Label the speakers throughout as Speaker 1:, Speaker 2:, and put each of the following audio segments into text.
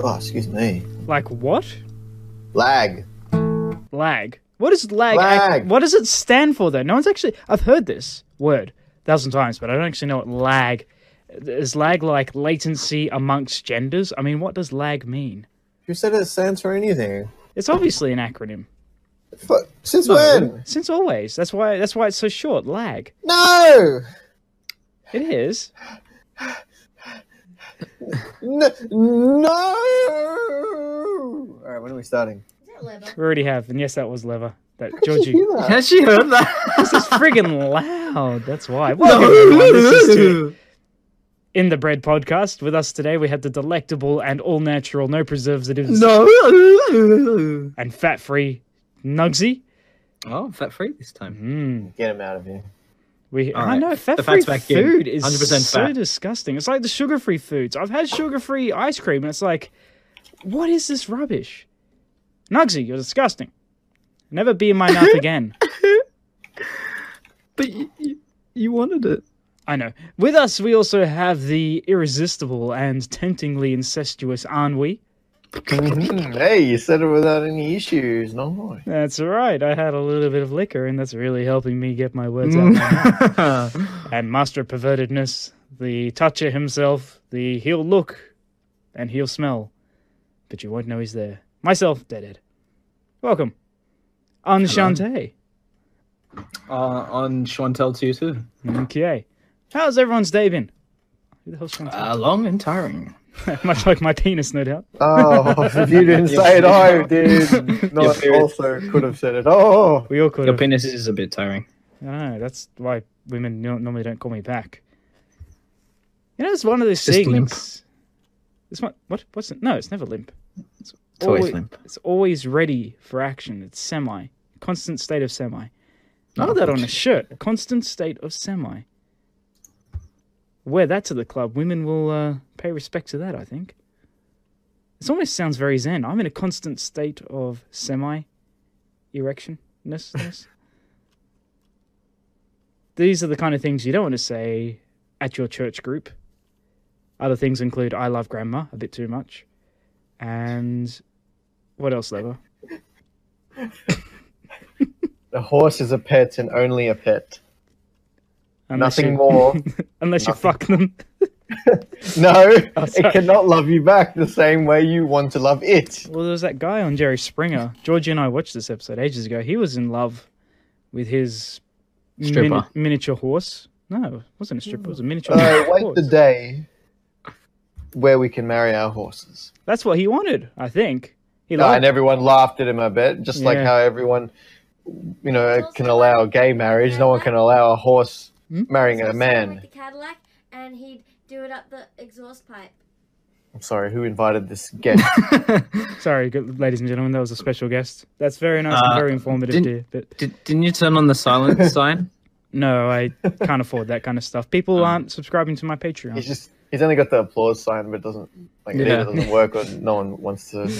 Speaker 1: Oh, excuse me.
Speaker 2: Like what?
Speaker 1: Lag.
Speaker 2: Lag. What is lag? act-
Speaker 1: Lag.
Speaker 2: what does it stand for though? No one's actually. I've heard this word a thousand times, but I don't actually know what lag is. Lag like latency amongst genders. I mean, what does lag mean?
Speaker 1: Who said it stands for anything?
Speaker 2: It's obviously an acronym.
Speaker 1: Fuck. Since when?
Speaker 2: Since always. That's why. That's why it's so short. Lag.
Speaker 1: No!
Speaker 2: It is.
Speaker 1: No! No! Alright, when are we starting?
Speaker 2: We already have. And yes, that was lever. That
Speaker 1: Did
Speaker 2: Georgie.
Speaker 1: you hear that?
Speaker 3: Has she heard
Speaker 2: this
Speaker 3: that?
Speaker 2: is friggin' loud. That's why. Welcome, everyone. This is to In the Bread podcast. With us today, we have the delectable and all natural, no preservatives,
Speaker 3: no.
Speaker 2: and fat free Nugsy.
Speaker 3: Oh, fat free this time.
Speaker 2: Mm.
Speaker 1: Get him out of here.
Speaker 2: We,
Speaker 3: Mm-hmm. All
Speaker 2: I
Speaker 3: right.
Speaker 2: know fat
Speaker 3: The
Speaker 2: free
Speaker 3: fat's back in.
Speaker 2: food is
Speaker 3: 100%
Speaker 2: so
Speaker 3: fat.
Speaker 2: disgusting. It's like the sugar free foods. I've had sugar free ice cream, and it's like, what is this rubbish? Nugsy, you're disgusting. Never be in my mouth again.
Speaker 3: But you, you, you wanted it.
Speaker 2: I know. With us, we also have the irresistible and temptingly incestuous Anwi.
Speaker 1: Mhm. hey, you said it without any issues. No more.
Speaker 2: That's right. I had a little bit of liquor, and that's really helping me get my words out.
Speaker 3: Uh,
Speaker 2: and master of pervertedness, the toucher himself, the he'll look and he'll smell, but you won't know he's there. Myself, Deadhead. Welcome. Enchante.
Speaker 3: uh, on Chantel 2 too.
Speaker 2: Okay. How's everyone's day been? Who the hell's Chantel?
Speaker 3: Uh, long and tiring.
Speaker 2: Much like my penis, no doubt.
Speaker 1: Oh, if you didn't say it, I did. No,
Speaker 3: Your
Speaker 1: I also could have said it. Oh,
Speaker 2: We all could
Speaker 3: Your
Speaker 2: have.
Speaker 3: penis is a bit tiring.
Speaker 2: I know, that's why women no- normally don't call me back. You know, it's one of those
Speaker 3: Just
Speaker 2: things.
Speaker 3: limp.
Speaker 2: It's what? What? What's it? No, it's never limp.
Speaker 3: It's always
Speaker 2: Alwa-
Speaker 3: limp.
Speaker 2: It's always ready for action. It's semi, constant state of semi. I have that on a shirt. Constant state of semi. Wear that to the club. Women will uh, pay respect to that. I think. This almost sounds very zen. I'm in a constant state of semi erectionness. These are the kind of things you don't want to say at your church group. Other things include I love grandma a bit too much. And what else, Lever?
Speaker 1: a horse is a pet and only a pet.
Speaker 2: Unless
Speaker 1: Nothing
Speaker 2: you-
Speaker 1: more.
Speaker 2: Unless you fuck them.
Speaker 1: No,
Speaker 2: Oh, sorry.
Speaker 1: it cannot love you back the same way you want to love it.
Speaker 2: Well, there was that guy on Jerry Springer. Georgie and I watched this episode ages ago. He was in love with his mini-
Speaker 3: Stripper.
Speaker 2: miniature horse. No, it wasn't a stripper. It was a miniature
Speaker 1: So wait
Speaker 2: horse.
Speaker 1: the day where we can marry our horses.
Speaker 2: That's what he wanted, I think. He
Speaker 1: No,
Speaker 2: loved
Speaker 1: and everyone laughed at him, I bet. Just like
Speaker 2: Yeah.
Speaker 1: how everyone, you know, can allow gay marriage, no one can allow a horse
Speaker 2: Hmm?
Speaker 1: marrying a
Speaker 4: Someone With
Speaker 1: man.
Speaker 4: the Cadillac, and he'd do it up the exhaust pipe.
Speaker 1: I'm sorry, who invited this guest?
Speaker 2: Sorry, good, ladies and gentlemen, that was a special guest. That's very nice and
Speaker 3: Uh,
Speaker 2: very informative,
Speaker 3: didn't-
Speaker 2: dear. But
Speaker 3: Did, didn't you turn on the silent sign?
Speaker 2: no, I can't afford that kind of stuff. People
Speaker 1: Uh,
Speaker 2: aren't subscribing to my Patreon.
Speaker 1: he's just, he's only got the applause sign, but doesn't, like, it
Speaker 3: Yeah.
Speaker 1: either doesn't work or no one wants to.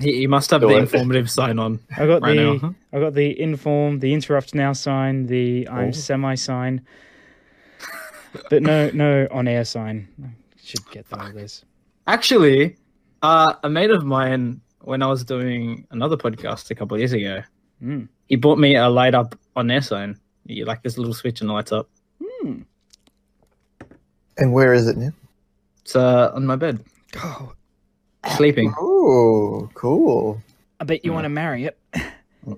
Speaker 3: He, he must have
Speaker 1: Do
Speaker 3: the
Speaker 1: it.
Speaker 3: informative sign on.
Speaker 2: I got
Speaker 3: Right
Speaker 2: the
Speaker 3: now.
Speaker 2: I got the inform, the interrupt now sign, the
Speaker 1: Cool.
Speaker 2: I'm semi sign, but no no on air sign. I should get that. This
Speaker 3: Actually, uh, a mate of mine, when I was doing another podcast a couple of years ago,
Speaker 2: Mm.
Speaker 3: he bought me a light up on their sign. You like this little switch and it lights up.
Speaker 1: And where is it now?
Speaker 3: It's uh, on my bed,
Speaker 2: oh,
Speaker 3: sleeping.
Speaker 1: Oh, cool.
Speaker 2: I bet you want to marry it.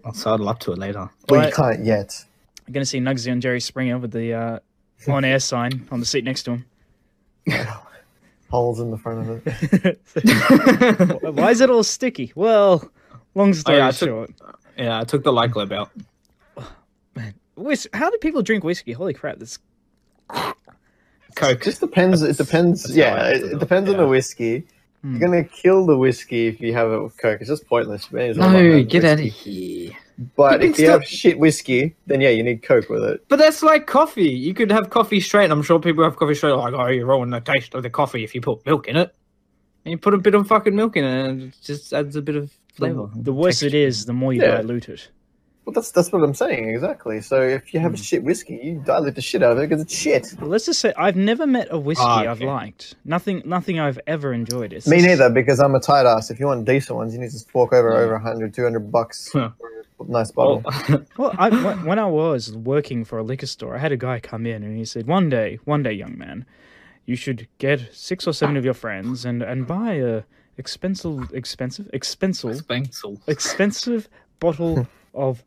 Speaker 3: I'll saddle up to it later.
Speaker 1: Well, you
Speaker 2: Right.
Speaker 1: can't yet.
Speaker 2: I'm gonna see Nugsy on Jerry Springer with the uh, on air sign on the seat next to him.
Speaker 1: Holes in the front of it.
Speaker 2: Why is it all sticky? Well, long story
Speaker 3: I took-
Speaker 2: short,
Speaker 3: yeah, I took the light globe out.
Speaker 2: whis- how do people drink whiskey? Holy crap! That's
Speaker 3: Coke.
Speaker 1: It just depends. It depends.
Speaker 3: that's how
Speaker 1: yeah,
Speaker 3: I
Speaker 1: it,
Speaker 3: feel,
Speaker 1: it depends on
Speaker 3: yeah. Hmm.
Speaker 1: the whiskey. You're gonna kill the whiskey if you have it with Coke. It's just pointless. You may as well not
Speaker 3: No,
Speaker 1: have
Speaker 3: get
Speaker 1: whiskey.
Speaker 3: out of here.
Speaker 1: But
Speaker 3: You
Speaker 1: if
Speaker 3: can
Speaker 1: you
Speaker 3: still-
Speaker 1: have shit whiskey, then yeah, you need Coke with it.
Speaker 3: But that's like coffee. You could have coffee straight. and I'm sure people have coffee straight. Like, oh, you're ruining the taste of the coffee if you put milk in it. And you put a bit of fucking milk in it, and it just adds a bit of flavor.
Speaker 2: the worse it is, the more you
Speaker 1: Yeah.
Speaker 2: dilute it.
Speaker 1: Well, that's that's what I'm saying exactly. So if
Speaker 3: Hmm.
Speaker 1: you have a shit whiskey, you dilute the shit out of it because it's shit.
Speaker 2: Well, let's just say I've never met a whiskey
Speaker 3: Ah,
Speaker 2: I've
Speaker 3: okay.
Speaker 2: liked. Nothing, nothing I've ever enjoyed. It's
Speaker 1: Me
Speaker 2: just-
Speaker 1: neither, because I'm a tight ass. If you want decent ones, you need to fork over over 100, 200 bucks.
Speaker 3: Hmm. Huh.
Speaker 1: for a Nice bottle.
Speaker 3: Well,
Speaker 2: Well, I, wh- when I was working for a liquor store, I had a guy come in and he said, "One day, one day, young man, you should get six or seven of your friends and and buy a expensive, expensive, expensive,
Speaker 3: Spencil.
Speaker 2: expensive bottle of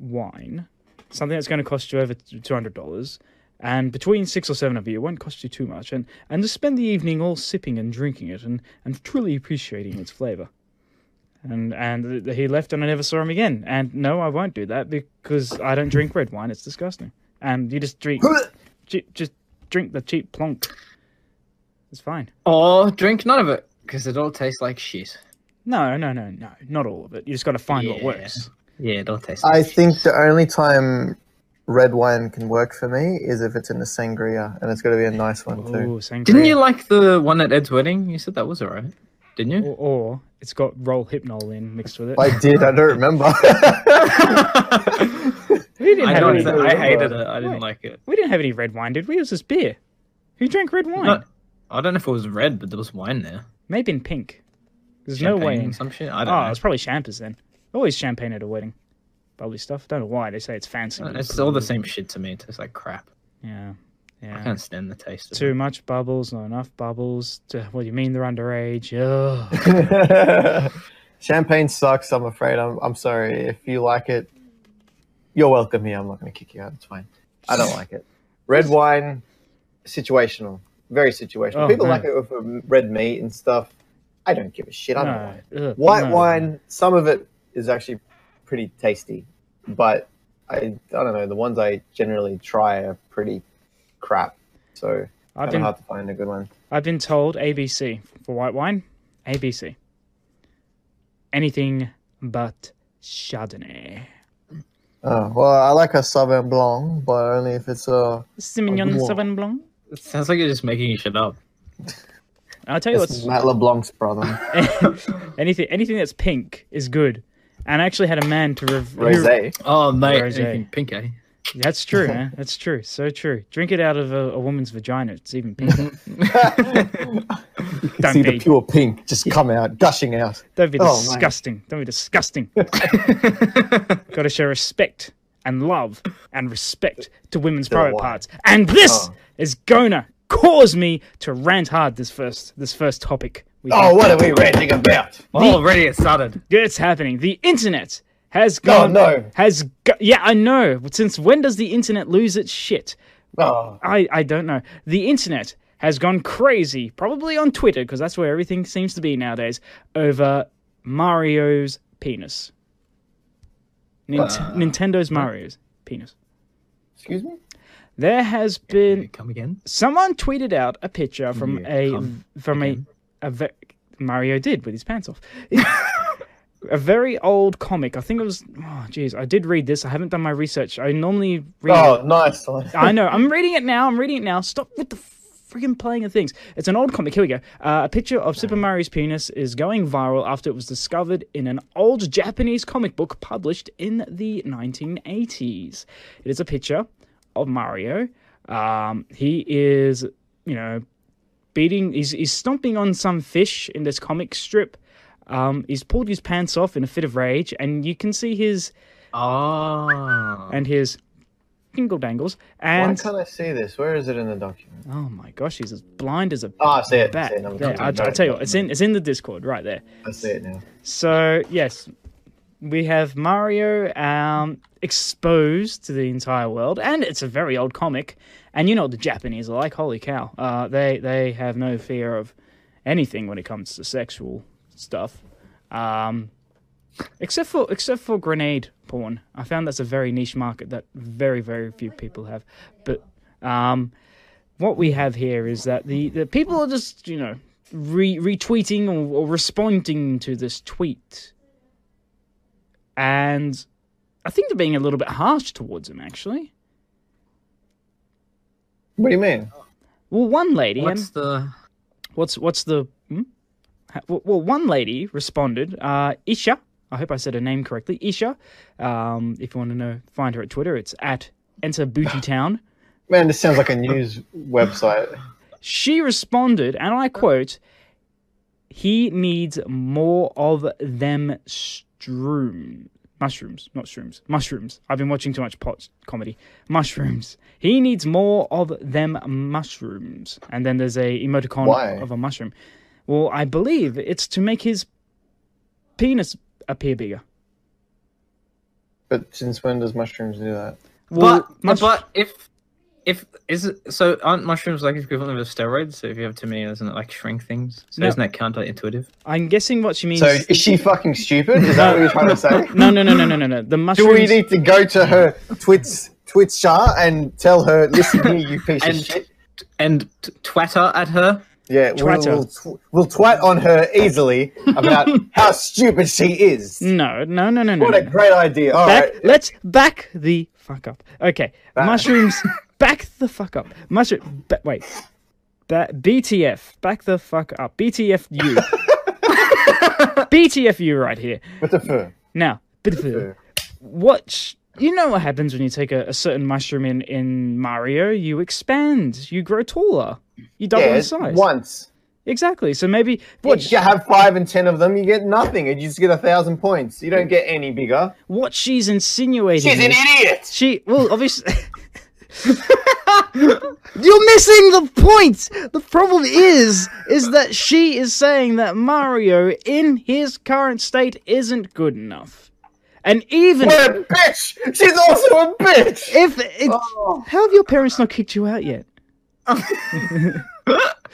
Speaker 2: wine, something that's going to cost you over two hundred dollars." And between six or seven of you, it won't cost you too much, and, and just spend the evening all sipping and drinking it and, and truly appreciating its flavour and and th- th- he left and I never saw him again. And no, I won't do that because I don't drink red wine. It's disgusting. And you just drink, ju- just drink the cheap plonk. It's fine.
Speaker 3: Or Oh, drink none of it because it all tastes like shit.
Speaker 2: No, no, no, no, not all of it. You just got to find what
Speaker 3: Yeah.
Speaker 2: works.
Speaker 3: Yeah, it all tastes.
Speaker 1: I think the only time red wine can work for me is if it's in a sangria, and it's got to be a nice one too.
Speaker 2: Ooh, sangria.
Speaker 3: Didn't you like the one at Ed's wedding? You said that was alright, didn't you?
Speaker 2: Or, or it's got roll hypnol in mixed with it.
Speaker 1: I did. I don't remember.
Speaker 2: we didn't
Speaker 3: I
Speaker 2: have
Speaker 3: don't.
Speaker 2: any.
Speaker 3: I hated it. I
Speaker 2: Wait.
Speaker 3: didn't like it.
Speaker 2: We didn't have any red wine, did we? It was just beer. Who drank red wine?
Speaker 3: No, I don't know if it was red, but there was wine there.
Speaker 2: Maybe in pink. There's no way.
Speaker 3: Champagne
Speaker 2: in-
Speaker 3: or some shit. I don't
Speaker 2: Oh,
Speaker 3: know.
Speaker 2: it's probably champers then. Always champagne at a wedding. Bubbly stuff. Don't know why they say it's fancy. but
Speaker 3: It's all the same shit to me. It tastes like crap.
Speaker 2: Yeah,
Speaker 3: I
Speaker 2: yeah.
Speaker 3: can't stand the taste of
Speaker 2: Too much bubbles, not enough bubbles. To, what do you mean they're underage? Ugh.
Speaker 1: Champagne sucks. I'm afraid. I'm. I'm sorry. If you like it, you're welcome here. I'm not going to kick you out. It's fine. I don't like it. Red wine, situational. Very situational.
Speaker 2: Oh,
Speaker 1: People
Speaker 2: no.
Speaker 1: like it with um, red meat and stuff. I don't give a shit. I don't like
Speaker 2: No,
Speaker 1: it.
Speaker 2: ugh,
Speaker 1: White
Speaker 2: no.
Speaker 1: wine, some of it is actually pretty tasty, but I, I don't know. The ones I generally try are pretty crap. So
Speaker 2: I've
Speaker 1: kind of
Speaker 2: been
Speaker 1: hard to find a good one.
Speaker 2: I've been told ABC for white wine. ABC. Anything but Chardonnay.
Speaker 1: Oh, well, I like a Sauvignon Blanc, but only if it's uh, a.
Speaker 2: Semillon
Speaker 1: Wow.
Speaker 2: Sauvignon Blanc.
Speaker 3: it. It sounds like you're just making shit up.
Speaker 2: And I'll tell you
Speaker 1: It's
Speaker 2: what's
Speaker 1: Matt LeBlanc's brother.
Speaker 2: anything anything that's pink is good. And I actually had a man to rev- who-
Speaker 1: Rosé.
Speaker 3: Oh mate,
Speaker 2: Rosé.
Speaker 3: anything pink, eh?
Speaker 2: That's true, man. That's true. So true. Drink it out of a, a woman's vagina. It's even pinker. don't
Speaker 1: See
Speaker 2: be
Speaker 1: the pure pink just come out, gushing out.
Speaker 2: don't be
Speaker 1: Oh, man.
Speaker 2: disgusting. Don't be disgusting. Gotta show respect and love and respect to women's private
Speaker 1: why?
Speaker 2: parts. And this
Speaker 1: Oh.
Speaker 2: is gonna cause me to rant hard this first this first topic. We
Speaker 1: Oh, what are we ranting about?
Speaker 3: Oh, already it started.
Speaker 2: it's happening. The internet has
Speaker 1: Oh,
Speaker 2: gone
Speaker 1: no.
Speaker 2: has go- yeah, I know. Since when does the internet lose its shit?
Speaker 1: Oh,
Speaker 2: I, I don't know. The internet has gone crazy, probably on Twitter, because that's where everything seems to be nowadays, over Mario's penis. Nint- Nintendo's Mario's penis.
Speaker 1: excuse me?
Speaker 2: There has been
Speaker 3: Come again?
Speaker 2: someone tweeted out a picture from
Speaker 3: Yeah,
Speaker 2: a
Speaker 3: come
Speaker 2: from a, a ve- Mario did with his pants off. a very old comic. I think it was. Oh, jeez, I did read this. I haven't done my research. I normally read.
Speaker 1: Oh, nice one.
Speaker 2: I know. I'm reading it now. I'm reading it now. Stop with the freaking playing of things. It's an old comic. Here we go. Uh, a picture of Super Mario's penis is going viral after it was discovered in an old Japanese comic book published in the 1980s. It is a picture of Mario. Um, he is, you know, beating. He's, he's stomping on some fish in this comic strip. Um, he's pulled his pants off in a fit of rage, and you can see his
Speaker 3: Oh.
Speaker 2: and his dingle dangles
Speaker 1: Why
Speaker 2: and
Speaker 1: can't I see this? Where is it in the document?
Speaker 2: Oh my gosh, he's as blind as a
Speaker 1: Oh, I see it. I
Speaker 2: bat.
Speaker 1: see it. I'm
Speaker 2: There,
Speaker 1: coming
Speaker 2: I, I
Speaker 1: back.
Speaker 2: tell you what, it's in it's in the Discord right there.
Speaker 1: I see it now.
Speaker 2: So yes, we have Mario um, exposed to the entire world, and it's a very old comic. And you know what the Japanese are like? Holy cow! Uh, they they have no fear of anything when it comes to sexual stuff, um, except for except for grenade porn. I found that's a very niche market that very very few people have. But um, what we have here is that the, the people are just you know re- retweeting or, or responding to this tweet and i think they're being a little bit harsh towards him actually
Speaker 1: What do you mean?
Speaker 2: well one lady um, and-
Speaker 3: What's the?
Speaker 2: what's what's the hmm? Ha- well, well one lady responded uh isha I hope I said her name correctly, Isha. Um, if you want to know, find her at Twitter. It's at Enter Booty Town.
Speaker 1: Man, this sounds like a news website.
Speaker 2: She responded, and I quote, "He needs more of them stroom mushrooms, not shrooms, mushrooms. I've been watching too much pot comedy. Mushrooms. He needs more of them mushrooms." And then there's a emoticon
Speaker 1: Why?
Speaker 2: of a mushroom. Well, I believe it's to make his penis appear bigger.
Speaker 1: But since when does mushrooms do that?
Speaker 2: Well,
Speaker 3: but
Speaker 2: mush-
Speaker 3: but if if is it so aren't mushrooms like equivalent of steroids? So if you have too many, doesn't it like shrink things? So
Speaker 2: No.
Speaker 3: isn't that counterintuitive?
Speaker 2: I'm guessing what she means.
Speaker 1: So is she fucking stupid? Is that what you're trying to say?
Speaker 2: No, no, no, no, no, no, no. The
Speaker 1: Do
Speaker 2: mushrooms.
Speaker 1: we need to go to her Twitch Twitcher and tell her, listen here, you piece
Speaker 3: And-
Speaker 1: of shit?
Speaker 3: And t- twatter at her.
Speaker 1: Yeah, we'll,
Speaker 2: Twitter.
Speaker 1: we'll, tw- we'll twat on her easily about how stupid she is.
Speaker 2: No, no, no, no, no.
Speaker 1: What
Speaker 2: no,
Speaker 1: a
Speaker 2: no.
Speaker 1: great idea. All
Speaker 2: Mm. back,
Speaker 1: right.
Speaker 2: Let's back the fuck up. Okay, mushrooms. back the fuck up. Mushroom. Ba- wait. Ba- BTF. Back the fuck up. BTFU. BTFU right here.
Speaker 1: What the fuck?
Speaker 2: Now, BTFU. What? Sh- you know what happens when you take a, a certain mushroom in, in Mario? You expand. You grow taller. You double
Speaker 1: Yeah,
Speaker 2: in size.
Speaker 1: once.
Speaker 2: Exactly. So maybe what
Speaker 1: What, you have five and ten of them, you get nothing. You just get a thousand points. You don't get any bigger.
Speaker 2: what she's insinuating.
Speaker 1: She's an
Speaker 2: is-
Speaker 1: idiot.
Speaker 2: She well, obviously. You're missing the point. The problem is, is that she is saying that Mario, in his current state, isn't good enough, and even
Speaker 1: What a bitch. She's also a bitch.
Speaker 2: if it,
Speaker 1: Oh.
Speaker 2: how have your parents not kicked you out yet?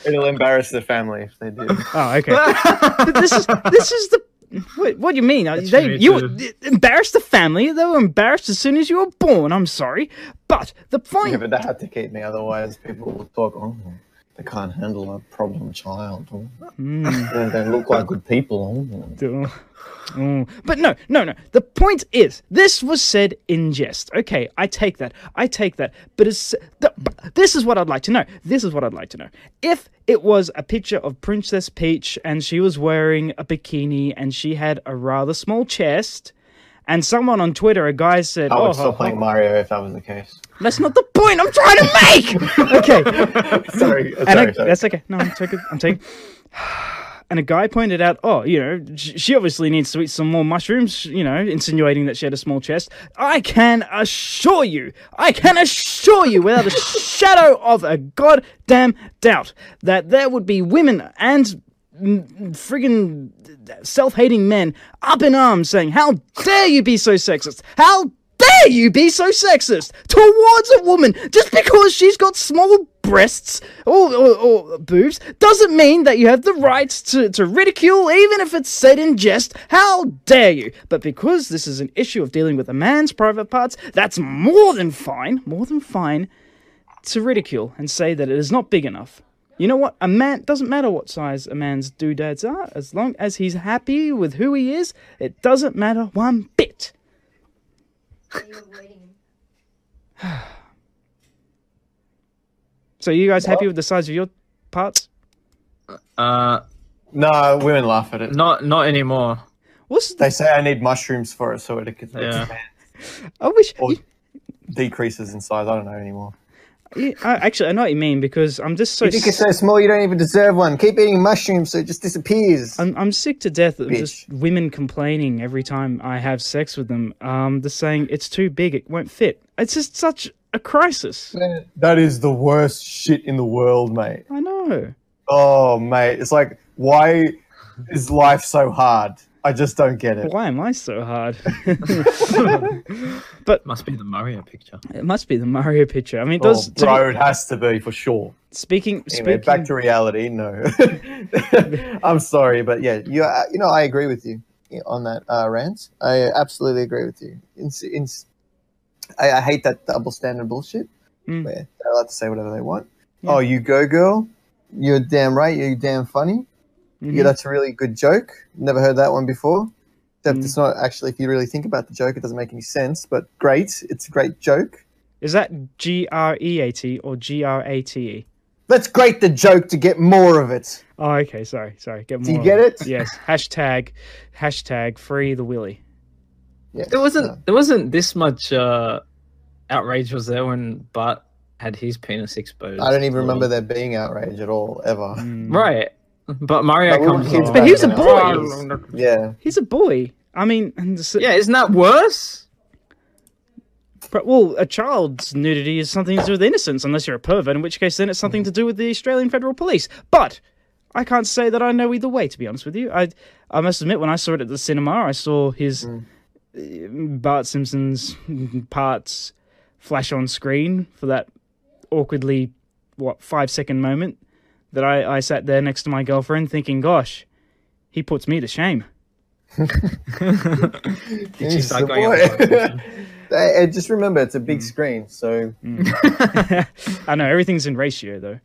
Speaker 1: It'll embarrass the family if they do.
Speaker 2: Oh, okay. But this is this is the. What, what do you mean? They,
Speaker 3: me
Speaker 2: you
Speaker 3: too.
Speaker 2: embarrassed the family. They were embarrassed as soon as you were born. I'm sorry, but the point
Speaker 1: Yeah, but they had to keep me, otherwise people will talk. Oh, they can't handle a problem child. Oh, They don't look like good people. Oh.
Speaker 2: Hmm. Oh. Oh. But no, no, no. The point is, this was said in jest. Okay, I take that. I take that. But it's the, but this is what I'd like to know. This is what I'd like to know. If it was a picture of Princess Peach and she was wearing a bikini and she had a rather small chest, and someone on Twitter, a guy said,
Speaker 1: I would
Speaker 2: "Oh, ho-
Speaker 1: stop playing Mario if that was the case.
Speaker 2: that's not the point I'm trying to make." okay,
Speaker 1: sorry,
Speaker 2: and
Speaker 1: sorry,
Speaker 2: a-
Speaker 1: sorry.
Speaker 2: that's okay. No, I'm taking. I'm taking. And a guy pointed out, oh, you know, sh- she obviously needs to eat some more mushrooms, you know, insinuating that she had a small chest. I can assure you, I can assure you without a shadow of a goddamn doubt that there would be women and mm, friggin' self hating men up in arms saying, how dare you be so sexist? How dare you be so sexist towards a woman just because she's got small breasts or, or, or boobs doesn't mean that you have the right to, to ridicule even if it's said in jest how dare you but because this is an issue of dealing with a man's private parts that's more than fine more than fine to ridicule and say that it is not big enough you know what? A man doesn't matter what size a man's doodads are, as long as he's happy with who he is, it doesn't matter one bit.
Speaker 4: Are you avoiding him?
Speaker 2: So you guys happy with the size of your parts?
Speaker 3: Uh,
Speaker 1: No, women laugh at it.
Speaker 3: not not anymore.
Speaker 2: What's the,
Speaker 1: They say I need mushrooms for it so it can
Speaker 3: Yeah.
Speaker 2: I wish
Speaker 1: or
Speaker 2: you-
Speaker 1: decreases in size. I don't know anymore.
Speaker 2: you- I, actually I know what you mean because I'm just so
Speaker 1: You think you're
Speaker 2: s-
Speaker 1: so small you don't even deserve one. Keep eating mushrooms so it just disappears.
Speaker 2: I'm, I'm sick to death of
Speaker 1: Bitch.
Speaker 2: just women complaining every time I have sex with them. Um, they're saying it's too big, it won't fit. It's just such a crisis.
Speaker 1: That is the worst shit in the world, mate.
Speaker 2: I know.
Speaker 1: Oh, mate. It's like, why is life so hard? I just don't get it.
Speaker 2: Why am I so hard?
Speaker 3: Must be the Mario picture.
Speaker 2: it must be the Mario picture. I mean, it
Speaker 1: Oh,
Speaker 2: does. to-
Speaker 1: bro, it has to be for sure.
Speaker 2: speaking,
Speaker 1: Anyway,
Speaker 2: speaking.
Speaker 1: back to reality. No, I'm sorry, but yeah, you uh, you know I agree with you on that uh, rant. I absolutely agree with you. Ins ins I, I hate that double standard bullshit.
Speaker 2: Mm.
Speaker 1: Where they're allowed to say whatever they want.
Speaker 2: Yeah.
Speaker 1: Oh, you go, girl. You're damn right. You're damn funny.
Speaker 2: Mhm.
Speaker 1: Yeah, that's a really good joke. Never heard that one before. Except
Speaker 2: Mm.
Speaker 1: it's not actually. If you really think about the joke, it doesn't make any sense. But great, it's a great joke.
Speaker 2: Is that G R E A T or G R A T E?
Speaker 1: Let's grate the joke to get more of it.
Speaker 2: Oh, okay. Sorry, sorry. Get more.
Speaker 1: Do you
Speaker 2: of
Speaker 1: get it?
Speaker 2: Yes. Hashtag, hashtag free the Willy.
Speaker 1: Yes.
Speaker 3: There wasn't
Speaker 1: no.
Speaker 3: there wasn't this much uh, outrage was there when Bart had his penis exposed.
Speaker 1: I don't even remember there being outrage at all ever.
Speaker 2: Mm.
Speaker 3: Right, but Mario
Speaker 1: But we were
Speaker 3: comes
Speaker 1: kids
Speaker 3: along.
Speaker 2: But he was a
Speaker 1: back
Speaker 2: boy.
Speaker 1: then, it was- Yeah.
Speaker 2: He's a boy. I mean, and s-
Speaker 3: Yeah, isn't that worse?
Speaker 2: pro- well, a child's nudity is something to do with innocence, unless you're a pervert, in which case then it's something to do with the Australian Federal Police. But I can't say that I know either way, to be honest with you. I, I must admit, when I saw it at the cinema, I saw his uh, Bart Simpson's parts flash on screen for that awkwardly what five second moment that I, I sat there next to my girlfriend thinking, "Gosh, he puts me to shame."
Speaker 3: Did she
Speaker 1: He's
Speaker 3: start
Speaker 1: the
Speaker 3: going
Speaker 1: boy.
Speaker 3: up?
Speaker 1: I, I just remember it's a big
Speaker 2: Mm.
Speaker 1: screen, so
Speaker 2: I know everything's in ratio though.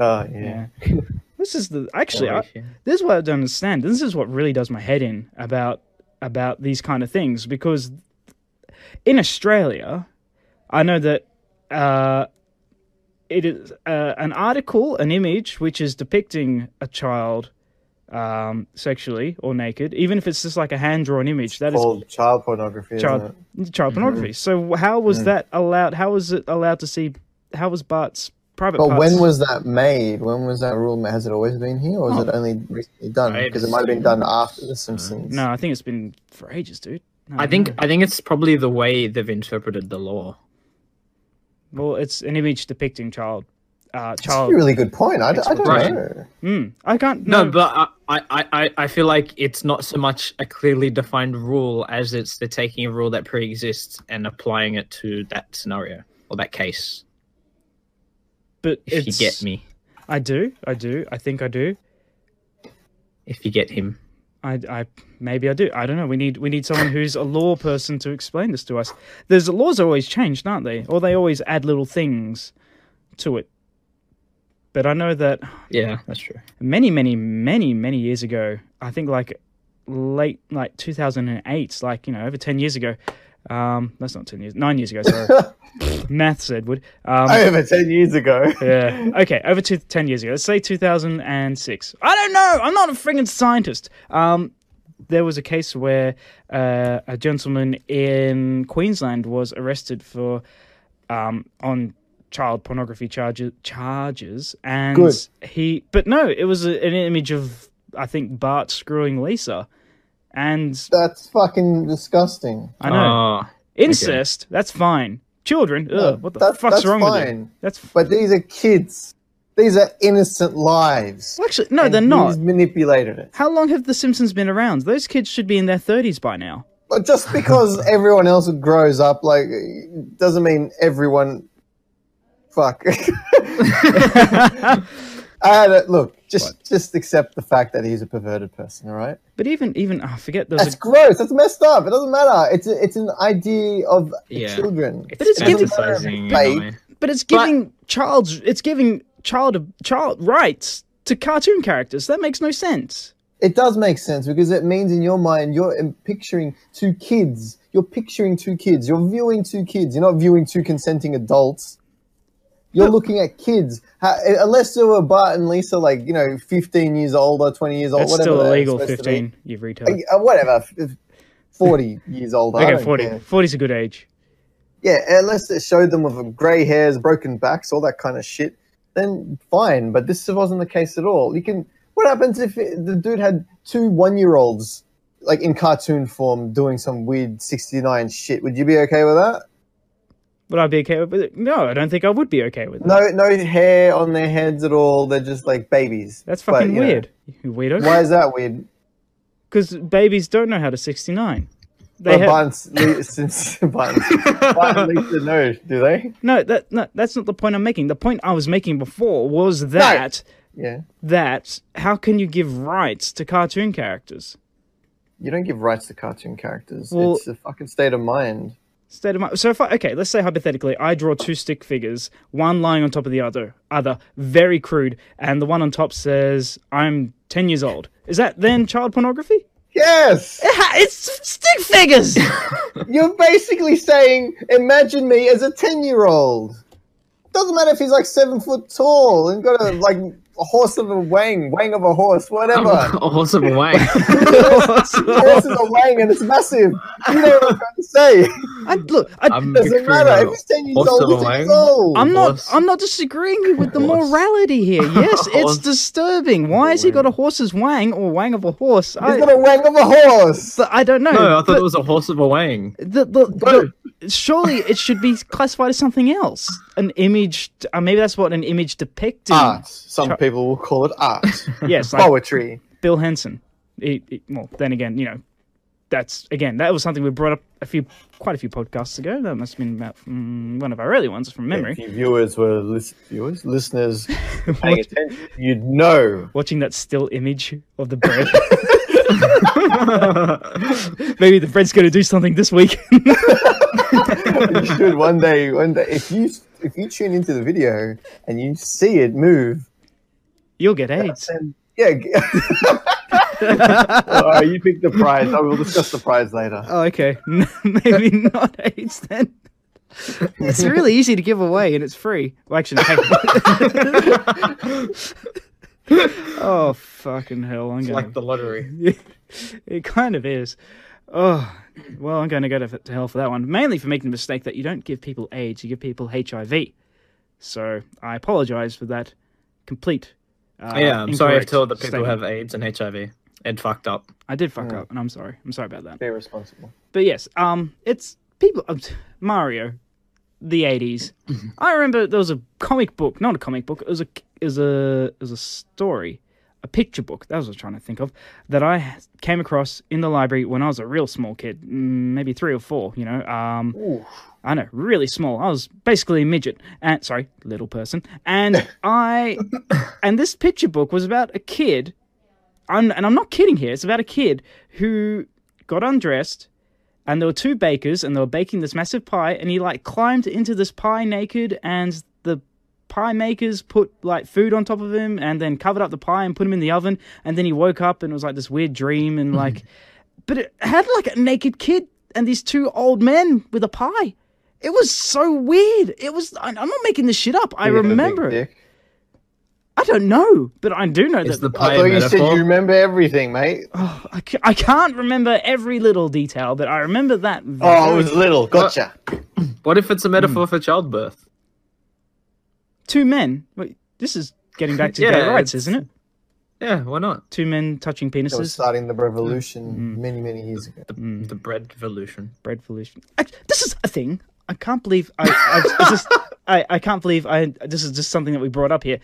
Speaker 1: uh, yeah.
Speaker 2: Yeah. this is the actually I,
Speaker 3: Ratio.
Speaker 2: this is what I don't understand. This is what really does my head in about about these kind of things because in Australia, I know that uh, it is uh, an article, an image which is depicting a child um, sexually or naked, even if it's just like a hand drawn image. That is
Speaker 1: Called child pornography.
Speaker 2: child
Speaker 1: Isn't
Speaker 2: child
Speaker 1: Mm-hmm.
Speaker 2: pornography. So how was that allowed? How was it allowed to see? How was Bart's
Speaker 1: it?
Speaker 2: private?
Speaker 1: But
Speaker 2: parts-
Speaker 1: when was that made? When was that rule? ma- Has it always been here, or is it only recently done?
Speaker 3: I
Speaker 1: Because it might have been done after The Simpsons.
Speaker 2: Oh. No, I think it's been for ages, dude. No,
Speaker 3: I think I think it's probably the way they've interpreted the law.
Speaker 2: Well, it's an image depicting child. Uh,
Speaker 1: That's a
Speaker 2: child.
Speaker 1: really good point. I, d- I don't
Speaker 3: Right.
Speaker 1: know.
Speaker 2: Mm, I can't.
Speaker 3: No,
Speaker 2: No,
Speaker 3: but I, I, I, I feel like it's not so much a clearly defined rule as it's they're taking a rule that pre-exists and applying it to that scenario or that case.
Speaker 2: but
Speaker 3: If
Speaker 2: it's-
Speaker 3: you get me,
Speaker 2: I do. I do. I think I do.
Speaker 3: if you get him,
Speaker 2: I, I maybe I do. I don't know. We need we need someone who's a law person to explain this to us. There's laws are always changed, aren't they? Or they always add little things to it. But I know that
Speaker 3: yeah, that's true.
Speaker 2: many, many, many, many years ago. I think like late, like 2008, like, you know, over 10 years ago. Um, that's not 10 years, nine years ago, sorry. Maths, Edward. Um,
Speaker 1: Over ten years ago.
Speaker 2: yeah. Okay, over two, 10 years ago. Let's say 2006. I don't know. I'm not a friggin' scientist. Um, there was a case where uh, a gentleman in Queensland was arrested for um, on child pornography charges charges and
Speaker 1: Good.
Speaker 2: he but no it was a, an image of I think Bart screwing Lisa and
Speaker 1: That's fucking disgusting.
Speaker 2: I know
Speaker 3: Oh,
Speaker 2: incest that's fine children ugh,
Speaker 1: No,
Speaker 2: what the
Speaker 1: that-
Speaker 2: fuck's
Speaker 1: that's
Speaker 2: wrong with you
Speaker 1: fine.
Speaker 2: that's f-
Speaker 1: But these are kids. These are innocent lives.
Speaker 2: well, actually no
Speaker 1: And
Speaker 2: they're not
Speaker 1: He's manipulated it.
Speaker 2: How long have The Simpsons been around? Those kids should be in their 30s by now.
Speaker 1: But just because everyone else grows up, like, doesn't mean everyone. Fuck. I had a, look, just just accept the fact that he's a perverted person, all right?
Speaker 2: But even, even, I forget, there was
Speaker 1: That's
Speaker 2: a,
Speaker 1: gross. That's messed up. It doesn't matter. It's a, it's an idea of
Speaker 3: Yeah.
Speaker 1: children.
Speaker 2: But it's giving-
Speaker 3: fantasizing,
Speaker 1: But-
Speaker 3: you know.
Speaker 2: but it's giving child's, it's giving child, child rights to cartoon characters. That makes no sense.
Speaker 1: It does make sense because it means in your mind you're um, picturing two kids. You're picturing two kids. You're viewing two kids. You're not viewing two consenting adults. You're looking at kids. How, unless they were Bart and Lisa, like, you know, 15 years old or 20 years old,
Speaker 2: That's
Speaker 1: whatever.
Speaker 2: still
Speaker 1: they're
Speaker 2: illegal,
Speaker 1: supposed to be.
Speaker 2: 15, you've retarded.
Speaker 1: Uh, whatever. f- 40 years old. I
Speaker 2: Okay,
Speaker 1: don't
Speaker 2: 40.
Speaker 1: care.
Speaker 2: 40's a good age.
Speaker 1: Yeah, unless it showed them with grey hairs, broken backs, all that kind of shit, then fine. But this wasn't the case at all. You can. What happens if it, the dude had two one-year-olds, like in cartoon form, doing some weird '69 shit? Would you be okay with that?
Speaker 2: Would I be okay with it? No, I don't think I would be okay with it.
Speaker 1: No, no hair on their heads at all. They're just like babies.
Speaker 2: That's
Speaker 1: But,
Speaker 2: fucking
Speaker 1: you know,
Speaker 2: weird, you weirdo.
Speaker 1: why is that weird?
Speaker 2: Because babies don't know how to 69. They
Speaker 1: But
Speaker 2: have,
Speaker 1: Barnes, Lee, since Barnes, Barnes Lisa know, do they?
Speaker 2: no, that, no, that's not the point I'm making. The point I was making before was that
Speaker 1: Yeah.
Speaker 2: that how can you give rights to cartoon characters?
Speaker 1: You don't give rights to cartoon characters.
Speaker 2: Well-
Speaker 1: it's a fucking state of mind.
Speaker 2: State of mind. So if I okay, let's say hypothetically, I draw two stick figures, one lying on top of the other, other very crude, and the one on top says, "I'm ten years old." Is that then child pornography?
Speaker 1: Yes.
Speaker 2: Ha, It's stick figures.
Speaker 1: You're basically saying, imagine me as a 10 year old. Doesn't matter if he's like seven foot tall and got a like a horse of a wang, wang of a horse,
Speaker 3: I'm
Speaker 1: whatever.
Speaker 3: a awesome way.
Speaker 1: horse is a wang and it's massive. You know what I'm trying to say.
Speaker 2: I, look, I,
Speaker 3: I'm
Speaker 1: Doesn't
Speaker 3: picturing
Speaker 1: matter. If
Speaker 3: a
Speaker 1: he's ten years
Speaker 3: horse
Speaker 1: old,
Speaker 3: of a
Speaker 1: he's ten
Speaker 3: wang.
Speaker 1: years old.
Speaker 2: I'm not.
Speaker 3: Horse.
Speaker 2: I'm not disagreeing with the
Speaker 3: Horse.
Speaker 2: morality here. Yes, it's
Speaker 3: Horse.
Speaker 2: disturbing. Why has he got a horse's wang or wang of a horse?
Speaker 1: He's
Speaker 2: I,
Speaker 1: got a wang of a horse.
Speaker 2: but I don't know.
Speaker 3: No, I thought
Speaker 2: but
Speaker 3: it was a horse of a wang.
Speaker 2: the, the, the- surely it should be classified as something else. An image. Uh, maybe that's what an image depicted.
Speaker 1: Art. Some people will call it art.
Speaker 2: Yes, like
Speaker 1: Poetry.
Speaker 2: Bill Henson. He- he- well, then again, you know, that's again that was something we brought up a few, quite a few podcasts ago. That must have been about mm, one of our early ones from memory.
Speaker 1: If you viewers were lis- viewers, listeners paying attention, you'd know.
Speaker 2: watching that still image of the bread. Maybe the bread's going to do something this week.
Speaker 1: You should one day. One day, if you if you tune into the video and you see it move,
Speaker 2: You'll get AIDS.
Speaker 1: then yeah. g- All right, you pick the prize. I will discuss the prize later.
Speaker 2: Oh, okay. Maybe not AIDS then. It's really easy to give away and it's free. Well, actually, no, hang on. oh, fucking hell. I'm
Speaker 3: It's
Speaker 2: gonna...
Speaker 3: like the lottery.
Speaker 2: it kind of is. Oh, well, I'm going to go to, to hell for that one. Mainly for making the mistake that you don't give people AIDS, you give people HIV. So I apologize for that complete. Uh,
Speaker 3: yeah, I'm sorry if
Speaker 2: incorrect
Speaker 3: two other people
Speaker 2: statement.
Speaker 3: have AIDS and HIV. Ed fucked up.
Speaker 2: I did fuck up, and I'm sorry. I'm sorry about that.
Speaker 1: Be responsible.
Speaker 2: But yes, um, it's people. Um, Mario, the '80s. I remember there was a comic book, not a comic book. It was a it was a it was a story, a picture book. That was what I was trying to think of that I came across in the library when I was a real small kid, mm, maybe three or four. You know, um,
Speaker 1: Ooh.
Speaker 2: I know, really small. I was basically a midget, and sorry, little person. And I, and this picture book was about a kid. I'm, and I'm not kidding here. It's about a kid who got undressed, and there were two bakers, and they were baking this massive pie, and he like climbed into this pie naked, and the pie makers put like food on top of him, and then covered up the pie and put him in the oven, and then he woke up and it was like this weird dream,
Speaker 1: Hmm.
Speaker 2: and like, but it had like a naked kid and these two old men with a pie. It was so weird. It was. I- I'm not making this shit up. I
Speaker 1: You have a big
Speaker 2: remember it.
Speaker 1: dick.
Speaker 2: I don't know, but I do know
Speaker 3: It's
Speaker 2: that.
Speaker 3: the
Speaker 1: I
Speaker 3: pie
Speaker 1: thought you said
Speaker 3: metaphor.
Speaker 1: you remember everything, mate.
Speaker 2: Oh, I, ca- I can't remember every little detail, but I remember that.
Speaker 1: Oh, I
Speaker 2: very-
Speaker 1: was little. Gotcha.
Speaker 3: What if it's a metaphor for childbirth?
Speaker 2: two men. Wait, this is getting back to
Speaker 3: Yeah,
Speaker 2: gay rights,
Speaker 3: it's-
Speaker 2: isn't it?
Speaker 3: Yeah, why not?
Speaker 2: Two men touching
Speaker 1: That was
Speaker 2: penises.
Speaker 1: starting the revolution many, many years ago.
Speaker 3: The, the bread revolution.
Speaker 2: bread pollution. Ac- This is a thing. I can't believe I. I it's just, I, I can't believe I. This is just something that we brought up here.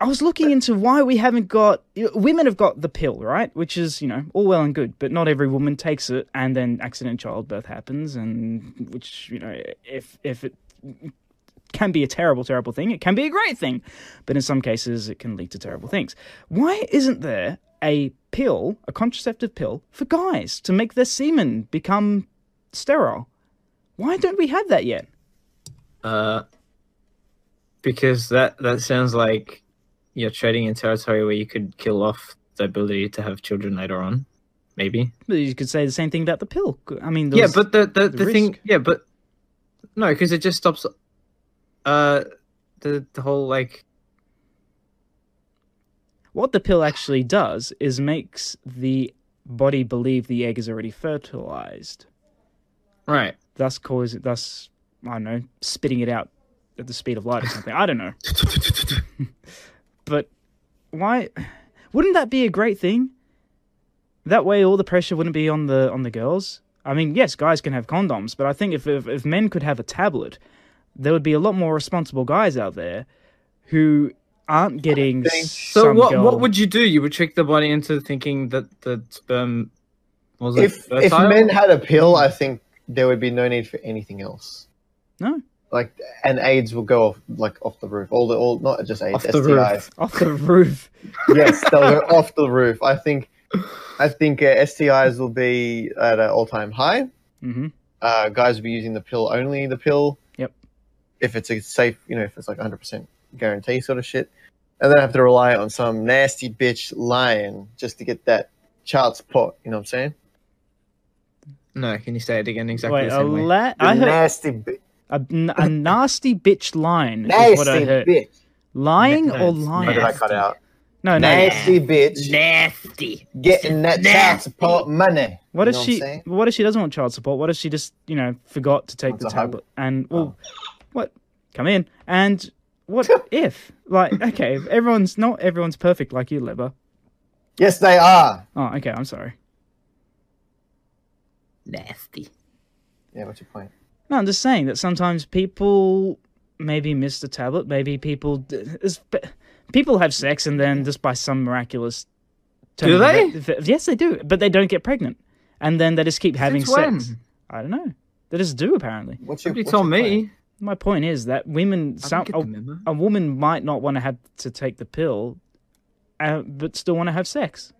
Speaker 2: I was looking into why we haven't got you know, women have got the pill, right? Which is you know all well and good, but not every woman takes it, and then accident childbirth happens, and which you know if if it can be a terrible, terrible thing. It can be a great thing, but in some cases, it can lead to terrible things. Why isn't there a pill, a contraceptive pill for guys to make their semen become sterile? Why don't we have that yet?
Speaker 3: Uh, because that that sounds like you're trading in territory where you could kill off the ability to have children later on, maybe.
Speaker 2: Well, You could say the same thing about the pill. I mean, there
Speaker 3: Yeah,
Speaker 2: was-
Speaker 3: but the the,
Speaker 2: the
Speaker 3: the, thing,
Speaker 2: risk.
Speaker 3: yeah, but no, because it just stops. Uh, the the whole like
Speaker 2: what the pill actually does is makes the body believe the egg is already fertilized,
Speaker 3: right.
Speaker 2: thus causing, thus I don't know, spitting it out at the speed of light or something. I don't know. but why wouldn't that be a great thing that way all the pressure wouldn't be on the on the girls i mean yes guys can have condoms but i think if if, if men could have a tablet there would be a lot more responsible guys out there who aren't getting
Speaker 1: think-
Speaker 3: So
Speaker 2: some
Speaker 3: what
Speaker 2: girl-
Speaker 3: what would you do? You would trick the body into thinking that the sperm was
Speaker 1: If
Speaker 3: fertile?
Speaker 1: if men had a pill, I think there would be no need for anything else.
Speaker 2: no
Speaker 1: Like, and AIDS will go off like off the roof. All the all not just AIDS,
Speaker 3: Off the
Speaker 1: STIs.
Speaker 2: off the roof
Speaker 1: yes, they'll go off the roof. I think, I think uh, STIs will be at an all-time high.
Speaker 3: Mm-hmm.
Speaker 2: hmm
Speaker 1: Uh, guys will be using the pill only. The pill.
Speaker 2: Yep.
Speaker 1: If it's a safe, you know, if it's like 100% guarantee sort of shit, and then have to rely on some nasty bitch lying just to get that child support. You know what I'm saying?
Speaker 3: no, can you say it again exactly
Speaker 2: wait
Speaker 3: the
Speaker 2: a
Speaker 3: same way?
Speaker 2: la- i
Speaker 1: The
Speaker 2: heard
Speaker 1: nasty. Bi-
Speaker 2: A, n- a nasty bitch line is what I
Speaker 1: Nasty
Speaker 2: heard.
Speaker 1: bitch.
Speaker 2: Lying
Speaker 3: No,
Speaker 2: or
Speaker 3: it's
Speaker 1: What did I
Speaker 2: lying?
Speaker 1: cut out?
Speaker 2: No, no.
Speaker 1: Nasty bitch.
Speaker 3: Nasty.
Speaker 1: Getting that child support money.
Speaker 2: What
Speaker 1: You
Speaker 2: if
Speaker 1: know
Speaker 2: she?
Speaker 1: I'm saying?
Speaker 2: What if she doesn't want child support? What if she just, you know, forgot to take
Speaker 1: Wants
Speaker 2: the
Speaker 1: a hug.
Speaker 2: tablet? And well, what? Come in. And what if? Like, okay, everyone's not everyone's perfect like you, Leber.
Speaker 1: Yes, they are.
Speaker 2: Oh, okay. I'm sorry.
Speaker 3: Nasty.
Speaker 1: Yeah, what's your point?
Speaker 2: No, I'm just saying that sometimes people maybe miss the tablet. Maybe people d- it's b- people have sex and then just by some miraculous turn
Speaker 3: Do
Speaker 2: of
Speaker 3: they?
Speaker 2: ev- ev- yes, they do, but they don't get pregnant, and then they just keep having
Speaker 3: Since
Speaker 2: sex.
Speaker 3: when?
Speaker 2: I don't know. They just do apparently.
Speaker 1: What's your,
Speaker 3: Nobody
Speaker 1: what's
Speaker 3: told
Speaker 1: your point?
Speaker 3: me. oh.
Speaker 2: My point is that women,
Speaker 3: I
Speaker 2: some, oh,
Speaker 3: don't get
Speaker 2: a,
Speaker 3: the memo.
Speaker 2: a woman might not want to have to take the pill, uh, but still want to have sex.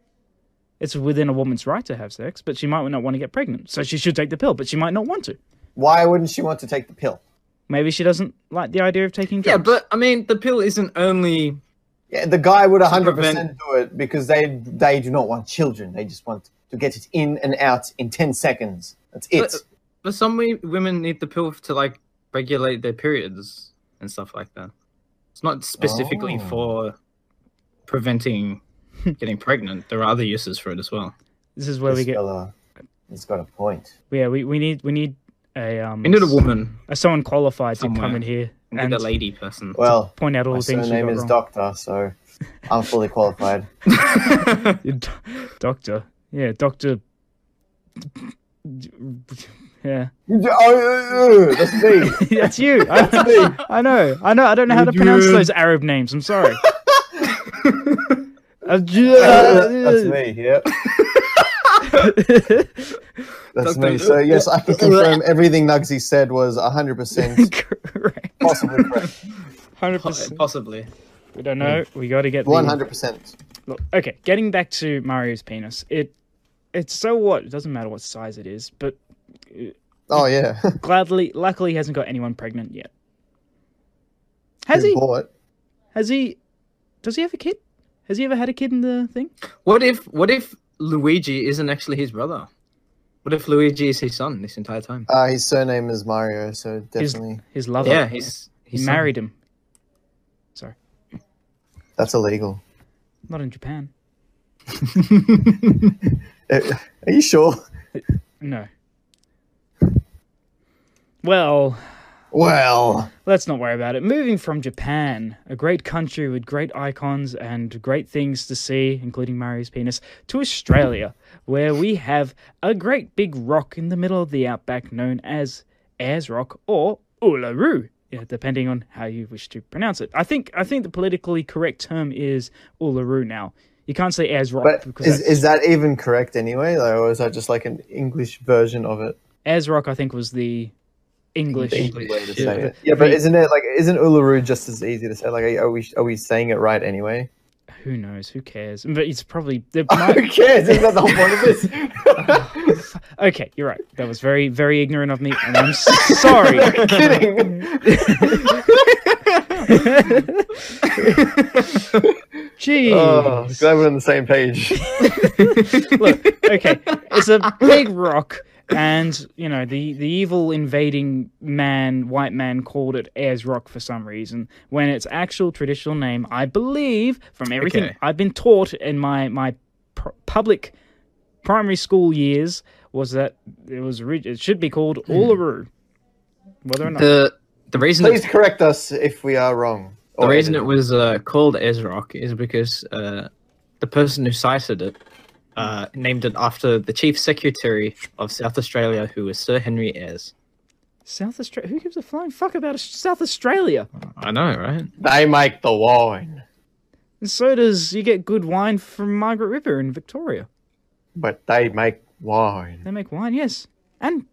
Speaker 2: It's within a woman's right to have sex, but she might not want to get pregnant, so she should take the pill, but she might not want to.
Speaker 1: Why wouldn't she want to take the pill?
Speaker 2: Maybe she doesn't like the idea of taking drugs.
Speaker 3: Yeah, but I mean, the pill isn't only
Speaker 1: Yeah, the guy would 100%
Speaker 3: prevent-
Speaker 1: do it because they they do not want children. They just want to get it in and out in 10 seconds. That's it.
Speaker 3: But, uh, but some we- women need the pill to like regulate their periods and stuff like that. It's not specifically
Speaker 1: Oh.
Speaker 3: for preventing getting pregnant. There are other uses for it as well.
Speaker 2: this is where we
Speaker 1: This
Speaker 2: get.
Speaker 1: fella, he's uh, got a point.
Speaker 2: Yeah, we, we need we need a um.
Speaker 3: We need a woman,
Speaker 2: a- someone qualified to come
Speaker 3: somewhere.
Speaker 2: in here
Speaker 3: we
Speaker 2: and
Speaker 3: need a lady person.
Speaker 1: Well,
Speaker 2: point out all
Speaker 1: my
Speaker 2: the things you
Speaker 1: surname
Speaker 2: got
Speaker 1: is
Speaker 2: wrong.
Speaker 1: Doctor, so I'm fully qualified.
Speaker 2: Your do- doctor. Yeah, doctor. Yeah,
Speaker 1: oh, uh, uh, that's me.
Speaker 2: that's you.
Speaker 1: That's
Speaker 2: I,
Speaker 1: me.
Speaker 2: I know. I know. I don't know how to pronounce
Speaker 3: Adrian.
Speaker 2: those Arab names. I'm sorry.
Speaker 1: That's me. Yeah, that's
Speaker 3: Doctor-
Speaker 1: me. So yes, I can confirm everything Nugsy said was 100 percent
Speaker 2: Correct.
Speaker 1: possibly correct.
Speaker 2: Hundred
Speaker 3: Po-
Speaker 2: percent.
Speaker 3: Possibly.
Speaker 2: We don't know. We got to get the-
Speaker 1: 100 percent.
Speaker 2: Look, okay, getting back to Mario's penis, it it's so what? It doesn't matter what size it is, but
Speaker 1: Oh yeah,
Speaker 2: gladly, luckily, he hasn't got anyone pregnant yet. Has he?
Speaker 1: Bought.
Speaker 2: Has he? Does he have a kid? Has he ever had a kid in the thing?
Speaker 3: What if what if Luigi isn't actually his brother? What if Luigi is his son this entire time?
Speaker 1: Uh, his surname is Mario, so
Speaker 2: His
Speaker 1: definitely
Speaker 2: his lover.
Speaker 3: yeah, he's
Speaker 2: he
Speaker 3: he's
Speaker 2: married him. Sorry,
Speaker 1: that's illegal.
Speaker 2: not in Japan.
Speaker 1: Uh, Are you sure?
Speaker 2: No. Well,
Speaker 1: Well,
Speaker 2: Let's not worry about it. Moving from Japan, a great country with great icons and great things to see, including Mario's penis, to Australia, where we have a great big rock in the middle of the outback known as Ayers Rock or Uluru, yeah, depending on how you wish to pronounce it. I think I think the politically correct term is Uluru now. You can't say Ayers Rock
Speaker 1: but
Speaker 2: because
Speaker 1: is
Speaker 2: that's-
Speaker 1: is that even correct anyway? Like, or is that just like an English version of it?
Speaker 2: Ayers Rock I think was the English.
Speaker 1: The English way to
Speaker 3: Yeah,
Speaker 1: say
Speaker 2: but-
Speaker 1: it. Yeah, but
Speaker 2: the-
Speaker 1: isn't it like isn't Uluru just as easy to say? Like, are, are we are we saying it right anyway?
Speaker 2: Who knows? Who cares? But it's probably there might-
Speaker 1: Who cares? Isn't that the whole point of this?
Speaker 2: Okay, you're right. That was very, very ignorant of me, and I'm s- sorry.
Speaker 1: Kidding.
Speaker 2: Jeez.
Speaker 1: Oh, glad we're on the same page.
Speaker 2: Look, okay, it's a big rock, and you know the the evil invading man, white man, called it Ayers Rock for some reason. When its actual traditional name, I believe, from everything
Speaker 3: Okay.
Speaker 2: I've been taught in my my pr- public primary school years, was that it was orig- it should be called Uluru. Whether or not
Speaker 3: Hmm. the the reason
Speaker 1: Please correct us if we are wrong.
Speaker 3: The
Speaker 1: Or
Speaker 3: reason it
Speaker 1: edit
Speaker 3: was uh, called Ezrock is because uh, the person who cited it uh, named it after the chief secretary of South Australia, who was Sir Henry Ayres.
Speaker 2: South Australia, who gives a flying fuck about Aus- South Australia?
Speaker 3: I know, right?
Speaker 1: they make the wine,
Speaker 2: And so does you get good wine from Margaret River in Victoria.
Speaker 1: but they make wine.
Speaker 2: They make wine, yes. And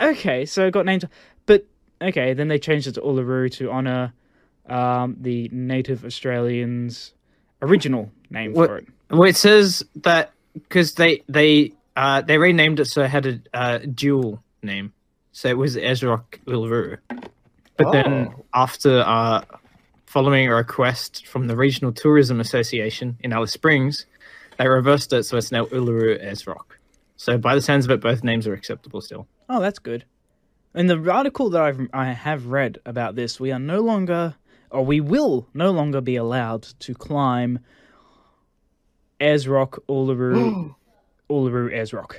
Speaker 2: okay, so it got named, but okay, then they changed it to Uluru to honor um, the native Australians' original name
Speaker 3: What-
Speaker 2: for it.
Speaker 3: Well, it says that because they they uh, they renamed it, so it had a uh, dual name, so it was Ezrock Uluru. But then after uh, following a request from the Regional Tourism Association in Alice Springs, they reversed it, so it's now Uluru Ezrock. So by the sounds of it, both names are acceptable still.
Speaker 2: Oh, that's good. in the article that I've I have read about this, we are no longer, or we will no longer be allowed to climb Ezrock Uluru Uluru Ezrock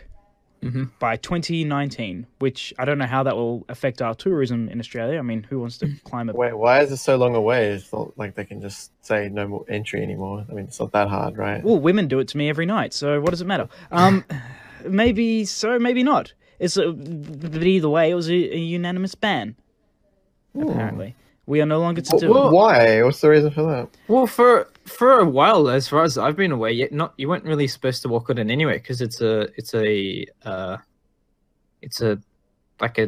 Speaker 3: Mhm.
Speaker 2: by 2019. Which I don't know how that will affect our tourism in Australia. I mean, who wants to climb it?
Speaker 5: Wait, why is it so long away? It's not like they can just say no more entry anymore. I mean, it's not that hard, right?
Speaker 2: Well, women do it to me every night, so what does it matter? Um, maybe so, maybe not. It's a, but either way, it was a, a unanimous ban. Apparently, we are no longer to do it.
Speaker 5: Why? What's the reason for that?
Speaker 3: Well, for for a while, as far as I've been aware, yet not you weren't really supposed to walk on it anyway because it's a it's a uh, it's a like a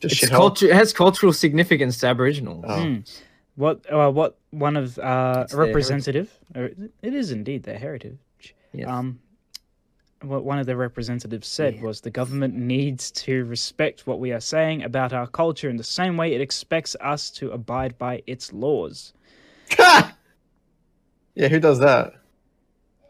Speaker 5: Just
Speaker 3: it's
Speaker 5: shit
Speaker 3: culture it has cultural significance to Aboriginals.
Speaker 5: Oh.
Speaker 2: Hmm. What? Uh, what? One of uh,
Speaker 3: It's
Speaker 2: a
Speaker 3: their
Speaker 2: representative. or It is indeed their heritage.
Speaker 3: Yes.
Speaker 2: Um, what one of the representatives said was the government needs to respect what we are saying about our culture in the same way it expects us to abide by its laws.
Speaker 5: Yeah, who does that?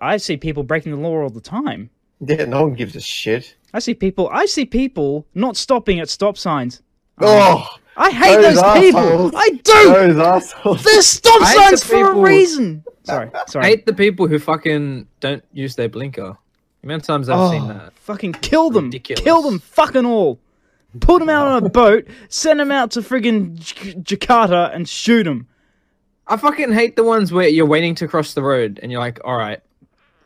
Speaker 2: I see people breaking the law all the time.
Speaker 5: Yeah, no one gives a shit.
Speaker 2: I see people. I see people not stopping at stop signs.
Speaker 5: Oh,
Speaker 2: I hate
Speaker 5: Those
Speaker 2: those,
Speaker 5: assholes.
Speaker 2: people. I do.
Speaker 5: Oh, those assholes.
Speaker 2: There's stop
Speaker 3: I hate
Speaker 2: signs
Speaker 3: the
Speaker 2: for a
Speaker 3: people-
Speaker 2: reason. Sorry,
Speaker 3: I
Speaker 2: sorry.
Speaker 3: hate the people who fucking don't use their blinker. The amount of times I've
Speaker 5: Oh.
Speaker 3: seen that.
Speaker 2: Fucking kill them.
Speaker 3: Ridiculous.
Speaker 2: Kill them fucking all. Put them out on a boat, send them out to friggin' J- Jakarta and shoot them.
Speaker 3: I fucking hate the ones where you're waiting to cross the road and you're like, all right,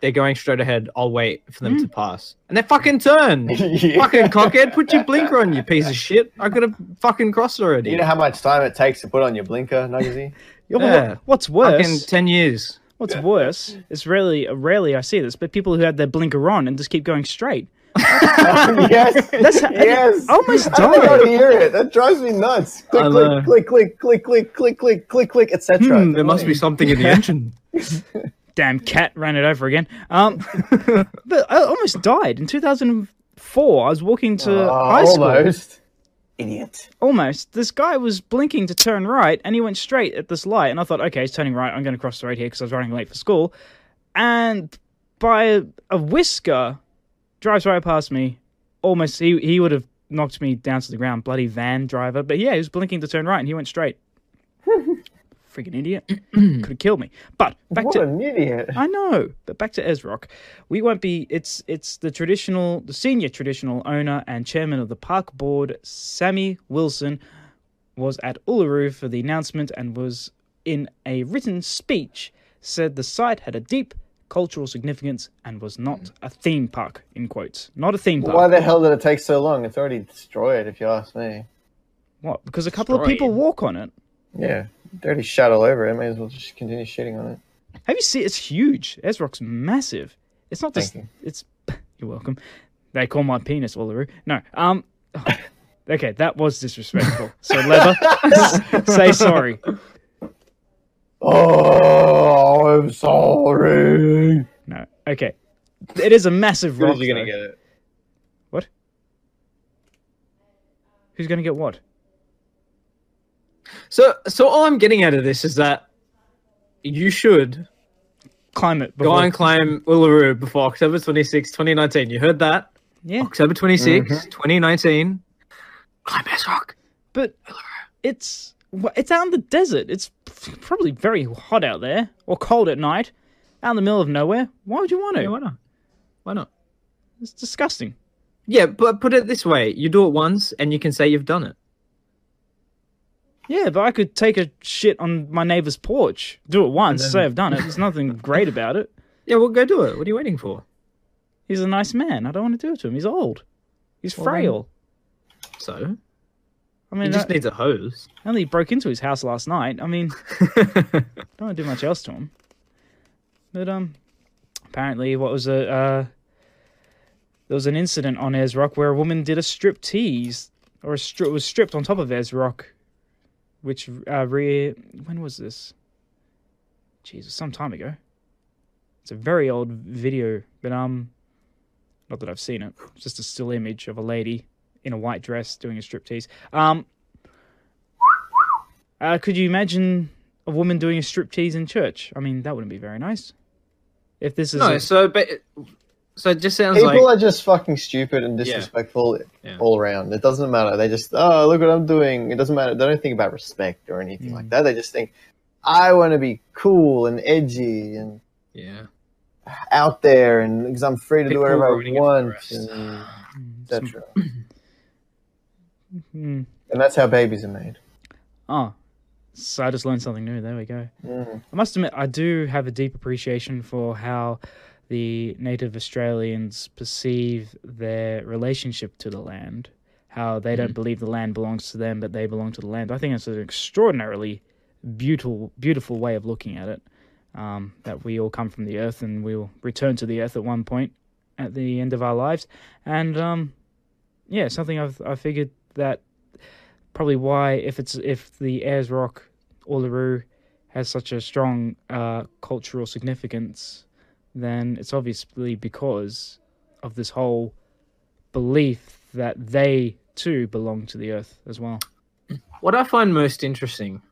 Speaker 3: they're going straight ahead. I'll wait for them to pass, and they fucking turn.
Speaker 5: Hmm. Yeah.
Speaker 3: Fucking cockhead, put your blinker on, you piece of shit. I could have fucking crossed already.
Speaker 5: You know how much time it takes to put on your blinker, Nuggety?
Speaker 3: Yeah.
Speaker 2: What's
Speaker 3: fucking
Speaker 2: worse?
Speaker 3: ten years.
Speaker 2: what's worse? It's rarely, rarely I see this, but people who had their blinker on and just keep going straight.
Speaker 5: yes.
Speaker 2: That's Oh how,
Speaker 5: Yes.
Speaker 2: I almost
Speaker 5: I don't
Speaker 2: died.
Speaker 5: hear it. That drives me nuts.
Speaker 3: I
Speaker 5: Click,
Speaker 3: know.
Speaker 5: click, click, click, click, click, click, click, click, etc.
Speaker 3: Hmm, there must be something in the engine.
Speaker 2: Damn cat ran it over again. Um, but I almost died in 2004. I was walking to
Speaker 1: Ah,
Speaker 2: high school.
Speaker 5: Ah, almost. Idiot.
Speaker 2: almost this guy was blinking to turn right and he went straight at this light and i thought okay he's turning right i'm going to cross the road here because i was running late for school and by a, a whisker drives right past me almost he, he would have knocked me down to the ground bloody van driver but yeah he was blinking to turn right and he went straight freaking idiot could have killed me but back
Speaker 5: What
Speaker 2: to
Speaker 5: an idiot.
Speaker 2: I know, but back to Ezrock. We won't be. It's it's the traditional, the senior traditional owner and chairman of the park board, Sammy Wilson, was at Uluru for the announcement and was in a written speech said the site had a deep cultural significance and was not a theme park in quotes, not a theme park.
Speaker 5: Why the hell did it take so long? It's already destroyed, if you ask me.
Speaker 2: What? Because a couple of people
Speaker 3: Destroyed.
Speaker 2: walk on it.
Speaker 5: Yeah, dirty shit all over it. May as well just continue shitting on it.
Speaker 2: Have you seen? It's huge. Ezrock's massive. It's not just.
Speaker 5: Thank
Speaker 2: It's. You're welcome. They call my penis Uluru. No. Um. Okay, that was disrespectful. So leather, say sorry.
Speaker 5: Oh, I'm sorry.
Speaker 2: No. Okay. It is a massive rock.
Speaker 5: You're gonna
Speaker 2: though.
Speaker 5: get it.
Speaker 2: Who's gonna get what?
Speaker 3: So, so all I'm getting out of this is that you should
Speaker 2: Climb it.
Speaker 3: go
Speaker 2: before-
Speaker 3: and climb Uluru before October 26, 2019. You heard that?
Speaker 2: Yeah.
Speaker 3: October 26, 2019. Climb Bass Rock.
Speaker 2: But it's wha- it's out in the desert. It's probably very hot out there or cold at night, out in the middle of nowhere. Why would you want
Speaker 3: Yeah, why
Speaker 2: to?
Speaker 3: not? Why not?
Speaker 2: It's disgusting.
Speaker 3: Yeah, but put it this way: you do it once, and you can say you've done it.
Speaker 2: Yeah, but I could take a shit on my neighbor's porch, do it once,
Speaker 3: then-
Speaker 2: say I've done it. There's nothing great about it.
Speaker 3: Yeah, well, go do it. What are you waiting for?
Speaker 2: He's a nice man. I don't want to do it to him. He's old. He's
Speaker 3: Well, then-
Speaker 2: frail.
Speaker 3: So
Speaker 2: I
Speaker 3: he
Speaker 2: mean,
Speaker 3: just
Speaker 2: I,
Speaker 3: needs a hose.
Speaker 2: I only broke into his house last night. I mean, don't want to do much else to him. But um, apparently, what was a uh, there was an incident on Ayers Rock where a woman did a strip tease or a stri- was stripped on top of Ayers Rock, which uh, re when was this? Jesus, some time ago. It's a very old video, but um, not that I've seen it. It's just a still image of a lady in a white dress doing a strip tease. Um, uh, could you imagine a woman doing a striptease in church. I mean, that wouldn't be very nice. If this is
Speaker 3: No,
Speaker 2: a-
Speaker 3: so but So it just sounds
Speaker 1: People
Speaker 3: like
Speaker 1: are just fucking stupid and disrespectful
Speaker 3: Yeah.
Speaker 1: all around. It doesn't matter. They just, oh, look what I'm doing. It doesn't matter. They don't think about respect or anything
Speaker 3: Mm.
Speaker 1: like that. They just think, I want to be cool and edgy and
Speaker 3: yeah.
Speaker 1: out there and because I'm free to do
Speaker 3: People
Speaker 1: whatever I
Speaker 3: ruining it for
Speaker 1: want,
Speaker 3: us.
Speaker 1: and
Speaker 2: Mm, some-
Speaker 1: etc.
Speaker 2: mm.
Speaker 1: And that's how babies are made.
Speaker 2: Oh, so I just learned something new. There we go.
Speaker 1: Mm.
Speaker 2: I must admit, I do have a deep appreciation for how the native Australians perceive their relationship to the land. How they don't believe the land belongs to them, but they belong to the land. I think it's an extraordinarily beautiful, beautiful way of looking at it. Um, that we all come from the earth and we'll return to the earth at one point at the end of our lives. And um, yeah, something I've I figured that probably why if it's if the Ayers Rock Uluru has such a strong uh, cultural significance, then it's obviously because of this whole belief that they too belong to the earth as well.
Speaker 3: What I find most interesting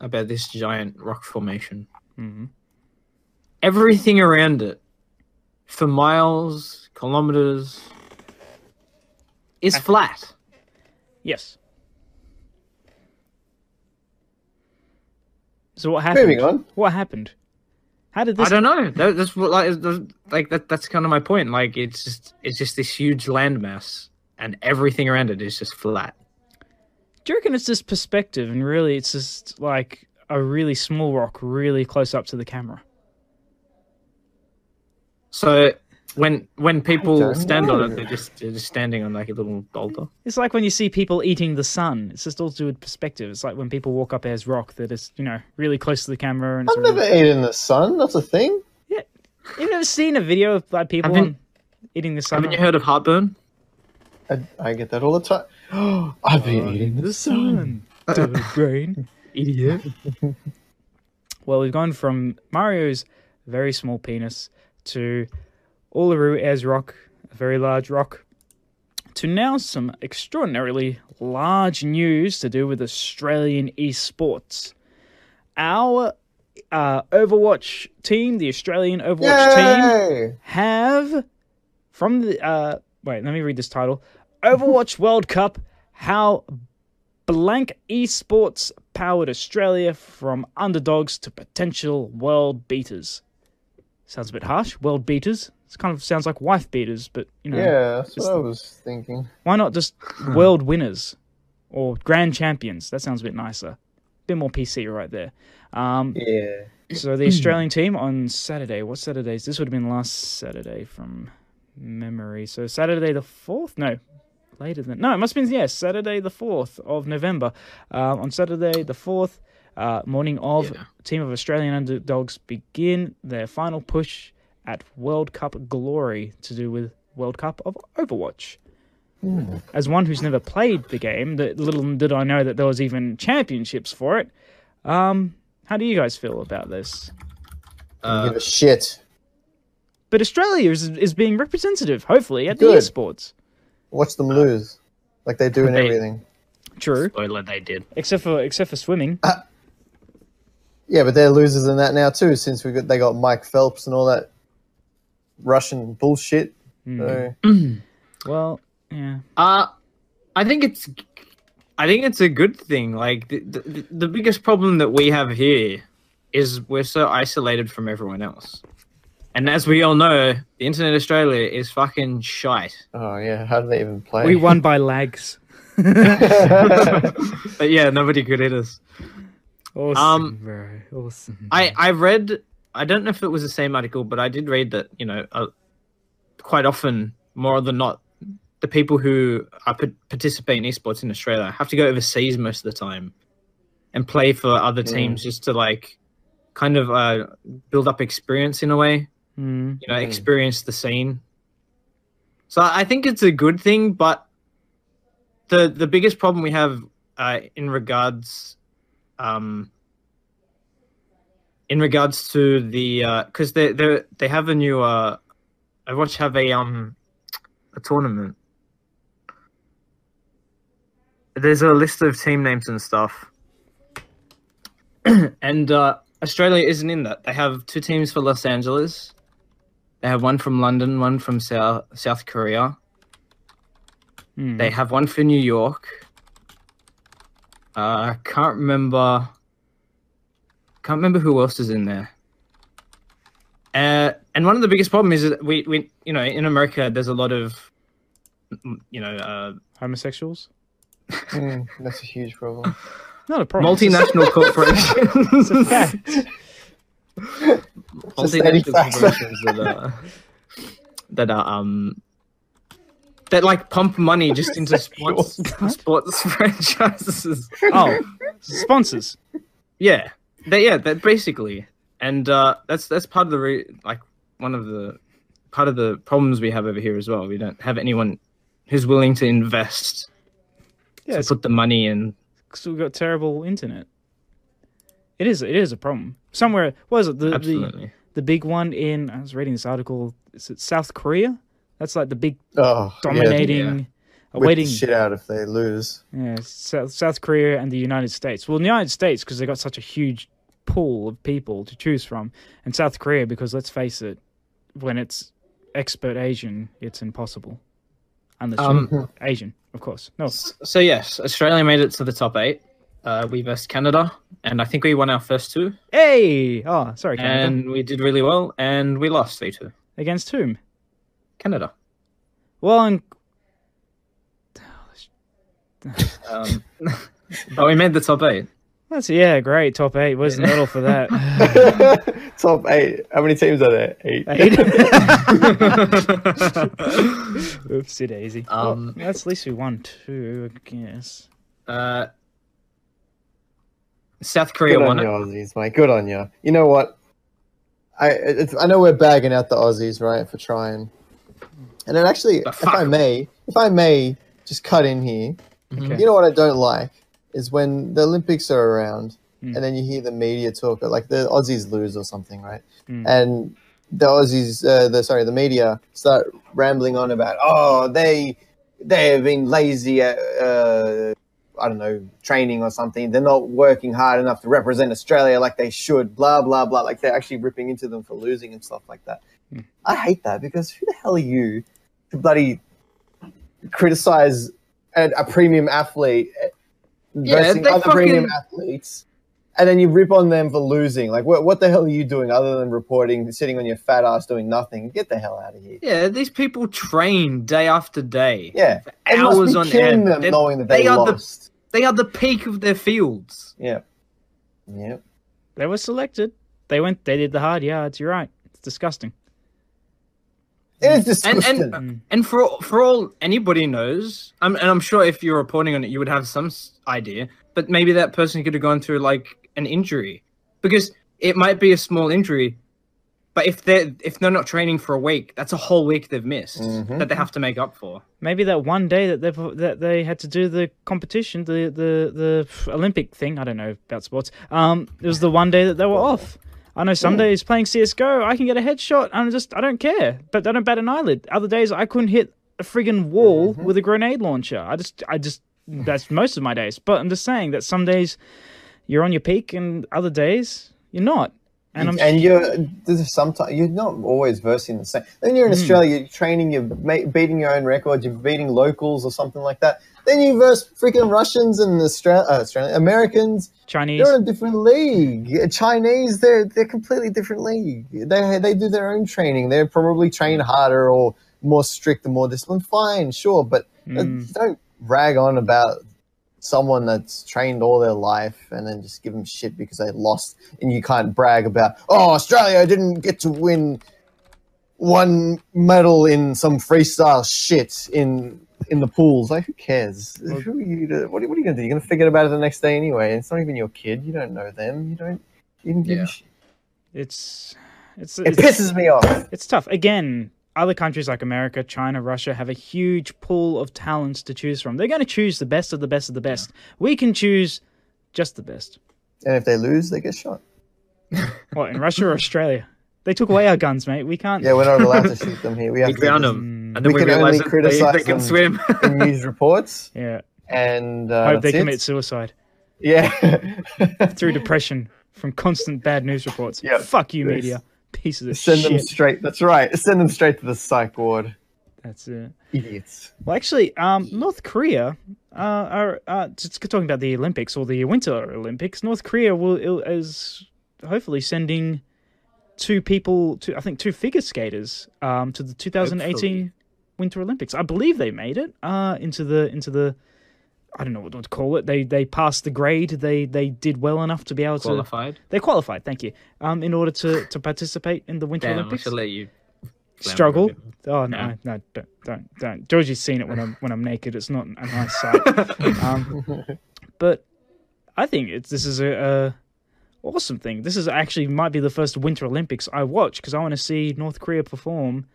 Speaker 3: about this giant rock formation,
Speaker 2: hmm
Speaker 3: Mm-hmm. everything around it, for miles, kilometers, is flat.
Speaker 2: Yes. So what happened?
Speaker 1: Moving on.
Speaker 2: What happened? How did
Speaker 3: I
Speaker 2: this?
Speaker 3: don't know. That, that's what like, that- like that. That's kind of my point. Like it's just it's just this huge landmass, and everything around it is just flat.
Speaker 2: Do you reckon it's just perspective, and really, it's just like a really small rock, really close up to the camera?
Speaker 3: So when when people
Speaker 1: don't
Speaker 3: stand on
Speaker 1: know.
Speaker 3: it, they're just they're just standing on like a little boulder.
Speaker 2: It's like when you see people eating the sun. It's just all to do with perspective. It's like when people walk up as rock that is, you know, really close to the camera. And it's
Speaker 1: I've
Speaker 2: really-
Speaker 1: never
Speaker 3: Mm.
Speaker 1: eaten the sun. That's a thing.
Speaker 2: You've never seen a video of like people
Speaker 3: Haven't-
Speaker 2: on eating the sun.
Speaker 3: Haven't you heard of heartburn?
Speaker 1: I, I get that all the time. I've been eating the sun.
Speaker 2: to the brain.
Speaker 3: Idiot.
Speaker 2: Well, we've gone from Mario's very small penis to Uluru as rock, a very large rock, to now some extraordinarily large news to do with Australian esports. Our uh, Overwatch team, the Australian Overwatch team,
Speaker 1: Yay!
Speaker 2: have from the uh wait let me read this title overwatch world cup how blank esports powered australia from underdogs to potential world beaters sounds a bit harsh world beaters it kind of sounds like wife beaters but you know
Speaker 1: Yeah, that's what I was thinking.
Speaker 2: why not just world winners or grand champions that sounds a bit nicer bit more pc right there um
Speaker 1: Yeah.
Speaker 2: so the Australian team on Saturday. What Saturdays? This would have been last Saturday from memory. So Saturday the fourth? No, later than no. It must have been yes, Saturday the fourth of November. Uh, on Saturday the fourth uh, morning of
Speaker 3: Yeah.
Speaker 2: team of Australian underdogs begin their final push at World Cup glory to do with World Cup of Overwatch. As one who's never played the game, that little did I know that there was even championships for it. Um, how do you guys feel about this?
Speaker 3: Uh,
Speaker 1: Give a shit.
Speaker 2: But Australia is is being representative, hopefully, at the
Speaker 1: Good.
Speaker 2: esports.
Speaker 1: Watch them lose, like they do in
Speaker 3: They-
Speaker 1: everything.
Speaker 2: True,
Speaker 3: spoiler, they did.
Speaker 2: except for except for swimming.
Speaker 1: Yeah, but they're losers in that now too, since we got they got Mike Phelps and all that Russian bullshit. So,
Speaker 2: Well, yeah,
Speaker 3: Uh, I think it's, I think it's a good thing. Like the, the the biggest problem that we have here is we're so isolated from everyone else, and as we all know, the Internet Australia is fucking shite.
Speaker 1: oh yeah, how do they even play?
Speaker 2: we won by lags.
Speaker 1: Hmm,
Speaker 3: But yeah, nobody could hit us.
Speaker 2: Awesome,
Speaker 3: Um,
Speaker 2: bro. Awesome.
Speaker 3: I I read. I don't know if it was the same article, but I did read that you know, uh, quite often, more than not, the people who are, pa- participate in esports in Australia have to go overseas most of the time, and play for other teams just to like, kind of uh, build up experience in a way.
Speaker 2: Mm.
Speaker 3: You know, experience the scene. So I I think it's a good thing, but the the biggest problem we have uh, in regards um, in regards to the because they they they have a new uh, I watch have a um a tournament. There's a list of team names and stuff, and uh, Australia isn't in that. They have two teams for Los Angeles. They have one from London, one from South South Korea.
Speaker 2: Hmm.
Speaker 3: They have one for New York. Uh, I can't remember. Can't remember who else is in there. Uh, and one of the biggest problems is that we, we, you know, in America, there's a lot of, mm, you know, uh,
Speaker 2: Homosexuals?
Speaker 1: Mm, that's a huge problem.
Speaker 2: Not a problem.
Speaker 3: multinational corporations.
Speaker 2: It's a fact.
Speaker 1: Just any
Speaker 3: multinational
Speaker 1: facts.
Speaker 3: corporations that are uh, that are um that like pump money just into sports sports franchises.
Speaker 2: oh, sponsors.
Speaker 3: Yeah, they, yeah, that basically, and uh, that's that's part of the re- like one of the part of the problems we have over here as well. We don't have anyone who's willing to invest
Speaker 2: Yeah,
Speaker 3: to put the money in.
Speaker 2: because we've got terrible internet. It is it is a problem. Somewhere what is it? The, the
Speaker 3: Absolutely,
Speaker 2: the big one in I was reading this article. Is it South Korea? That's like the big
Speaker 1: Oh, yeah,
Speaker 2: dominating,
Speaker 1: whip
Speaker 2: awaiting
Speaker 1: the shit out if they lose.
Speaker 2: yeah, South, South Korea and the United States. Well, the United States because they got such a huge pool of people to choose from, and South Korea because let's face it, when it's expert Asian, it's impossible. Unless you're
Speaker 3: Um,
Speaker 2: Asian, of course. No,
Speaker 3: S- so yes, Australia made it to the top eight. Uh, we versed Canada, and I think we won our first two,
Speaker 2: hey, oh, sorry, Canada.
Speaker 3: and we did really well, and we lost three two.
Speaker 2: Against whom?
Speaker 3: Canada.
Speaker 2: Well, and
Speaker 3: Um, but we made the top eight.
Speaker 2: that's yeah, great top eight. Where's the medal for that?
Speaker 1: Top eight. How many teams are there? Eight.
Speaker 2: Eight. Oopsie daisy.
Speaker 3: Um,
Speaker 2: Well, that's at least we won two, I guess.
Speaker 3: Uh, South Korea
Speaker 1: Good
Speaker 3: won
Speaker 1: on you,
Speaker 3: it.
Speaker 1: Aussies, mate. Good on you. You know what? I it's, I know we're bagging out the Aussies, right, for trying. And then actually,
Speaker 3: But
Speaker 1: if I
Speaker 3: fuck.
Speaker 1: may, if I may, just cut in here.
Speaker 2: Okay.
Speaker 1: You know what I don't like is when the Olympics are around,
Speaker 2: Mm.
Speaker 1: and then you hear the media talk like the Aussies lose or something, right?
Speaker 2: Mm.
Speaker 1: And the Aussies, uh, the sorry, the media start rambling on about oh they they have been lazy at uh, I don't know, training or something. They're not working hard enough to represent Australia like they should, blah, blah, blah. Like they're actually ripping into them for losing and stuff like that.
Speaker 2: Hmm.
Speaker 1: I hate that because who the hell are you to bloody criticize a, a premium athlete eh,
Speaker 3: Yeah,
Speaker 1: versus
Speaker 3: they
Speaker 1: other premium
Speaker 3: fucking-
Speaker 1: athletes? And then you rip on them for losing. Like, what, what the hell are you doing other than reporting, sitting on your fat ass doing nothing? Get the hell out of here.
Speaker 3: Yeah, these people train day after day.
Speaker 1: Yeah. And must
Speaker 3: hours
Speaker 1: be
Speaker 3: on
Speaker 1: killing
Speaker 3: end.
Speaker 1: them
Speaker 3: They-
Speaker 1: knowing that they,
Speaker 3: they are the-
Speaker 1: lost.
Speaker 3: They are the peak of their fields.
Speaker 1: Yeah. Yeah.
Speaker 2: They were selected. They went. They did the hard yards. You're right. It's disgusting.
Speaker 1: It is
Speaker 3: And
Speaker 1: disgusting.
Speaker 3: and and for all- for all anybody knows, I'm, and I'm sure if you're reporting on it, you would have some s- idea. But maybe that person could have gone through like an injury, because it might be a small injury. But if they are if they're not training for a week, that's a whole week they've missed
Speaker 1: Mhm.
Speaker 3: that they have to make up for.
Speaker 2: Maybe that one day that they that they had to do the competition, the the the Olympic thing. I don't know about sports. Um, it was the one day that they were off. I know some days playing CS:GO, I can get a headshot. I'm just I don't care, but I don't bat an eyelid. Other days I couldn't hit a friggin' wall with a grenade launcher. I just I just that's most of my days. But I'm just saying that some days you're on your peak, and other days you're not. And I'm
Speaker 1: and you're this is sometimes you're not always versing the same. Then
Speaker 3: Hmm.
Speaker 1: you're in Australia, you're training, you're ma- beating your own record, you're beating locals or something like that. Then you verse freaking Russians and Austra- uh, Australian Americans.
Speaker 2: Chinese.
Speaker 1: They're in a different league. Chinese, they're they're completely different league. They they do their own training. They're probably trained
Speaker 2: Mm.
Speaker 1: harder or more strict and more disciplined. Fine, sure, but uh,
Speaker 2: Mm.
Speaker 1: don't rag on about someone that's trained all their life and then just give them shit because they lost and you can't brag about oh Australia didn't get to win one medal in some freestyle shit in in the pools. Like, who cares? Who are you to, what, are, what are you going to do? You're going to forget about it the next day anyway. It's not even your kid. You don't know them. You don't. You don't give
Speaker 3: Yeah.
Speaker 1: a shit.
Speaker 2: It's it's
Speaker 1: It
Speaker 2: it's,
Speaker 1: pisses me off.
Speaker 2: it's tough. Again, other countries like America, China, Russia have a huge pool of talents to choose from. They're going to choose the best of the best of the best. We can choose just the best.
Speaker 1: And if they lose, they get shot.
Speaker 2: What in Russia or Australia? They took away our guns, mate. We can't.
Speaker 1: Yeah, we're not allowed to shoot them here. We have
Speaker 3: We
Speaker 1: to
Speaker 3: drown
Speaker 1: just
Speaker 3: them,
Speaker 2: Mm.
Speaker 3: and then
Speaker 1: We
Speaker 3: we,
Speaker 1: can only
Speaker 3: realize that they,
Speaker 1: criticize
Speaker 3: they can
Speaker 1: them.
Speaker 3: swim.
Speaker 1: in news reports
Speaker 2: Yeah.
Speaker 1: and uh,
Speaker 2: hope they
Speaker 1: that's it.
Speaker 2: commit suicide
Speaker 1: Yeah.
Speaker 2: through depression from constant bad news reports.
Speaker 1: Yeah.
Speaker 2: Fuck you,
Speaker 1: Yes.
Speaker 2: media. pieces of
Speaker 1: Send them
Speaker 2: shit.
Speaker 1: straight. That's right. Send them straight to the psych ward.
Speaker 2: That's it.
Speaker 1: Idiots.
Speaker 2: Well, actually, um, North Korea uh, are uh, just talking about the Olympics or the Winter Olympics. North Korea will il- is hopefully sending two people, two I think two figure skaters, um, to the 2018
Speaker 3: Hopefully.
Speaker 2: Winter Olympics. I believe they made it uh, into the into the I don't know what to call it. They they passed the grade. They they did well enough to be able to
Speaker 3: Qualified.
Speaker 2: they qualified. Thank you. Um, in order to to participate in the Winter
Speaker 3: Damn, I
Speaker 2: Olympics
Speaker 3: should let you. glamour
Speaker 2: struggle.
Speaker 3: it.
Speaker 2: Oh no,
Speaker 3: No.
Speaker 2: no, don't, don't, don't. Georgie's seen it when I'm when I'm naked. It's not a nice sight. um, but I think it's this is a, a awesome thing. This is actually might be the first Winter Olympics I watch because I want to see North Korea perform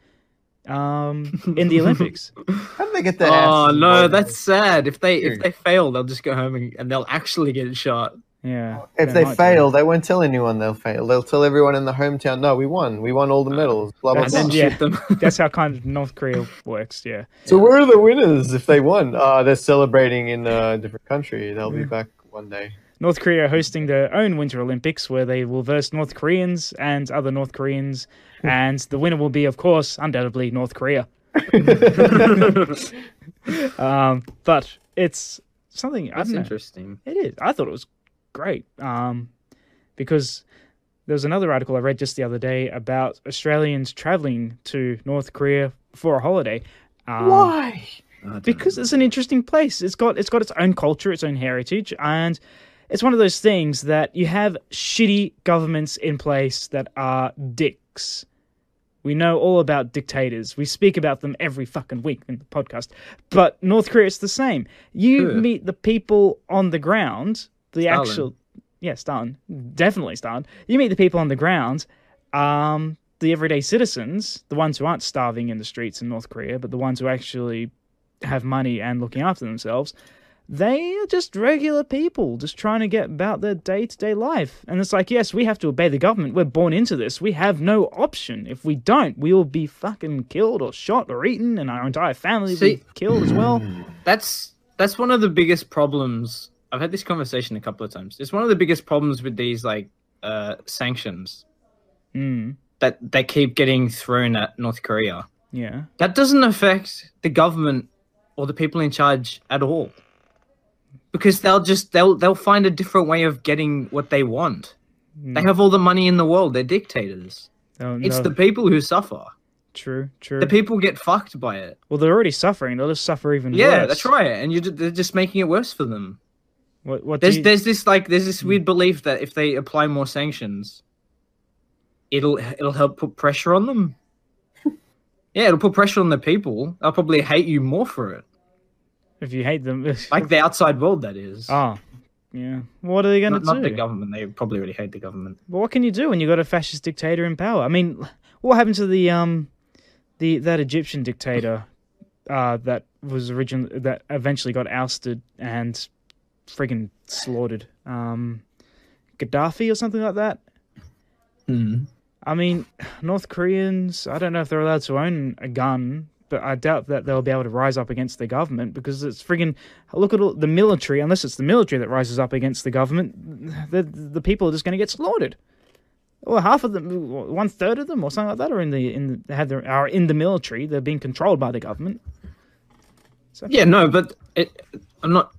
Speaker 2: um, in the Olympics.
Speaker 1: How did they get their
Speaker 3: Oh
Speaker 1: ass
Speaker 3: no,
Speaker 1: involved?
Speaker 3: that's sad. If they if
Speaker 1: Serious.
Speaker 3: they fail, they'll just go home and, and they'll actually get shot.
Speaker 2: Yeah.
Speaker 1: If they
Speaker 2: might do.
Speaker 1: fail, they won't tell anyone they'll fail. They'll tell everyone in the hometown, no, we won. We won all the medals. Blah, blah,
Speaker 3: And
Speaker 1: blah.
Speaker 3: then
Speaker 2: awesome.
Speaker 3: shoot them.
Speaker 2: that's how kind of North Korea works. Yeah.
Speaker 1: so where are the winners if they won? Uh, they're celebrating in a different country. They'll be back one day.
Speaker 2: North Korea hosting their own Winter Olympics where they will verse North Koreans and other North Koreans, and the winner will be, of course, undoubtedly North Korea. um, but it's something I
Speaker 3: That's
Speaker 2: don't know.
Speaker 3: interesting.
Speaker 2: It is. I thought it was great um, because there was another article I read just the other day about Australians traveling to North Korea for a holiday. Um,
Speaker 1: Why?
Speaker 3: Oh,
Speaker 2: because it's an interesting place. It's got it's got its own culture, its own heritage, and it's one of those things that you have shitty governments in place that are dicks. We know all about dictators. We speak about them every fucking week in the podcast. But North Korea, it's the same. You
Speaker 3: Sure.
Speaker 2: meet the people on the ground, the
Speaker 3: Stalin.
Speaker 2: actual, yeah, Stalin, definitely Stalin. You meet the people on the ground, um, the everyday citizens, the ones who aren't starving in the streets in North Korea, but the ones who actually have money and looking after themselves, they are just regular people, just trying to get about their day to day life. And it's like, yes, we have to obey the government. We're born into this. We have no option. If we don't, we will be fucking killed or shot or eaten, and our entire family will be
Speaker 3: See-
Speaker 2: killed as well.
Speaker 3: That's that's one of the biggest problems. I've had this conversation a couple of times. It's one of the biggest problems with these like uh, sanctions
Speaker 2: Mm,
Speaker 3: that that keep getting thrown at North Korea.
Speaker 2: yeah.
Speaker 3: That doesn't affect the government or the people in charge at all, because they'll just they'll they'll find a different way of getting what they want. They have all the money in the world. They're dictators.
Speaker 2: No,
Speaker 3: It's
Speaker 2: Mm. no,
Speaker 3: the people who suffer.
Speaker 2: true, true.
Speaker 3: The people get fucked by it.
Speaker 2: well, they're already suffering. They'll just suffer even worse.
Speaker 3: Yeah, that's right. And you they're just making it worse for them.
Speaker 2: What, what do
Speaker 3: There's
Speaker 2: you-
Speaker 3: there's this like there's this weird belief that if they apply more sanctions, it'll it'll help put pressure on them. yeah, it'll put pressure on the people. They'll probably hate you more for it,
Speaker 2: if you hate them,
Speaker 3: like the outside world that is.
Speaker 2: ah, yeah. What are they going to
Speaker 3: not,
Speaker 2: do?
Speaker 3: not the government. They probably already hate the government.
Speaker 2: But what can you do when you got a fascist dictator in power? I mean, what happened to the um, the that Egyptian dictator, uh, that was originally that eventually got ousted and friggin' slaughtered, um, Gaddafi or something like that. I mean, North Koreans. I don't know if they're allowed to own a gun, but I doubt that they'll be able to rise up against the government because it's friggin' look at all, the military. Unless it's the military that rises up against the government, the the people are just going to get slaughtered. Well, half of them, one third of them, or something like that, are in the in the, have their, are in the military. They're being controlled by the government.
Speaker 3: Yeah, no, but it, I'm not.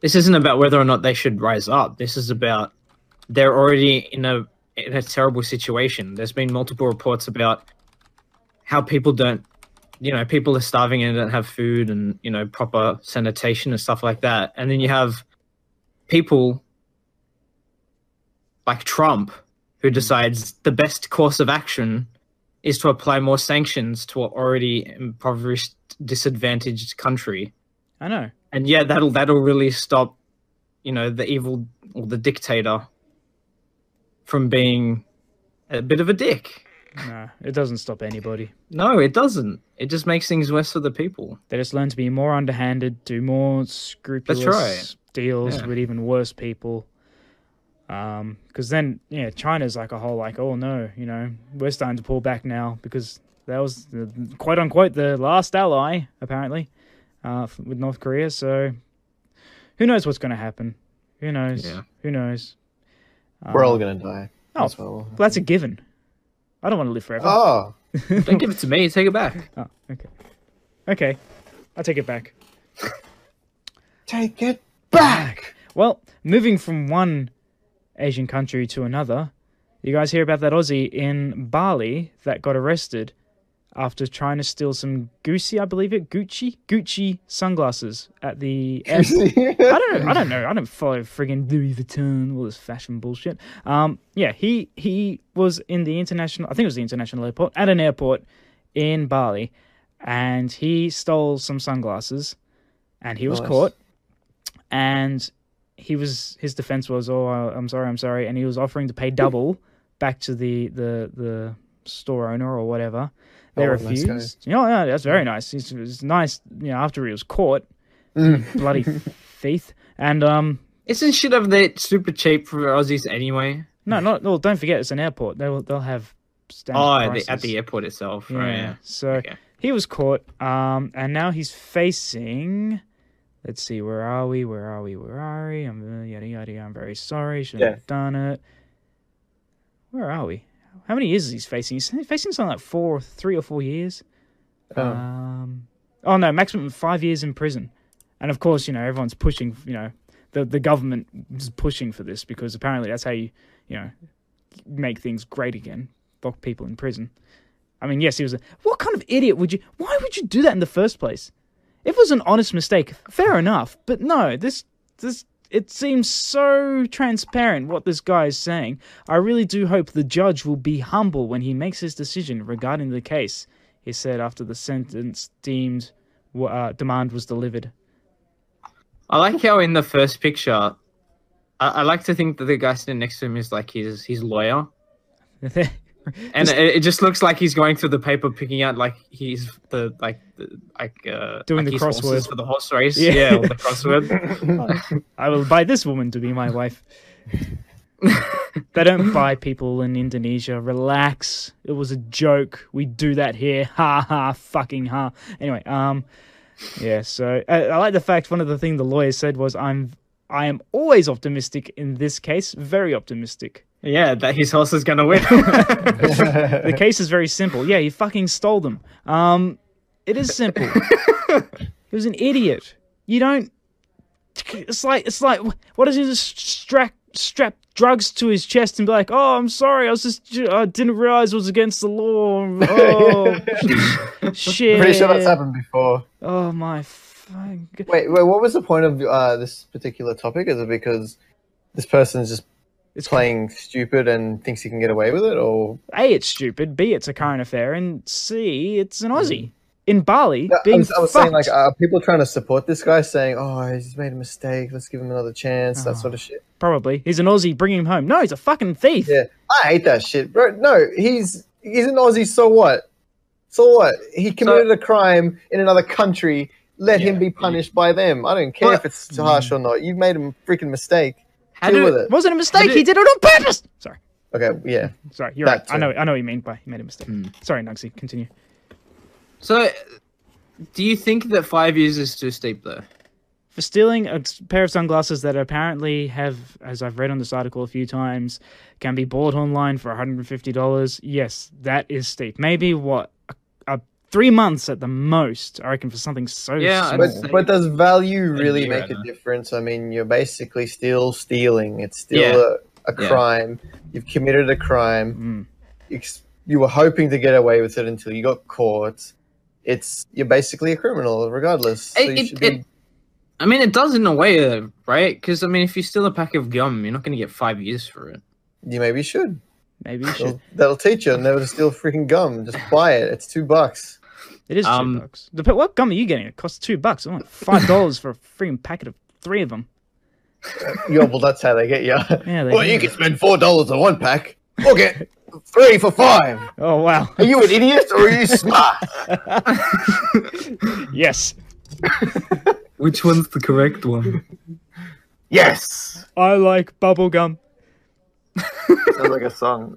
Speaker 3: This isn't about whether or not they should rise up. This is about they're already in a in a terrible situation. There's been multiple reports about how people don't, you know, people are starving and don't have food and you know proper sanitation and stuff like that. And then you have people like Trump who decides the best course of action is to apply more sanctions to an already impoverished, disadvantaged country
Speaker 2: I know.
Speaker 3: and yeah, that'll that'll really stop, you know, the evil or the dictator from being a bit of a dick.
Speaker 2: No, it doesn't stop anybody.
Speaker 3: No, it doesn't. It just makes things worse for the people.
Speaker 2: They just learn to be more underhanded, do more scrupulous
Speaker 3: right.
Speaker 2: deals
Speaker 3: Yeah.
Speaker 2: with even worse people. Um, because then yeah, China's like a whole like, oh no, you know, we're starting to pull back now because that was the, quote unquote the last ally apparently, uh, f- with North Korea. So who knows what's going to happen? Who knows?
Speaker 3: Yeah.
Speaker 2: Who knows?
Speaker 1: We're all going to die.
Speaker 2: Oh,
Speaker 1: That's what will-
Speaker 2: Well, that's a given. I don't want to live forever.
Speaker 1: Ah,
Speaker 5: Oh,
Speaker 3: Don't give it to me. Take it back.
Speaker 2: Oh, okay. Okay. I'll take it back.
Speaker 1: Take it back.
Speaker 2: Well, moving from one Asian country to another, you guys hear about that Aussie in Bali that got arrested after trying to steal some Gucci, I believe it, Gucci, Gucci sunglasses at the airport. I don't know. I don't know. I don't follow friggin' Louis Vuitton, all this fashion bullshit. Um, yeah, he he was in the international. I think it was the international airport at an airport in Bali, and he stole some sunglasses, and he was
Speaker 1: Nice.
Speaker 2: caught, and he was his defense was, oh, I- I'm sorry, I'm sorry, and he was offering to pay double back to the the the store owner or whatever. They
Speaker 5: Oh, nice guy.
Speaker 2: refused. you know, no, that's very nice. It's, it's nice. You know, after he was caught,
Speaker 5: Mm.
Speaker 2: bloody thief. And um,
Speaker 3: Isn't shit over there super cheap for Aussies anyway?
Speaker 2: no, not well. Don't forget, it's an airport. They'll they'll have standard
Speaker 3: Oh,
Speaker 2: prices.
Speaker 3: the, at the airport itself.
Speaker 2: Yeah.
Speaker 3: Right. Yeah.
Speaker 2: So
Speaker 3: Okay.
Speaker 2: he was caught. Um, and now he's facing. Let's see, where are we? Where are we? Where are we? I'm uh, yada yada. yada. I'm very sorry. Shouldn't have done it. Where are we? How many years is he facing? He's facing something like four, three or four years.
Speaker 5: Oh.
Speaker 2: Um, oh no, maximum five years in prison. And of course, you know everyone's pushing. You know, the the government is pushing for this because apparently that's how you you know make things great again. Lock people in prison. I mean, yes, he was. A, what kind of idiot would you? Why would you do that in the first place? If it was an honest mistake, fair enough. But no, this this it seems so transparent what this guy is saying. I really do hope the judge will be humble when he makes his decision regarding the case. He said after the sentence deemed wa- uh, demand was delivered.
Speaker 3: I like how in the first picture, I, I like to think that the guy sitting next to him is like his his lawyer, and it, it just looks like he's going through the paper picking out like he's the like the, like uh,
Speaker 2: Doing
Speaker 3: like
Speaker 2: the
Speaker 3: his horses
Speaker 2: crossword.
Speaker 3: for the horse race.
Speaker 2: Yeah.
Speaker 3: Yeah, or the crossword.
Speaker 2: I will buy this woman to be my wife. they don't buy people in Indonesia. Relax. It was a joke. We do that here. Ha ha. Fucking ha. Anyway, um, yeah. So uh, I, I like the fact one of the things the lawyer said was, "I'm, I am always optimistic in this case. Very optimistic."
Speaker 3: yeah, that his horse is gonna win.
Speaker 2: The case is very simple. Yeah, he fucking stole them. Um, it is simple. he was an idiot. You don't. It's like it's like what does he just strap strap drugs to his chest and be like, oh, I'm sorry, I was just I didn't realize it was against the law. Oh shit!
Speaker 5: pretty sure that's happened before.
Speaker 2: Oh my fucking. God.
Speaker 1: Wait, wait. What was the point of uh, this particular topic? Is it because this person's just
Speaker 2: It's
Speaker 1: playing stupid and thinks he can get away with it, or
Speaker 2: A, it's stupid. B, it's a current affair, and C, it's an Aussie in Bali
Speaker 1: No, Mm. I
Speaker 2: being
Speaker 1: was, I was
Speaker 2: fucked.
Speaker 1: saying like, are people trying to support this guy, saying, "Oh, he's made a mistake. Let's give him another chance." That sort of shit.
Speaker 3: Oh.
Speaker 2: Probably he's an Aussie. Bring him home. No, he's a fucking thief.
Speaker 1: uh, Yeah, I hate that shit, bro. No, he's he's an Aussie. So what? So what? He committed a crime in another country. Let him
Speaker 3: Yeah,
Speaker 1: be punished by them. I don't care if
Speaker 3: But- mm.
Speaker 1: it's harsh or not. You made a freaking mistake.
Speaker 3: How
Speaker 1: Deal
Speaker 3: do-
Speaker 1: with it.
Speaker 2: wasn't a mistake.
Speaker 3: Did
Speaker 2: He did it on purpose. Sorry,
Speaker 1: Okay, yeah.
Speaker 2: sorry. You're
Speaker 1: That
Speaker 2: right. I
Speaker 1: too.
Speaker 2: know. I know what you mean by he made a mistake.
Speaker 1: Hmm.
Speaker 2: Sorry, Nugsy. Continue.
Speaker 3: so, do you think that five years is too steep though?
Speaker 2: For stealing a s- pair of sunglasses that apparently have, as I've read on this article a few times, can be bought online for $150. Yes, that is steep. Maybe what a, a three months at the most. I reckon for something so
Speaker 3: Yeah, I'd
Speaker 2: small.
Speaker 1: But but does value really
Speaker 3: year,
Speaker 1: make
Speaker 3: I
Speaker 1: a
Speaker 3: know.
Speaker 1: difference? I mean, you're basically still stealing. It's still
Speaker 3: Yeah.
Speaker 1: a, a
Speaker 3: Yeah.
Speaker 1: crime. You've committed a crime.
Speaker 2: Mm.
Speaker 1: ex- you were hoping to get away with it until you got caught. It's you're basically a criminal, regardless. So
Speaker 3: It-
Speaker 1: you
Speaker 3: it-
Speaker 1: should be-
Speaker 3: it- I mean, it does in a way, uh, right? Because I mean, if you steal a pack of gum, you're not gonna get five years for it.
Speaker 1: you maybe should.
Speaker 2: Maybe you should.
Speaker 1: That'll, that'll teach you never to steal freaking gum. Just buy it. It's two bucks.
Speaker 2: It is
Speaker 3: Um,
Speaker 2: two bucks. The, pa- what gum are you getting? It costs two bucks. I want five dollars for a freaking packet of three of them.
Speaker 1: Yeah, well, that's how they get you.
Speaker 2: Yeah, they
Speaker 1: well,
Speaker 2: do.
Speaker 1: you can spend four dollars on one pack. Or get three for five.
Speaker 2: Oh, wow.
Speaker 1: Are you an idiot or are you smart?
Speaker 2: yes.
Speaker 3: Which one's the correct one?
Speaker 1: yes.
Speaker 2: I like bubblegum.
Speaker 1: Sounds like a song.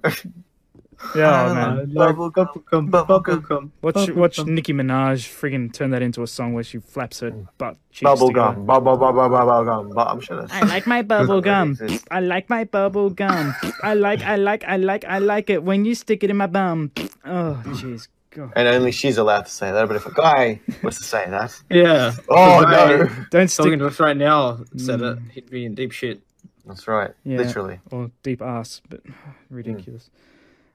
Speaker 2: Yeah, oh,
Speaker 3: Uh,
Speaker 2: man.
Speaker 3: Bubblegum, bubblegum.
Speaker 2: Watch, watch Nicki Minaj friggin' turn that into a song where she flaps her butt. cheeks together.
Speaker 6: Bubblegum. Bubble, bubble, bubble gum. But I'm sure that's.
Speaker 2: I like my bubble gum.
Speaker 6: Doesn't really exist.
Speaker 2: I like my bubble gum. I like, I like, I like, I like it when you stick it in my bum. Oh, jeez. God.
Speaker 6: And only she's allowed to say that. But if a guy was to say that,
Speaker 3: Yeah.
Speaker 6: oh no,
Speaker 3: Right.
Speaker 2: Don't stick
Speaker 3: Talking to us right now said it. He'd be in deep shit.
Speaker 6: that's right.
Speaker 2: Yeah.
Speaker 6: Literally,
Speaker 2: or deep ass, but ridiculous.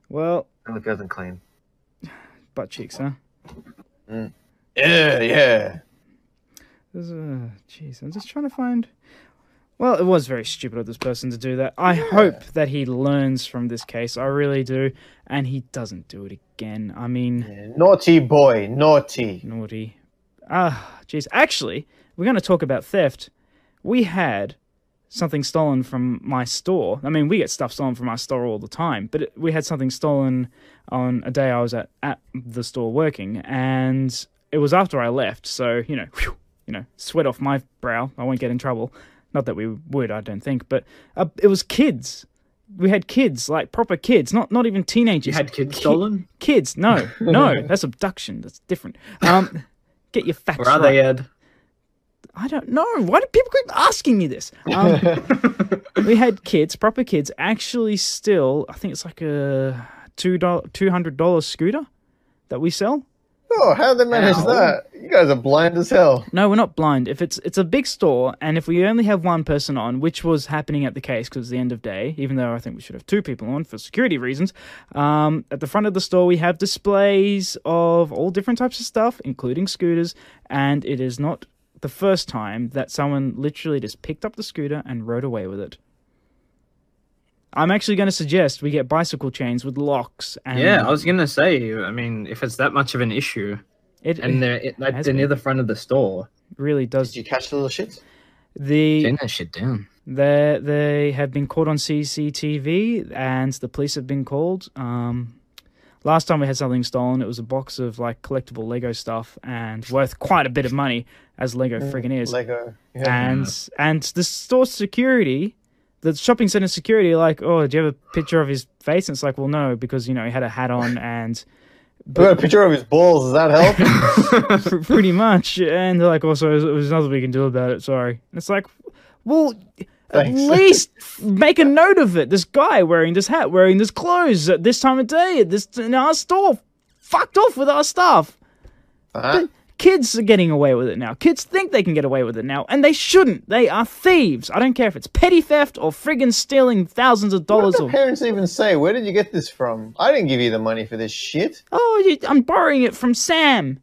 Speaker 2: Well,
Speaker 6: only goes and clean.
Speaker 2: butt cheeks, huh?
Speaker 5: Yeah, yeah.
Speaker 2: This is, uh, Jeez, I'm just trying to find. Well, it was very stupid of this person to do that. I hope that he learns from this case. I really do, and he doesn't do it again. I mean.
Speaker 1: Naughty boy, naughty.
Speaker 2: Naughty. Ah, jeez. Actually, we're going to talk about theft. We had something stolen from my store. I mean, we get stuff stolen from our store all the time, but it, we had something stolen on a day I was at, at the store working, and it was after I left. So you know, phew, you know, sweat off my brow. I won't get in trouble. Not that we would, I don't think, but uh, it was kids. We had kids, like proper kids, not not even teenagers.
Speaker 3: You had kids
Speaker 2: Ki-
Speaker 3: stolen?
Speaker 2: Kids, no, no, that's abduction. That's different. Um, get your facts
Speaker 3: Or are
Speaker 2: right.
Speaker 3: they, uh, Ed?
Speaker 2: I don't know. Why do people keep asking me this? Um, we had kids, proper kids, actually still. I think it's like a two hundred dollar scooter that we sell.
Speaker 1: Oh, how they manage
Speaker 3: Ow.
Speaker 1: that? You guys are blind as hell.
Speaker 2: No, we're not blind. If it's it's a big store, and if we only have one person on, which was happening at the case because the end of day, even though I think we should have two people on for security reasons, um, at the front of the store we have displays of all different types of stuff, including scooters, and it is not the first time that someone literally just picked up the scooter and rode away with it. I'm actually going to suggest we get bicycle chains with locks. And
Speaker 3: Yeah, I was gonna say. I mean, if it's that much of an issue,
Speaker 2: it,
Speaker 3: and they're it, like
Speaker 2: Has
Speaker 3: they're near
Speaker 2: been.
Speaker 3: the front of the store,
Speaker 2: really
Speaker 1: Did
Speaker 2: does
Speaker 1: you catch the little shits?
Speaker 2: the
Speaker 3: chain that shit down.
Speaker 2: They they have been caught on CCTV and the police have been called. Um, last time we had something stolen, it was a box of like collectible Lego stuff and worth quite a bit of money as Lego friggin' is.
Speaker 1: Lego. Yeah.
Speaker 2: And and the store security, the shopping center security, like, oh, do you have a picture of his face? And it's like, well, no, because you know he had a hat on and
Speaker 1: We got a picture of his balls. Does that help?
Speaker 2: pr- pretty much. And they're like, also, there's- there's nothing we can do about it. Sorry. And it's like, well, at
Speaker 1: Thanks.
Speaker 2: least make a note of it. This guy wearing this hat, wearing this clothes at this time of day, at this in our store, fucked off with our stuff.
Speaker 1: Huh?
Speaker 2: Kids are getting away with it now. Kids think they can get away with it now, and they shouldn't. They are thieves. I don't care if it's petty theft or friggin' stealing thousands of
Speaker 1: What
Speaker 2: dollars.
Speaker 1: did the
Speaker 2: Or,
Speaker 1: parents even say? Where did you get this from? I didn't give you the money for this shit.
Speaker 2: oh, you, I'm borrowing it from Sam.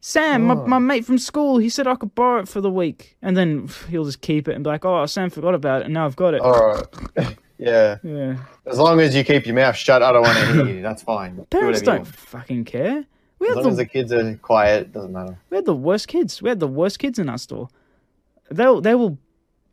Speaker 2: Sam,
Speaker 1: Oh.
Speaker 2: my, my mate from school, he said I could borrow it for the week, and then pff, he'll just keep it and be like, "Oh, Sam forgot about it, and now I've got it."
Speaker 1: All right. yeah.
Speaker 2: Yeah.
Speaker 1: As long as you keep your mouth shut, I don't want to hear you. That's fine. Do whatever
Speaker 2: Parents
Speaker 1: you
Speaker 2: don't
Speaker 1: want.
Speaker 2: fucking care. We
Speaker 1: As
Speaker 2: had,
Speaker 1: long
Speaker 2: the,
Speaker 1: as the kids are quiet, doesn't matter.
Speaker 2: we had the worst kids. We had the worst kids in our store. They'll they will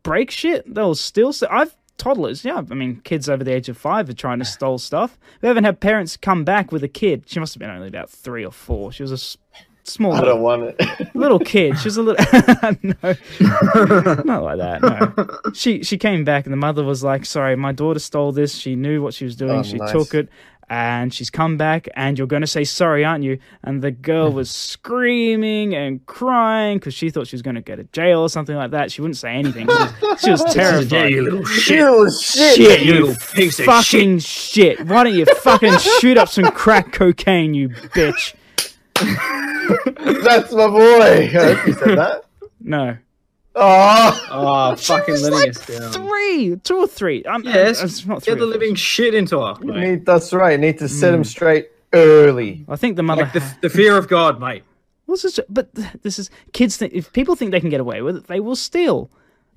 Speaker 2: break shit. They'll steal. St- I've toddlers. Yeah, I mean kids over the age of five are trying to steal stuff. We haven't had parents come back with a kid. She must have been only about three or four. She was a s- small
Speaker 1: I don't want it.
Speaker 2: little kid. She was a little no, not like that. No, she she came back and the mother was like, "Sorry, my daughter stole this. She knew what she was doing.
Speaker 1: Oh,
Speaker 2: she
Speaker 1: nice.
Speaker 2: took it." And she's come back, and you're going to say sorry, aren't you? And the girl was screaming and crying because she thought she was going to go to jail or something like that. She wouldn't say anything. She was, she was terrified.
Speaker 3: little
Speaker 1: Ew, shit.
Speaker 2: Shit,
Speaker 3: you
Speaker 2: you
Speaker 3: little piece of
Speaker 2: fucking shit. Why don't you fucking shoot up some crack cocaine, you bitch?
Speaker 1: That's my boy. I hope you said that.
Speaker 2: No.
Speaker 1: Oh,
Speaker 3: Oh, fucking
Speaker 2: was
Speaker 3: living
Speaker 2: like
Speaker 3: us down.
Speaker 2: three, two or three. Um,
Speaker 3: Yes,
Speaker 2: it's not three.
Speaker 3: Get the
Speaker 2: of us.
Speaker 3: living shit into us, mate.
Speaker 1: need, that's right. Need to set him straight early.
Speaker 2: I think the mother.
Speaker 3: Like the, the fear of God, mate.
Speaker 2: What's this? But th- this is kids. Think, if people think they can get away with it, they will steal.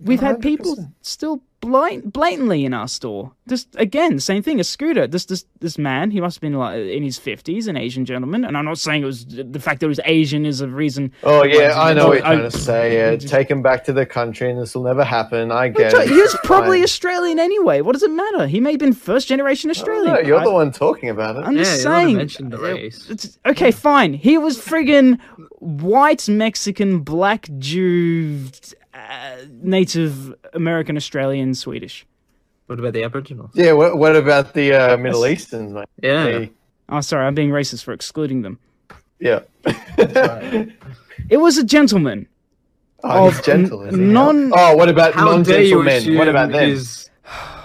Speaker 2: We've had people still blind, blatantly in our store. Just again, same thing. A scooter. This this this man. He must have been like in his fifties, an Asian gentleman. And I'm not saying it was the fact that he was Asian is a reason.
Speaker 1: Oh yeah, I know what you're
Speaker 2: I-
Speaker 1: trying to say. Yeah, take him back to the country, and this will never happen. I get it.
Speaker 2: He was probably
Speaker 1: Fine.
Speaker 2: Australian anyway. What does it matter? He may have been first generation Australian.
Speaker 1: No, you're
Speaker 2: I-
Speaker 1: the one talking about it.
Speaker 2: I'm just
Speaker 3: Yeah, you wanna
Speaker 2: saying.
Speaker 3: mention the race.
Speaker 2: It's- okay, fine. He was friggin' white Mexican, black Jew, uh, Native American, Australian, Swedish.
Speaker 3: What about the Aboriginals?
Speaker 5: Yeah, what, what about the uh, Middle Easterns, mate?
Speaker 3: Yeah.
Speaker 5: They-
Speaker 2: Oh, sorry, I'm being racist for excluding them.
Speaker 5: yeah.
Speaker 2: It was a gentleman.
Speaker 5: oh,
Speaker 2: of
Speaker 5: he's gentle, is he?
Speaker 2: non-
Speaker 5: Oh, what about
Speaker 3: How dare you
Speaker 5: non-gentle men?
Speaker 3: assume
Speaker 5: What about them?
Speaker 3: his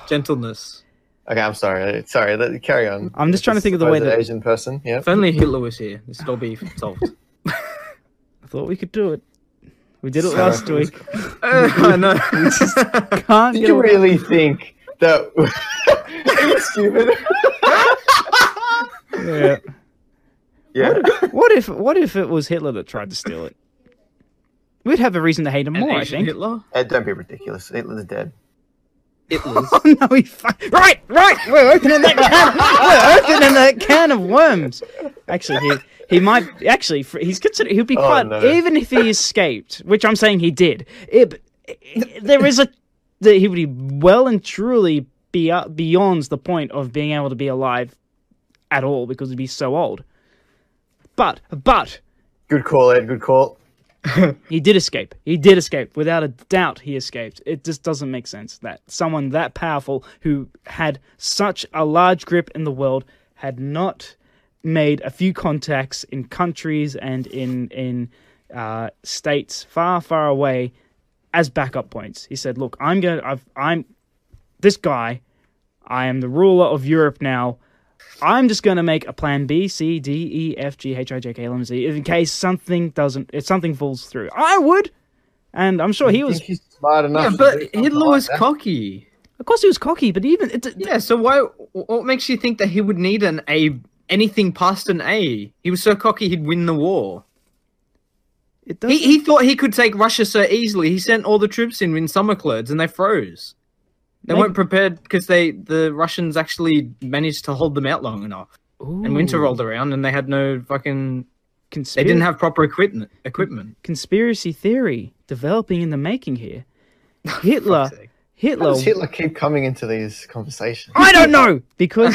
Speaker 3: gentleness?
Speaker 5: Okay, I'm sorry. Sorry, let, carry on.
Speaker 2: I'm just trying to think of the way
Speaker 5: Supposed
Speaker 2: that-
Speaker 5: Asian person. Yeah.
Speaker 3: If only Hitler was here, this would all be solved.
Speaker 2: I thought we could do it. We did it last week.
Speaker 3: Uh, I know.
Speaker 2: Can't
Speaker 5: Did
Speaker 2: get
Speaker 5: you
Speaker 2: away-
Speaker 5: really think that? Are you stupid.
Speaker 2: Yeah.
Speaker 5: Yeah.
Speaker 2: What if what if it was Hitler that tried to steal it? We'd have a reason to hate him
Speaker 3: An
Speaker 2: more, I
Speaker 3: Asian
Speaker 2: think.
Speaker 3: Hitler?
Speaker 6: Ed, don't be ridiculous. Hitler's dead.
Speaker 3: Hitler's.
Speaker 2: Oh no, he fu- right, right. We're opening that can. We're opening that can of worms. Actually, he he might actually fr- he's considered he'll be
Speaker 5: Oh,
Speaker 2: quite
Speaker 5: no.
Speaker 2: even if he escaped, which I'm saying he did. It, but it- there is a that he would be well and truly be beyond the point of being able to be alive at all because he'd be so old. But but
Speaker 5: Good call, Ed. Good call.
Speaker 2: he did escape. He did escape. Without a doubt, he escaped. It just doesn't make sense that someone that powerful who had such a large grip in the world had not made a few contacts in countries and in in uh, states far far away as backup points. He said, "Look, I'm going. I've, I'm this guy. I am the ruler of Europe now. I'm just going to make a plan B, C, D, E, F, G, H, I, J, K, L, M, Z in case something doesn't, if something falls through. I would, and I'm sure he
Speaker 5: I
Speaker 2: was.
Speaker 5: think he's smart enough.
Speaker 3: yeah,
Speaker 5: to do
Speaker 3: but
Speaker 5: something
Speaker 3: Hitler
Speaker 5: like
Speaker 3: was
Speaker 2: eh?
Speaker 5: that.
Speaker 3: cocky.
Speaker 2: Of course, he was cocky, but even it,
Speaker 3: Yeah, so why? What makes you think that he would need an A? Anything past an A? He was so cocky he'd win the war.
Speaker 2: it
Speaker 3: He
Speaker 2: doesn't.
Speaker 3: he thought he could take Russia so easily. He sent all the troops in in summer clothes and they froze. They
Speaker 2: Maybe-
Speaker 3: weren't prepared because they the Russians actually managed to hold them out long enough. And winter
Speaker 2: Ooh,
Speaker 3: rolled around and they had no fucking. They
Speaker 2: Conspira-
Speaker 3: didn't have proper equipment. Equipment.
Speaker 2: conspiracy theory developing in the making here. Hitler,
Speaker 3: sake.
Speaker 5: How
Speaker 2: Hitler,
Speaker 5: does Hitler keep coming into these conversations?
Speaker 2: I don't know because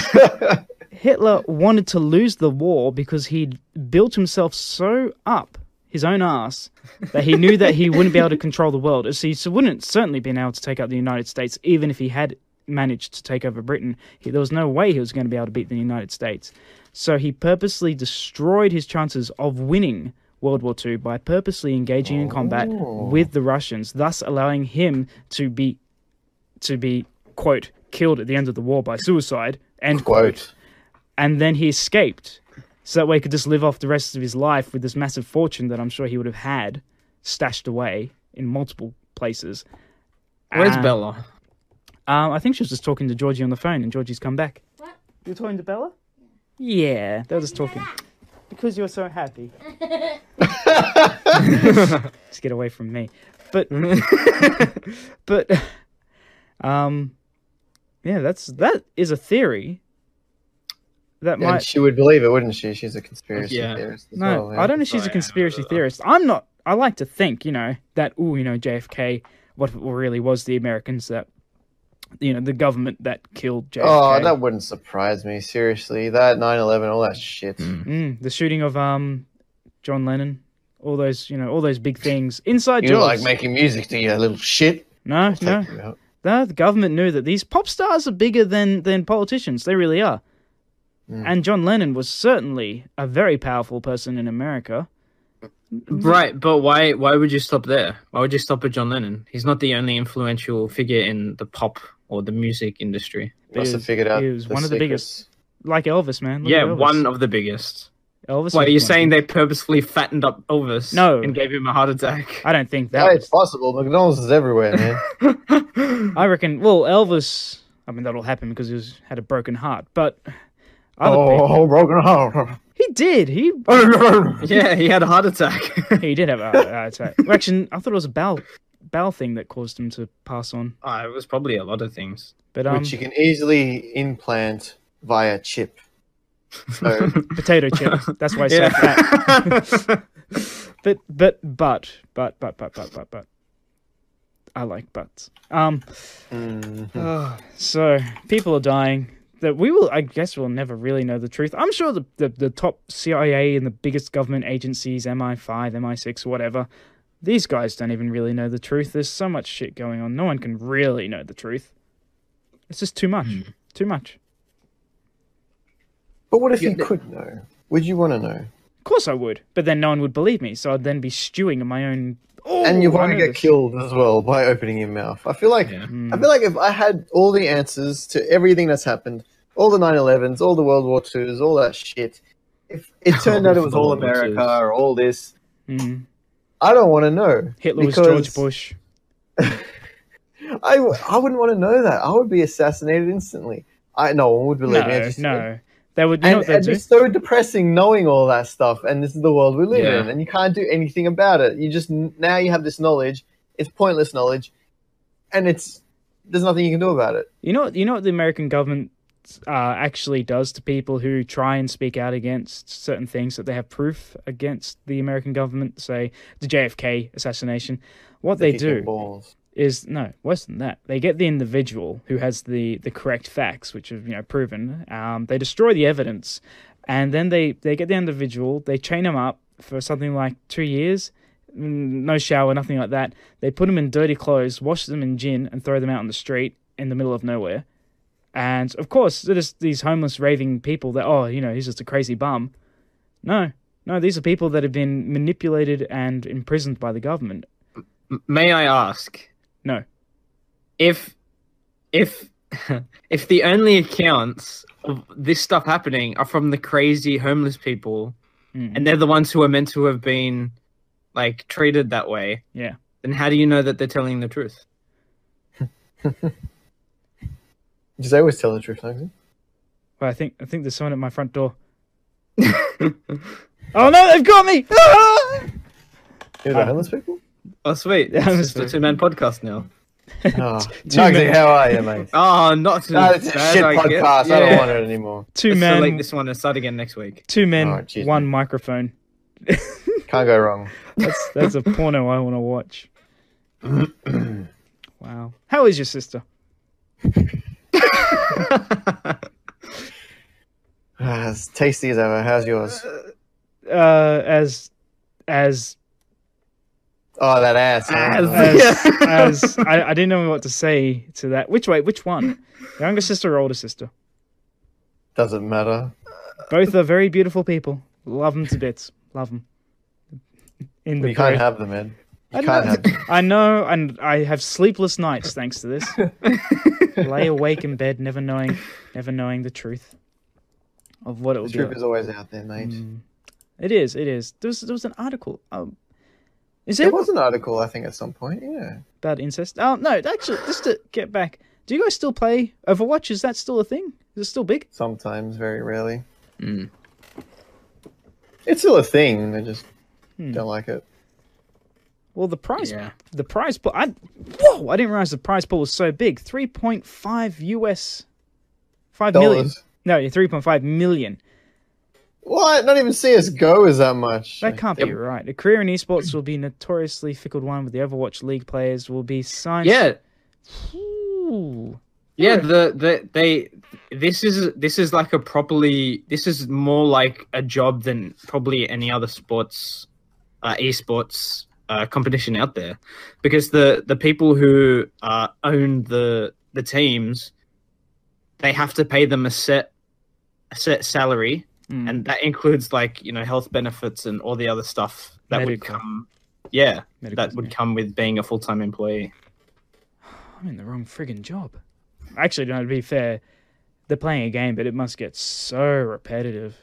Speaker 2: Hitler wanted to lose the war because he'd built himself so up his own ass that he knew that he wouldn't be able to control the world. So he s- wouldn't certainly been able to take out the United States even if he had managed to take over Britain. He, there was no way he was going to be able to beat the United States. So he purposely destroyed his chances of winning World War II by purposely engaging in combat with the Russians, thus allowing him to be to be quote killed at the end of the war by suicide end quote
Speaker 5: Quote.
Speaker 2: and then he escaped so that way he could just live off the rest of his life with this massive fortune that i'm sure he would have had stashed away in multiple places
Speaker 3: Where's
Speaker 2: Ah.
Speaker 3: Bella?
Speaker 2: um, i think she was just talking to georgie on the phone and georgie's come back
Speaker 4: What?
Speaker 2: you're talking to bella yeah they were just
Speaker 4: Did you know
Speaker 2: talking
Speaker 4: that?
Speaker 2: because you're so happy just get away from me but but um yeah that's that is a theory that
Speaker 5: And
Speaker 2: might
Speaker 5: she would believe it, wouldn't she? She's a conspiracy
Speaker 3: Yeah.
Speaker 5: theorist. As
Speaker 2: no
Speaker 5: well, yeah.
Speaker 2: i don't know if she's
Speaker 3: I
Speaker 2: a
Speaker 3: am,
Speaker 2: conspiracy
Speaker 3: uh,
Speaker 2: theorist i'm not i like to think you know that oh you know jfk what if it really was the americans that you know the government that killed jfk
Speaker 5: Oh, that wouldn't surprise me. Seriously, that 9/11, all that shit.
Speaker 2: Mm, the shooting of um john lennon all those you know all those big things inside
Speaker 5: You
Speaker 2: jokes.
Speaker 5: like making music, do you, little shit?
Speaker 2: no no
Speaker 5: Take you out.
Speaker 2: No, the government knew that these pop stars are bigger than than politicians. They really are.
Speaker 5: Mm.
Speaker 2: And John Lennon was certainly a very powerful person in America.
Speaker 3: Right, but why? Why would you stop there? Why would you stop at John Lennon? He's not the only influential figure in the pop or the music industry.
Speaker 5: Must have
Speaker 2: is-
Speaker 5: figured out.
Speaker 2: is one of the biggest. Like Elvis, man. Look
Speaker 3: yeah,
Speaker 2: at Elvis.
Speaker 3: one of the biggest.
Speaker 2: Elvis.
Speaker 3: Why
Speaker 2: was
Speaker 3: are you
Speaker 2: one.
Speaker 3: saying they purposefully fattened up Elvis?
Speaker 2: No.
Speaker 3: and gave him a heart attack.
Speaker 2: I don't think that.
Speaker 5: Yeah,
Speaker 2: was-
Speaker 5: it's possible. McDonald's is everywhere, man.
Speaker 2: I reckon. Well, Elvis. I mean, that'll happen because he was, had a broken heart. But other people,
Speaker 5: oh, broken heart.
Speaker 2: he did. He
Speaker 3: yeah, he had a heart attack.
Speaker 2: he did have a heart attack. Well, Actually, I thought it was a bowel bowel thing that caused him to pass on.
Speaker 3: Ah, it was probably a lot of things.
Speaker 2: But um,
Speaker 5: Which you can easily implant via chip. So
Speaker 2: potato chips. That's why I said that. but but but but but but but but but I like butts. Um,
Speaker 5: mm-hmm.
Speaker 2: so people are dying. That we will, I guess, we'll never really know the truth. I'm sure the, the, the top CIA and the biggest government agencies, MI5, MI6, whatever, these guys don't even really know the truth. There's so much shit going on. No one can really know the truth. It's just too much.
Speaker 3: Hmm.
Speaker 2: Too much.
Speaker 1: But what if
Speaker 3: Yeah,
Speaker 1: you
Speaker 3: the-
Speaker 1: could know? Would you want to know?
Speaker 2: Of course I would, but then no one would believe me, so I'd then be stewing in my own. Oh,
Speaker 1: and you
Speaker 2: I
Speaker 1: want to
Speaker 2: know
Speaker 1: get
Speaker 2: this.
Speaker 1: killed as well by opening your mouth. I feel like
Speaker 3: Yeah.
Speaker 2: Hmm.
Speaker 1: I feel like if I had all the answers to everything that's happened, all the 9/11s, all the World War 2s, all that shit, if it turned out it was all
Speaker 3: World War
Speaker 1: America
Speaker 3: IIs.
Speaker 1: or all this,
Speaker 2: Hmm.
Speaker 1: I don't want to know.
Speaker 2: Hitler was
Speaker 1: because
Speaker 2: George Bush.
Speaker 1: I, I wouldn't want to know that. I would be assassinated instantly. I no one would believe
Speaker 2: No,
Speaker 1: me. I just-
Speaker 2: no, they would
Speaker 1: And
Speaker 2: not. They
Speaker 1: it'd be
Speaker 2: do.
Speaker 1: so depressing knowing all that stuff, and this is the world we live
Speaker 3: Yeah.
Speaker 1: in, and you can't do anything about it. You just now you have this knowledge. It's pointless knowledge, and it's there's nothing you can do about it.
Speaker 2: You know, you know what the American government uh, actually does to people who try and speak out against certain things that they have proof against the American government, say the JFK assassination. What they,
Speaker 1: Kick
Speaker 2: do
Speaker 1: your balls.
Speaker 2: is no worse than that. They get the individual who has the the correct facts, which have you know proven. Um, they destroy the evidence, and then they they get the individual. They chain him up for something like two years, mm, no shower, nothing like that. They put him in dirty clothes, wash them in gin, and throw them out on the street in the middle of nowhere. And of course, there's these homeless raving people that oh you know he's just a crazy bum. No, no, these are people that have been manipulated and imprisoned by the government.
Speaker 3: M- May I ask?
Speaker 2: No.
Speaker 3: If, if, if the only accounts of this stuff happening are from the crazy homeless people,
Speaker 2: Mm.
Speaker 3: and they're the ones who are meant to have been, like, treated that way.
Speaker 2: Yeah.
Speaker 3: Then how do you know that they're telling the truth?
Speaker 1: Because they always tell the truth, don't they?
Speaker 2: Well, I think I think there's someone at my front door. oh no, they've got me! Ah!
Speaker 1: Who the
Speaker 2: Uh,
Speaker 1: homeless people?
Speaker 3: Oh, sweet!
Speaker 2: Yeah,
Speaker 3: It's
Speaker 2: I'm
Speaker 3: just a
Speaker 2: sorry.
Speaker 3: two-man podcast now.
Speaker 1: No,
Speaker 2: two
Speaker 1: Nugsy,
Speaker 2: men-
Speaker 1: Ah. how are you, mate?
Speaker 3: Oh, not too
Speaker 1: No, it's a
Speaker 3: bad,
Speaker 1: shit
Speaker 3: I guess.
Speaker 1: podcast. I
Speaker 3: Yeah.
Speaker 1: don't want it anymore.
Speaker 2: Two
Speaker 3: Let's delete
Speaker 2: men,
Speaker 3: this one and start again next week.
Speaker 2: two men,
Speaker 1: Oh, jeez,
Speaker 2: one
Speaker 1: mate.
Speaker 2: microphone.
Speaker 1: Can't go wrong.
Speaker 2: That's that's a porno I want to watch. wow, how is your sister?
Speaker 1: Ah, As tasty as ever. How's yours?
Speaker 2: Uh, as as
Speaker 1: Oh, that ass. huh?
Speaker 2: as as I, I didn't know what to say to that. Which way? Which one? Younger sister or older sister?
Speaker 1: Doesn't matter.
Speaker 2: Both are very beautiful people. Love them to bits. Love them. In the
Speaker 1: You can't
Speaker 2: grave.
Speaker 1: have them, man.
Speaker 2: I
Speaker 1: You can't have them.
Speaker 2: I know, and I have sleepless nights thanks to this. Lay awake in bed, never knowing, never knowing the truth of what it
Speaker 1: The
Speaker 2: will be.
Speaker 1: truth
Speaker 2: Like.
Speaker 1: is always out there, mate.
Speaker 2: Mm. It is. It is. There was there was an article. Um, is
Speaker 1: There
Speaker 2: it
Speaker 1: was an article, I think, at some point. Yeah.
Speaker 2: about incest? Oh no, actually, just to get back. Do you guys still play Overwatch? Is that still a thing? Is it still big?
Speaker 1: Sometimes, very rarely.
Speaker 3: Mm.
Speaker 1: It's still a thing. They just
Speaker 2: Hmm.
Speaker 1: don't like it.
Speaker 2: Well, the prize
Speaker 3: Yeah.
Speaker 2: the prize pool. I whoa! I didn't realize the prize pool was so big. Three point five US. Five million.
Speaker 1: Dollars.
Speaker 2: No, three point five million.
Speaker 1: What? Not even CS:GO is that much.
Speaker 2: That can't be right. A career in esports will be notoriously fickle one with the Overwatch League players will be signed.
Speaker 3: yeah,
Speaker 2: Ooh.
Speaker 3: yeah. The, the they this is this is like a properly this is more like a job than probably any other sports, uh, esports uh, competition out there, because the the people who uh, own the the teams, they have to pay them a set a set salary,
Speaker 2: Mm.
Speaker 3: and that includes like you know health benefits and all the other stuff that would
Speaker 2: Medical.
Speaker 3: come. Yeah.
Speaker 2: Medical
Speaker 3: that would
Speaker 2: exam.
Speaker 3: come with being a full time employee.
Speaker 2: I'm in the wrong friggin' job. Actually, no, to be fair, they're playing a game, but it must get so repetitive.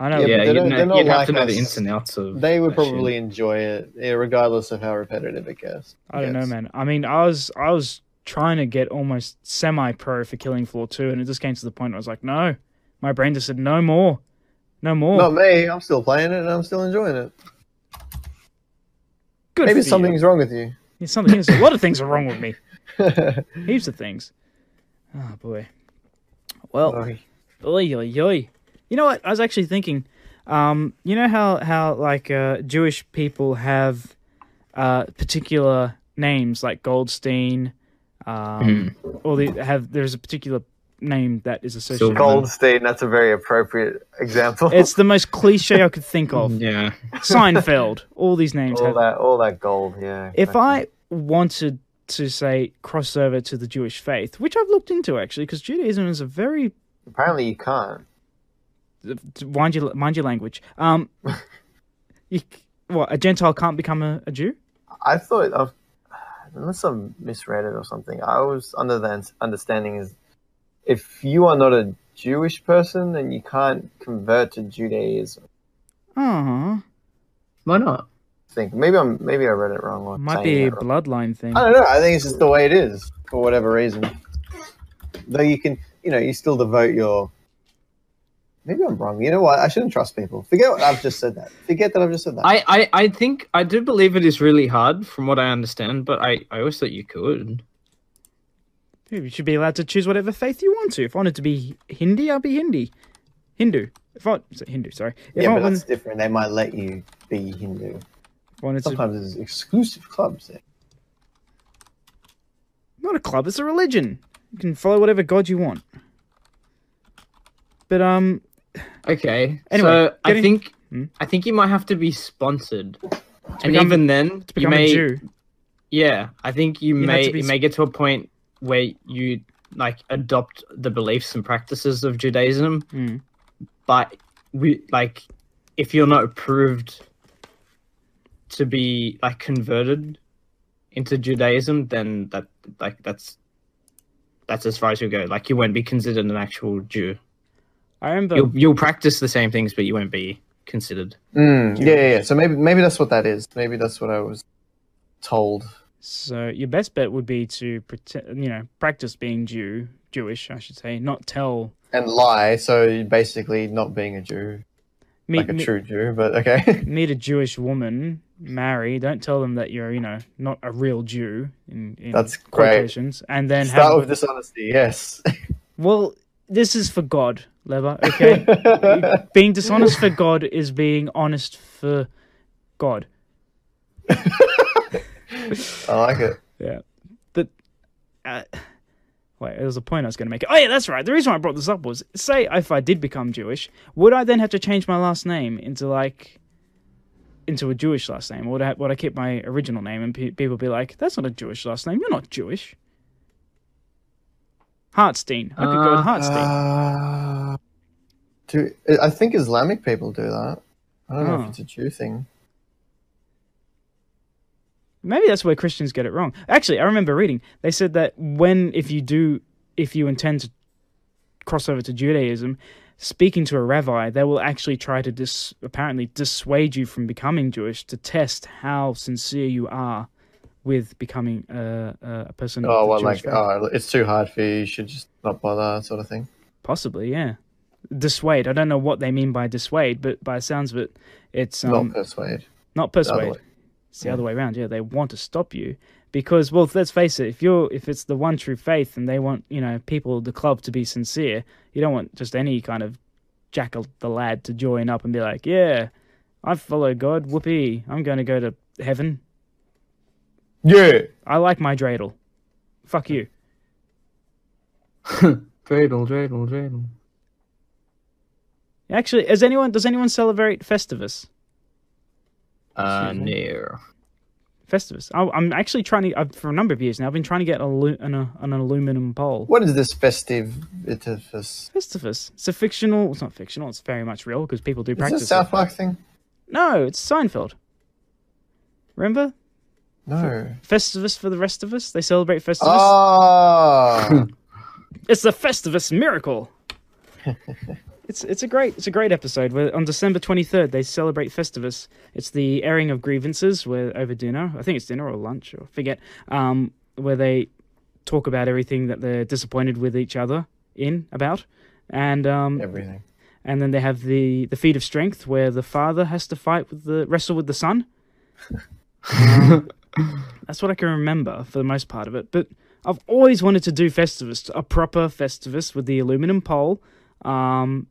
Speaker 2: I know.
Speaker 1: Yeah,
Speaker 3: Yeah,
Speaker 1: but they
Speaker 3: you'd,
Speaker 1: don't- they're
Speaker 3: know,
Speaker 1: not
Speaker 3: you'd have
Speaker 1: like
Speaker 3: to know the
Speaker 1: us.
Speaker 3: ins and outs of.
Speaker 1: They would
Speaker 3: that shit.
Speaker 1: probably enjoy it, eh, regardless of how repetitive it gets.
Speaker 2: I don't know,
Speaker 1: gets.
Speaker 2: man. I mean, I was I was trying to get almost semi-pro for Killing Floor 2, and it just came to the point where I was like, no. My brain just said, no more. No more.
Speaker 1: Not me. I'm still playing it and I'm still enjoying it.
Speaker 2: Good
Speaker 1: Maybe
Speaker 2: for you.
Speaker 1: something's wrong with you.
Speaker 2: Yeah, something is. A lot of things are wrong with me. Heaps of things. Oh boy. Well,
Speaker 1: Sorry.
Speaker 2: oy, oy, oy. You know what? I was actually thinking. Um, you know how how like uh, Jewish people have uh, particular names like Goldstein. Um, Or they have there's a particular name that is associated.
Speaker 3: Silver.
Speaker 2: with
Speaker 1: Goldstein. That's a very appropriate example.
Speaker 2: It's the most cliche I could think of.
Speaker 3: Yeah.
Speaker 2: Seinfeld. All these names have
Speaker 6: all that all that gold, yeah.
Speaker 2: If I wanted to say cross over to the Jewish faith, which I've looked into actually, because Judaism is a very
Speaker 6: Apparently, you can't.
Speaker 2: mind your mind your language. Um, you, c- what a Gentile can't become a, a Jew?
Speaker 6: I thought of unless I misread it or something. I was under the un- understanding is if you are not a Jewish person, then you can't convert to Judaism.
Speaker 2: Oh,
Speaker 3: Why not?
Speaker 6: I think maybe I'm maybe I read it wrong. Or
Speaker 2: might
Speaker 6: saying
Speaker 2: be a
Speaker 6: it wrong.
Speaker 2: bloodline thing.
Speaker 1: I don't know. I think it's just the way it is for whatever reason. Though you can, you know, you still devote your. Maybe I'm wrong. You know what? I shouldn't trust people. Forget what I've just said. That forget that I've just said that.
Speaker 3: I, I, I think I do believe it is really hard from what I understand, but I, I always thought you could.
Speaker 2: You should be allowed to choose whatever faith you want to. If I wanted to be Hindi, I'll be Hindi. Hindu. If I so Hindu, sorry. If
Speaker 1: yeah,
Speaker 2: I
Speaker 1: but
Speaker 2: wan-
Speaker 1: that's different. They might let you be Hindu.
Speaker 2: wanted to
Speaker 1: Sometimes there's exclusive clubs. There.
Speaker 2: not a club, it's a religion. You can follow whatever god you want. But um
Speaker 3: Okay.
Speaker 2: Anyway,
Speaker 3: so I
Speaker 2: getting-
Speaker 3: think
Speaker 2: Hmm?
Speaker 3: I think you might have to be sponsored, and
Speaker 2: become-
Speaker 3: even then,
Speaker 2: to
Speaker 3: you
Speaker 2: become
Speaker 3: may
Speaker 2: a Jew.
Speaker 3: Yeah, I think you,
Speaker 2: You had
Speaker 3: may
Speaker 2: to be
Speaker 3: it may get to a point where you like adopt the beliefs and practices of Judaism,
Speaker 2: Mm.
Speaker 3: but we like if you're not approved to be like converted into Judaism, then that like that's that's as far as you go. Like you won't be considered an actual Jew.
Speaker 2: I remember
Speaker 3: You'll you'll practice the same things, but you won't be considered.
Speaker 1: Mm, yeah, yeah, yeah. So maybe maybe that's what that is. Maybe that's what I was told.
Speaker 2: so your best bet would be to pretend you know, practice being Jew Jewish, I should say, not tell
Speaker 1: And lie. So basically, not being a Jew,
Speaker 2: meet
Speaker 1: like a
Speaker 2: meet-
Speaker 1: true Jew. But okay.
Speaker 2: meet a Jewish woman, marry, don't tell them that you're, you know, not a real Jew in, in
Speaker 1: That's great.
Speaker 2: quotations. And then
Speaker 1: Start
Speaker 2: have
Speaker 1: with dishonesty. Yes.
Speaker 2: Well, this is for God, Lever, okay? being dishonest for God is being honest for God.
Speaker 1: I like it.
Speaker 2: Uh, wait, there was a point I was going to make. Oh, yeah, that's right. The reason why I brought this up was say if I did become Jewish, would I then have to change my last name into like. Into a Jewish last name, or would I, would I keep my original name and pe- people be like, "That's not a Jewish last name. You're not Jewish." Hartstein. I could go with
Speaker 3: Uh,
Speaker 2: Hartstein.
Speaker 1: Uh, do I think Islamic people do that? I don't know
Speaker 2: Oh.
Speaker 1: if it's a Jew thing.
Speaker 2: Maybe that's where Christians get it wrong. Actually, I remember reading they said that when if you do if you intend to cross over to Judaism, speaking to a rabbi, they will actually try to dis apparently dissuade you from becoming Jewish to test how sincere you are with becoming a a, a person. of
Speaker 1: Oh,
Speaker 2: the
Speaker 1: well, like,
Speaker 2: Jewish faith.
Speaker 1: oh, it's too hard for you. You should just not bother, sort of thing.
Speaker 2: possibly, yeah. Dissuade. I don't know what they mean by dissuade, but by the sounds of it, it's um,
Speaker 1: not persuade.
Speaker 2: not
Speaker 1: The other
Speaker 2: persuade.
Speaker 1: way.
Speaker 2: It's the other way around. Yeah, they want to stop you because, well, let's face it. If you're, if it's the one true faith, and they want, you know, people, the club to be sincere, you don't want just any kind of jackal the lad to join up and be like, yeah, I follow God. Whoopee, I'm going to go to heaven.
Speaker 1: Yeah.
Speaker 2: I like my dreidel. Fuck you.
Speaker 3: Dreidel, dreidel, dreidel.
Speaker 2: Actually, is anyone? Does anyone celebrate Festivus?
Speaker 3: Uh,
Speaker 2: Excuse
Speaker 3: no.
Speaker 2: Festivus. I, I'm actually trying to. I've, for a number of years now, I've been trying to get alu- an, uh, an aluminum bowl.
Speaker 1: What is this festive edifice?
Speaker 2: Festivus. It's a fictional. It's not fictional. It's very much real because people do
Speaker 1: Is
Speaker 2: practice
Speaker 1: this a
Speaker 2: it.
Speaker 1: South Park thing?
Speaker 2: No, it's Seinfeld. Remember?
Speaker 1: No.
Speaker 2: Festivus for the rest of us? They celebrate Festivus?
Speaker 1: Ah. Oh.
Speaker 2: It's the Festivus miracle. it's it's a great it's a great episode where on December 23rd they celebrate Festivus. It's the airing of grievances where over dinner, I think it's dinner or lunch or forget, um where they talk about everything that they're disappointed with each other in about and um
Speaker 1: Everything.
Speaker 2: and then they have the the feat of strength where the father has to fight with the wrestle with the son. Um, that's what I can remember for the most part of it. But I've always wanted to do Festivus, a proper Festivus with the aluminum pole. Um,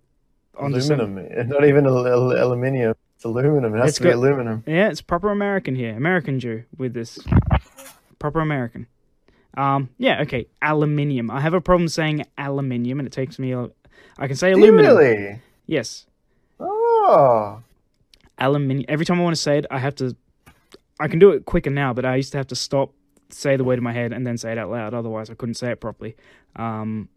Speaker 2: on December.
Speaker 1: aluminum.
Speaker 6: eh,
Speaker 1: Not even al- al- aluminium. It's aluminum. It has
Speaker 2: It's
Speaker 1: to be
Speaker 2: got-
Speaker 1: aluminum.
Speaker 2: Yeah, it's proper American here, American Jew with this proper American. Um, yeah, okay, aluminium. I have a problem saying aluminium, and it takes me. a- I can say
Speaker 1: Do you
Speaker 2: aluminum.
Speaker 1: Really?
Speaker 2: Yes,
Speaker 1: Oh.
Speaker 2: aluminium. Every time I want to say it, I have to. I can do it quicker now, but I used to have to stop, say the word in my head and then say it out loud. Otherwise, I couldn't say it properly. Um,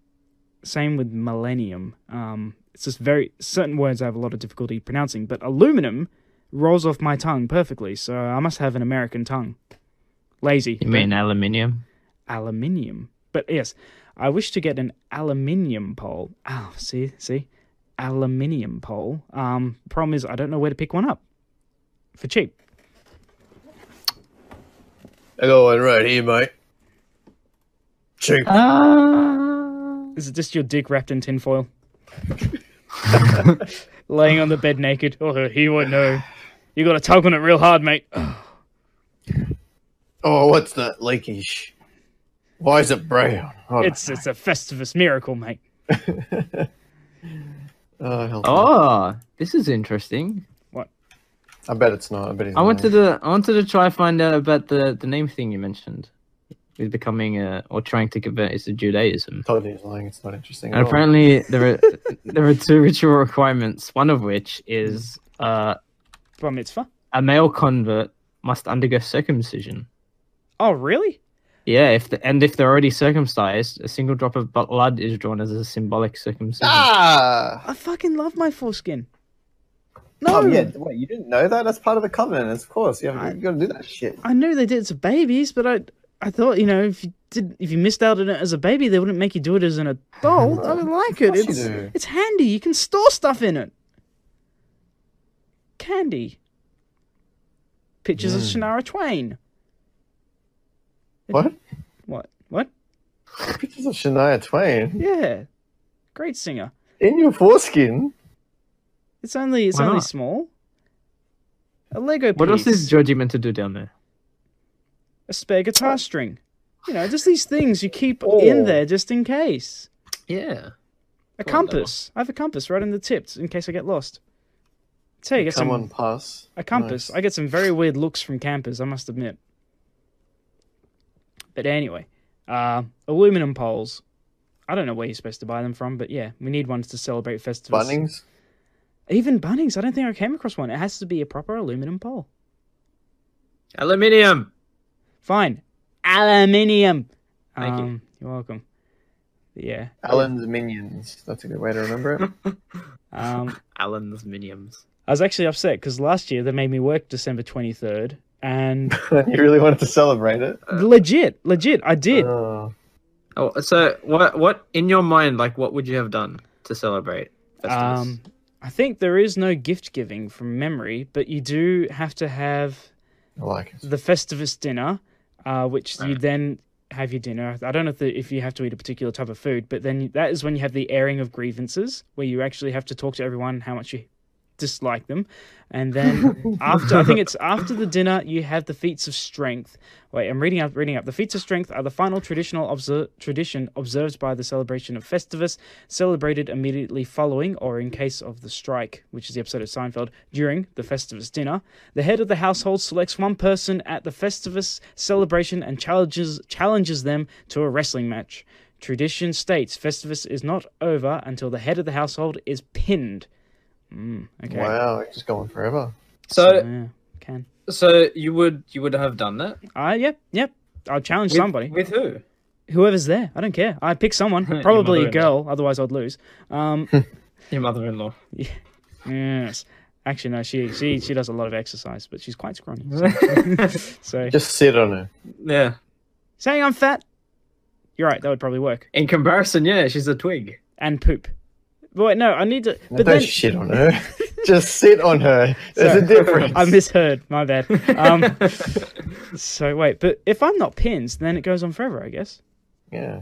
Speaker 2: same with millennium. Um, it's just very certain words I have a lot of difficulty pronouncing, but aluminum rolls off my tongue perfectly. So I must have an American tongue. Lazy.
Speaker 3: You mean aluminium?
Speaker 2: aluminium. But yes, I wish to get an aluminium pole. Oh, see, see, aluminium pole. Um, problem is I don't know where to pick one up for cheap.
Speaker 5: I got one right here, mate. Cheap.
Speaker 2: Is it just your dick wrapped in tinfoil? Laying on the bed naked. Oh, he would know. You got to tug on it real hard, mate.
Speaker 5: Oh, what's that leakage? Why is it brown? Oh,
Speaker 2: It's it's a Festivus miracle, mate.
Speaker 5: oh, hell no.
Speaker 3: Oh, this is interesting.
Speaker 5: I bet it's not. I bet it's
Speaker 3: I wanted to I wanted to try find out about the the name thing you mentioned, with becoming a or trying to convert it to Judaism.
Speaker 5: Totally is lying. It's not interesting.
Speaker 3: And
Speaker 5: at all.
Speaker 3: apparently there are there are two ritual requirements. One of which is uh,
Speaker 2: Bar mitzvah.
Speaker 3: a male convert must undergo circumcision.
Speaker 2: Oh, really?
Speaker 3: Yeah, if the, and if they're already circumcised, a single drop of bu- blood is drawn as a symbolic circumcision.
Speaker 5: Ah!
Speaker 2: I fucking love my foreskin. No,
Speaker 6: Oh yeah, wait, you didn't know that? That's part of the covenant, of course. You
Speaker 2: I-
Speaker 6: have you got to do that shit.
Speaker 2: I knew they did it to babies, but I I thought you know if you did if you missed out on it as a baby, they wouldn't make you do it as an adult. I would like it.
Speaker 5: course you
Speaker 2: It's
Speaker 5: do.
Speaker 2: it's handy. You can store stuff in it. Candy. Pictures
Speaker 3: Mm.
Speaker 2: of Shannara Twain.
Speaker 5: What?
Speaker 2: What? What?
Speaker 5: Pictures of Shania Twain
Speaker 2: Yeah, great singer.
Speaker 5: in your foreskin.
Speaker 2: It's only it's
Speaker 3: Why
Speaker 2: only
Speaker 3: not?
Speaker 2: small. A Lego piece.
Speaker 3: what else is Georgie meant to do down there?
Speaker 2: a spare guitar string? You know, just these things you keep
Speaker 3: Oh.
Speaker 2: in there just in case.
Speaker 3: Yeah.
Speaker 2: A compass. I have a compass right in the tips in case I get lost. Tell you, I get
Speaker 5: Come
Speaker 2: some,
Speaker 5: on, pass.
Speaker 2: a compass.
Speaker 5: Nice.
Speaker 2: I get some very weird looks from campers, I must admit. But anyway, uh, aluminum poles. I don't know where you're supposed to buy them from, but yeah, we need ones to celebrate festivals.
Speaker 5: Bunnings.
Speaker 2: Even Bunnings. I don't think I came across one. It has to be a proper aluminum pole.
Speaker 3: Aluminium.
Speaker 2: Fine. Aluminium.
Speaker 3: Thank you.
Speaker 2: Um, You're welcome. Yeah.
Speaker 6: Alan's minions. That's a good way to remember it.
Speaker 2: Um,
Speaker 3: Alan's minions.
Speaker 2: I was actually upset because last year they made me work December 23rd, and
Speaker 6: you really wanted to celebrate it.
Speaker 2: legit, legit, I did.
Speaker 5: Oh.
Speaker 3: Oh, so what? What in your mind? Like, what would you have done to celebrate? Festivus?
Speaker 2: Um, I think there is no gift giving from memory, but you do have to have
Speaker 5: I like it.
Speaker 2: the Festivus dinner, uh, which you
Speaker 3: Right.
Speaker 2: then have your dinner. I don't know if, the, if you have to eat a particular type of food, but then that is when you have the airing of grievances, where you actually have to talk to everyone how much you dislike them, and then after I think it's after the dinner you have the feats of strength. Wait, I'm reading up. Reading up. The feats of strength are the final traditional obser- tradition observed by the celebration of Festivus, celebrated immediately following, or in case of the strike, which is the episode of Seinfeld, during the Festivus dinner. The head of the household selects one person at the Festivus celebration and challenges challenges them to a wrestling match. Tradition states Festivus is not over until the head of the household is pinned. Mm, okay.
Speaker 5: Wow, it's just going forever.
Speaker 3: so,
Speaker 2: Yeah, can.
Speaker 3: so you would you would have done that?
Speaker 2: Uh, yep, yep. I'll challenge
Speaker 3: With-
Speaker 2: somebody.
Speaker 3: With who?
Speaker 2: Whoever's there. I don't care. I pick someone. Probably a
Speaker 3: mother-in-law.
Speaker 2: girl, otherwise I'd lose. Um,
Speaker 3: Your mother-in-law.
Speaker 2: yes. Actually, no. She she she does a lot of exercise, but she's quite scrawny. So
Speaker 5: Just sit on her.
Speaker 3: yeah.
Speaker 2: saying I'm fat, you're right. That would probably work.
Speaker 3: In comparison, yeah, she's a twig.
Speaker 2: And poop. But wait, no. I need to. But
Speaker 5: Don't
Speaker 2: then
Speaker 5: shit on her. just sit on her. There's
Speaker 2: Sorry.
Speaker 5: a difference.
Speaker 2: I misheard. My bad. Um, so wait, but if I'm not pinned, then it goes on forever, I guess.
Speaker 5: yeah.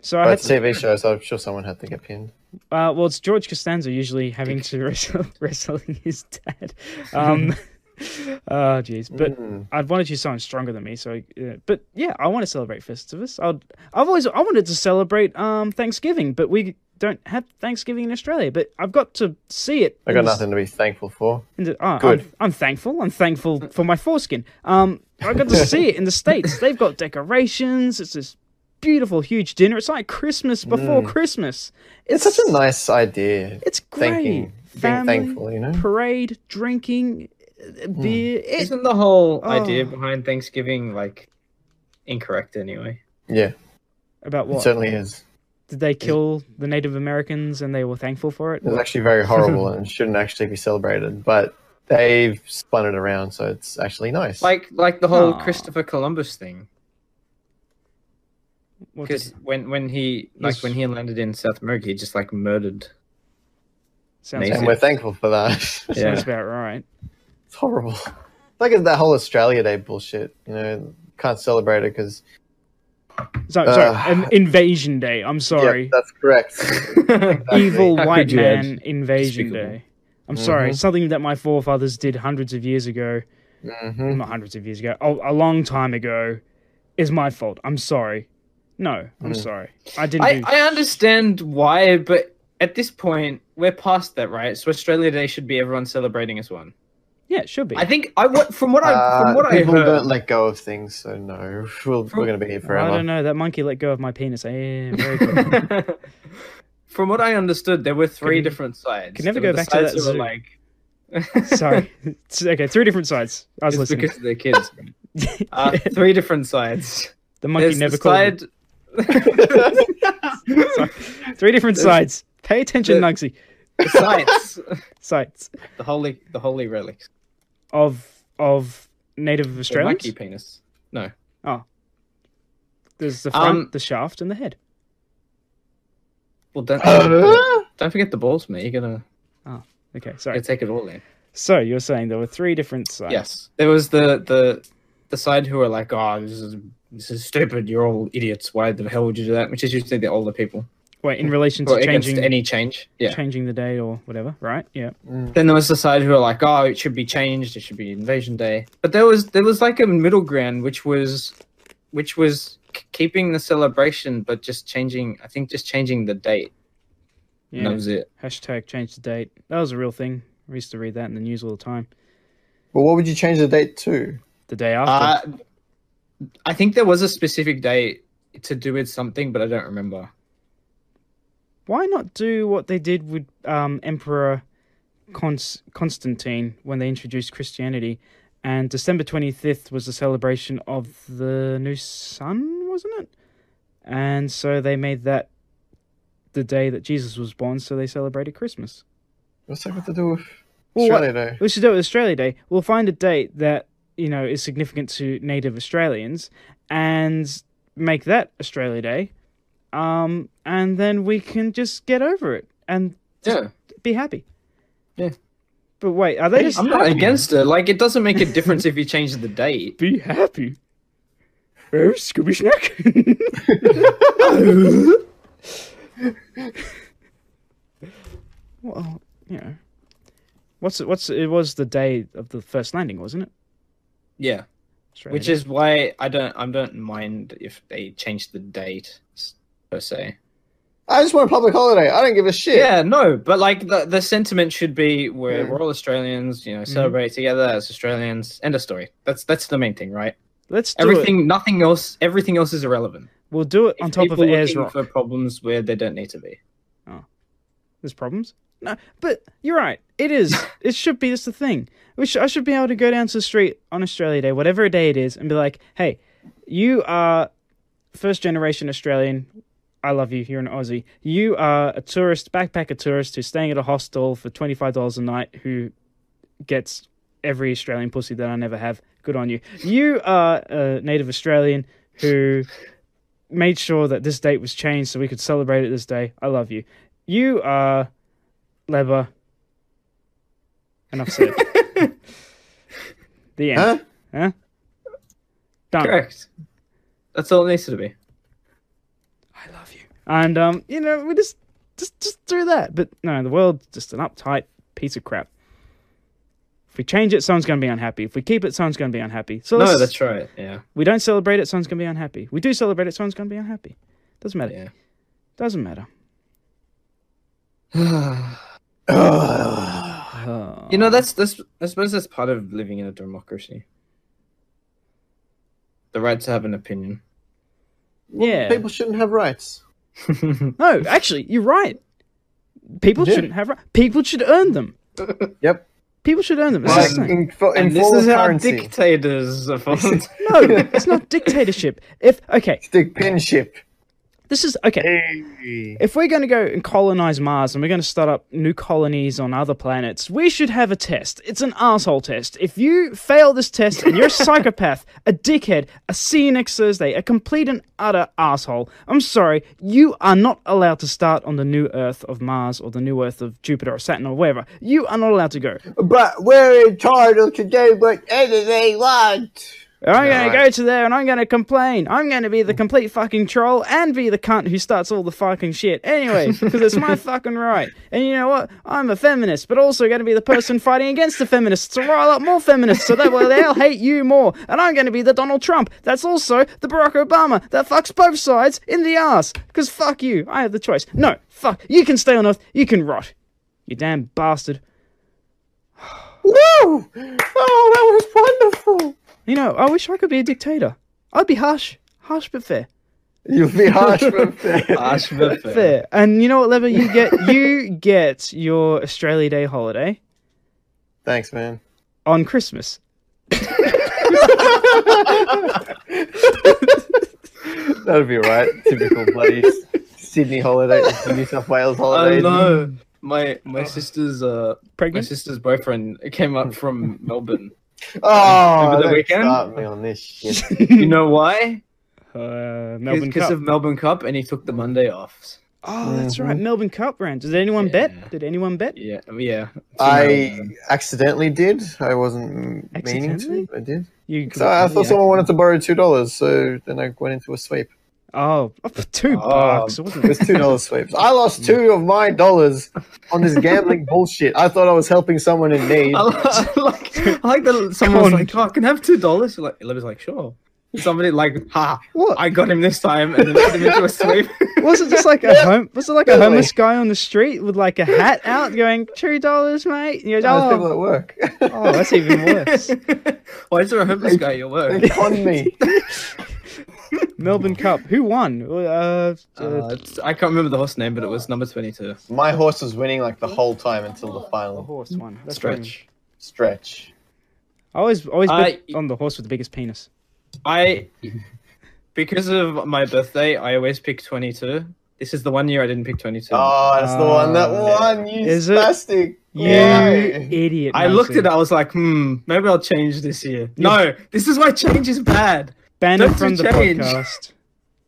Speaker 2: So I
Speaker 5: But
Speaker 2: had
Speaker 5: it's TV shows, so I'm sure someone had to get pinned.
Speaker 2: Uh, well, it's George Costanza usually having to wrestle wrestling his dad. Um, oh, jeez. But
Speaker 5: Mm.
Speaker 2: I'd want to choose someone stronger than me. So, uh, but yeah, I want to celebrate Festivus. I'd, I've always I wanted to celebrate um, Thanksgiving, but we don't have Thanksgiving in Australia. But I've got to see it.
Speaker 5: I
Speaker 2: in
Speaker 5: got
Speaker 2: the-
Speaker 5: nothing to be thankful for.
Speaker 2: in the- oh,
Speaker 5: Good.
Speaker 2: I'm, I'm thankful. I'm thankful for my foreskin. Um, I got to see it in the states. They've got decorations. It's this beautiful, huge dinner. It's like Christmas before Christmas.
Speaker 5: Mm. It's such a nice idea.
Speaker 2: It's great.
Speaker 5: Thinking, being
Speaker 2: Family,
Speaker 5: thankful, you know. Hmm.
Speaker 2: Parade, drinking, uh, beer. It,
Speaker 3: Isn't the whole
Speaker 2: Oh.
Speaker 3: idea behind Thanksgiving like incorrect anyway.
Speaker 5: Yeah,
Speaker 2: About
Speaker 5: it
Speaker 2: what?
Speaker 5: certainly is.
Speaker 2: Did they kill the Native Americans and they were thankful for it?
Speaker 5: It's actually very horrible and shouldn't actually be celebrated, but they've spun it around, so it's actually nice.
Speaker 3: Like like the whole
Speaker 2: Aw.
Speaker 3: Christopher Columbus thing.
Speaker 2: What did-
Speaker 3: Because when when he like
Speaker 2: Yes.
Speaker 3: when he landed in South America, he just like murdered.
Speaker 2: sounds
Speaker 5: and
Speaker 3: amazing.
Speaker 5: we're thankful for that.
Speaker 2: sounds
Speaker 3: Yeah.
Speaker 2: about right.
Speaker 5: It's horrible. Like it's that whole Australia Day bullshit. You know, can't celebrate it because
Speaker 2: So,
Speaker 5: Uh,
Speaker 2: sorry, an invasion day. I'm sorry.
Speaker 5: that's correct. Exactly.
Speaker 2: Evil
Speaker 3: How
Speaker 2: white
Speaker 3: could you,
Speaker 2: man
Speaker 3: Ed?
Speaker 2: invasion
Speaker 3: Despicable.
Speaker 2: day. I'm sorry.
Speaker 5: Mm-hmm.
Speaker 2: Something that my forefathers did hundreds of years ago,
Speaker 5: hmm
Speaker 2: not hundreds of years ago, a, a long time ago, is my fault. I'm sorry. No, I'm
Speaker 5: Mm.
Speaker 2: sorry. I didn't.
Speaker 3: I,
Speaker 2: do...
Speaker 3: I understand why, but at this point, we're past that, right? So Australia Day should be everyone celebrating as one.
Speaker 2: Yeah, it should be.
Speaker 3: I think I what from what I from
Speaker 5: Uh,
Speaker 3: what I
Speaker 5: people
Speaker 3: heard.
Speaker 5: don't let go of things, so no, we'll,
Speaker 3: From-
Speaker 5: we're going to be here
Speaker 2: I don't
Speaker 5: forever.
Speaker 2: know. That monkey let go of my penis. Yeah, very cool.
Speaker 3: From what I understood, there were three
Speaker 2: Can-
Speaker 3: different sides.
Speaker 2: can never
Speaker 3: There
Speaker 2: go
Speaker 3: were
Speaker 2: back
Speaker 3: the
Speaker 2: to that
Speaker 3: sides who were
Speaker 2: zoo.
Speaker 3: Like,
Speaker 2: Sorry. It's- okay, three different sides. I was
Speaker 3: it's
Speaker 2: listening.
Speaker 3: because they're kids. uh, three different sides.
Speaker 2: the monkey
Speaker 3: There's
Speaker 2: never
Speaker 3: the
Speaker 2: called.
Speaker 3: side.
Speaker 2: me. Three different sides. Pay attention,
Speaker 3: the-
Speaker 2: Nugsy.
Speaker 3: the sides,
Speaker 2: Sides
Speaker 3: the holy, the holy relics.
Speaker 2: of of native
Speaker 3: The
Speaker 2: Australians.
Speaker 3: monkey penis. No,
Speaker 2: There's the front,
Speaker 3: Um,
Speaker 2: the shaft, and the head.
Speaker 3: well don't don't forget the balls, mate. You're gonna,
Speaker 2: Okay,
Speaker 3: you're
Speaker 2: sorry.
Speaker 3: gonna take it all in.
Speaker 2: So you're saying there were three different sides.
Speaker 3: Yes, there was the the the side who were like, "Oh, this is this is stupid. You're all idiots. Why the hell would you do that?" Which is usually the older people
Speaker 2: Wait, in relation
Speaker 3: who
Speaker 2: to
Speaker 3: are
Speaker 2: changing
Speaker 3: against any change. Yeah.
Speaker 2: changing the day or whatever, right? Yeah.
Speaker 5: Mm.
Speaker 3: Then there was the side who were like, "Oh, it should be changed. It should be Invasion Day." But there was there was like a middle ground, which was, which was k- keeping the celebration, but just changing. I think just changing the date.
Speaker 2: Yeah.
Speaker 3: And that was it.
Speaker 2: Hashtag change the date. That was a real thing. I used to read that in the news all the time.
Speaker 5: But what would you change the date to?
Speaker 2: The day after.
Speaker 3: Uh, I think there was a specific date to do with something, but I don't remember.
Speaker 2: why not do what they did with um, Emperor Cons- Constantine when they introduced Christianity? And December 25th was the celebration of the new sun, wasn't it? And so they made that the day that Jesus was born, so they celebrated Christmas.
Speaker 5: What's that got to do with
Speaker 2: Well, what-
Speaker 5: Australia Day?
Speaker 2: we should do it with Australia Day. We'll find a date that you know is significant to Native Australians, and make that Australia Day. Um, and then we can just get over it and
Speaker 3: Yeah.
Speaker 2: be happy.
Speaker 3: Yeah.
Speaker 2: But wait, are they just
Speaker 3: I'm not against it. Like, it doesn't make a difference if you change the date.
Speaker 2: be happy? Oh, Scooby Snack. well, you know, what's what's it was the day of the first landing, wasn't it?
Speaker 3: Yeah,
Speaker 2: Australia
Speaker 3: which
Speaker 2: Day.
Speaker 3: is why I don't. I don't mind if they change the date s- per se.
Speaker 5: I just want a public holiday. I don't give a shit.
Speaker 3: Yeah, no, but like the the sentiment should be we're,
Speaker 5: Yeah.
Speaker 3: we're all Australians. You know,
Speaker 2: Mm-hmm.
Speaker 3: celebrate together as Australians. End of story. That's that's the main thing, right?
Speaker 2: let's do everything. It.
Speaker 3: Everything, nothing else. Everything else is irrelevant.
Speaker 2: We'll do it on
Speaker 3: If
Speaker 2: top of
Speaker 3: people
Speaker 2: Ayers
Speaker 3: looking
Speaker 2: Rock.
Speaker 3: for problems where they don't need to be.
Speaker 2: There's problems. No, but you're right. It is. it should be. That's the thing. We should, I should be able to go down to the street on Australia Day, whatever day it is, and be like, "Hey, you are first generation Australian. I love you. You're an Aussie. You are a tourist, backpacker tourist who's staying at a hostel for twenty five dollars a night. Who gets every Australian pussy that I never have. Good on you. You are a native Australian who." Made sure that this date was changed so we could celebrate it this day. I love you. You are Leber. Enough said. the end.
Speaker 5: Huh?
Speaker 2: Done.
Speaker 3: Correct. That's all it needs to be.
Speaker 2: I love you. And um, you know, we just just just do that. But no, the world's just an uptight piece of crap. If we change it, someone's gonna be unhappy. If we keep it, someone's gonna be unhappy. So
Speaker 3: No,
Speaker 2: let's,
Speaker 3: that's right. Yeah.
Speaker 2: we don't celebrate it, someone's gonna be unhappy. We do celebrate it, someone's gonna be unhappy. Doesn't matter.
Speaker 3: Yeah.
Speaker 2: Doesn't matter.
Speaker 3: You
Speaker 2: Uh, Um,
Speaker 3: know, that's that's. I suppose that's part of living in a democracy. The right to have an opinion.
Speaker 2: yeah.
Speaker 5: People shouldn't have rights.
Speaker 2: No, actually, you're right. People
Speaker 5: Yeah.
Speaker 2: shouldn't have ri- people should earn them.
Speaker 5: Yep.
Speaker 2: People should own them. It's
Speaker 1: Like,
Speaker 2: the same.
Speaker 1: in, for, in
Speaker 3: and this
Speaker 1: form
Speaker 3: is
Speaker 1: of
Speaker 3: how
Speaker 1: currency.
Speaker 3: dictators are formed.
Speaker 2: No, it's not dictatorship. If okay,
Speaker 1: Stick pinship.
Speaker 2: this is okay. If we're going to go and colonize Mars and we're going to start up new colonies on other planets, we should have a test. It's an asshole test. If you fail this test and you're a psychopath, a dickhead, a see you next Thursday, a complete and utter asshole, I'm sorry, you are not allowed to start on the new Earth of Mars or the new Earth of Jupiter or Saturn or wherever. You are not allowed to go.
Speaker 1: But we're entitled to do whatever they want.
Speaker 2: I'm going to go to there and I'm going to complain. I'm going to be the complete fucking troll and be the cunt who starts all the fucking shit. Anyway, because it's my fucking right. And you know what? I'm a feminist, but also going to be the person fighting against the feminists to rile up more feminists so that way they'll hate you more. And I'm going to be the Donald Trump that's also the Barack Obama that fucks both sides in the ass. Because fuck you. I have the choice. No, fuck. You can stay on Earth. You can rot. You damn bastard.
Speaker 1: Woo! Oh, that was wonderful.
Speaker 2: You know, I wish I could be a dictator. I'd be harsh. Harsh but fair.
Speaker 1: You'll be harsh, but fair.
Speaker 3: Ash Murphy.
Speaker 2: Fair. And you know what, Lever? You get you get your Australia Day holiday
Speaker 5: Thanks, man.
Speaker 2: on Christmas.
Speaker 1: That'll be right. Typical bloody Sydney holiday, New South Wales
Speaker 3: I
Speaker 1: holiday.
Speaker 3: know. My
Speaker 2: Ah.
Speaker 3: my sister's uh my
Speaker 2: Pregnant?
Speaker 3: sister's boyfriend came up from Melbourne.
Speaker 1: Oh,
Speaker 3: Over the
Speaker 1: don't
Speaker 3: weekend?
Speaker 1: start me on this shit.
Speaker 3: You know why?
Speaker 2: Uh, Melbourne
Speaker 3: Because
Speaker 2: Cup.
Speaker 3: of Melbourne Cup, and he took the Monday off.
Speaker 2: Oh, that's
Speaker 1: Mm-hmm.
Speaker 2: right. Melbourne Cup ran. Did anyone
Speaker 3: Yeah.
Speaker 2: bet? Did anyone bet?
Speaker 3: Yeah, yeah.
Speaker 1: I accidentally did. I wasn't meaning
Speaker 2: Accidentally?
Speaker 1: to. I did.
Speaker 2: You
Speaker 1: So I thought
Speaker 3: Yeah.
Speaker 1: someone wanted to borrow two dollars, so then I went into a sweep.
Speaker 2: Oh, oh, for two
Speaker 3: Oh.
Speaker 2: bucks. It wasn't
Speaker 1: It was two dollars sweeps. I lost two of my dollars on this gambling bullshit. I thought I was helping someone in need.
Speaker 3: I, li- I like I like that someone's
Speaker 2: Con.
Speaker 3: like, oh, I can have two dollars. Like Eleven's like, sure. Somebody like, ha,
Speaker 2: What?
Speaker 3: I got him this time, and then put him into a sweep.
Speaker 2: was it just like a home? Was it like a
Speaker 1: Really?
Speaker 2: homeless guy on the street with like a hat out, going two dollars, mate? And you're
Speaker 1: I was
Speaker 2: like,
Speaker 1: people at work.
Speaker 2: oh, oh, that's even worse.
Speaker 3: Why is there a homeless guy at your work?
Speaker 1: they conned me.
Speaker 2: Melbourne Cup. Who won? Uh,
Speaker 3: Uh,
Speaker 2: uh,
Speaker 3: it's- I can't remember the horse name, but it was number twenty-two.
Speaker 1: My horse was winning like the whole time until the
Speaker 2: the
Speaker 1: final
Speaker 2: horse won. That's what I mean.
Speaker 3: Stretch.
Speaker 1: stretch.
Speaker 2: I always always bet
Speaker 3: I-
Speaker 2: on the horse with the biggest penis.
Speaker 3: I, because of my birthday, I always pick twenty-two. This is the one year I didn't pick twenty-two.
Speaker 1: Oh, that's the one that
Speaker 2: Uh,
Speaker 1: won. You
Speaker 2: is it?
Speaker 1: spastic.
Speaker 2: You
Speaker 1: Why?
Speaker 2: idiot!
Speaker 3: I looked
Speaker 2: Nancy.
Speaker 3: at it. I was like, hmm, maybe I'll change this year. No, this is why change is bad.
Speaker 2: Ban him
Speaker 3: Don't
Speaker 2: from
Speaker 3: you
Speaker 2: the
Speaker 3: change.
Speaker 2: podcast.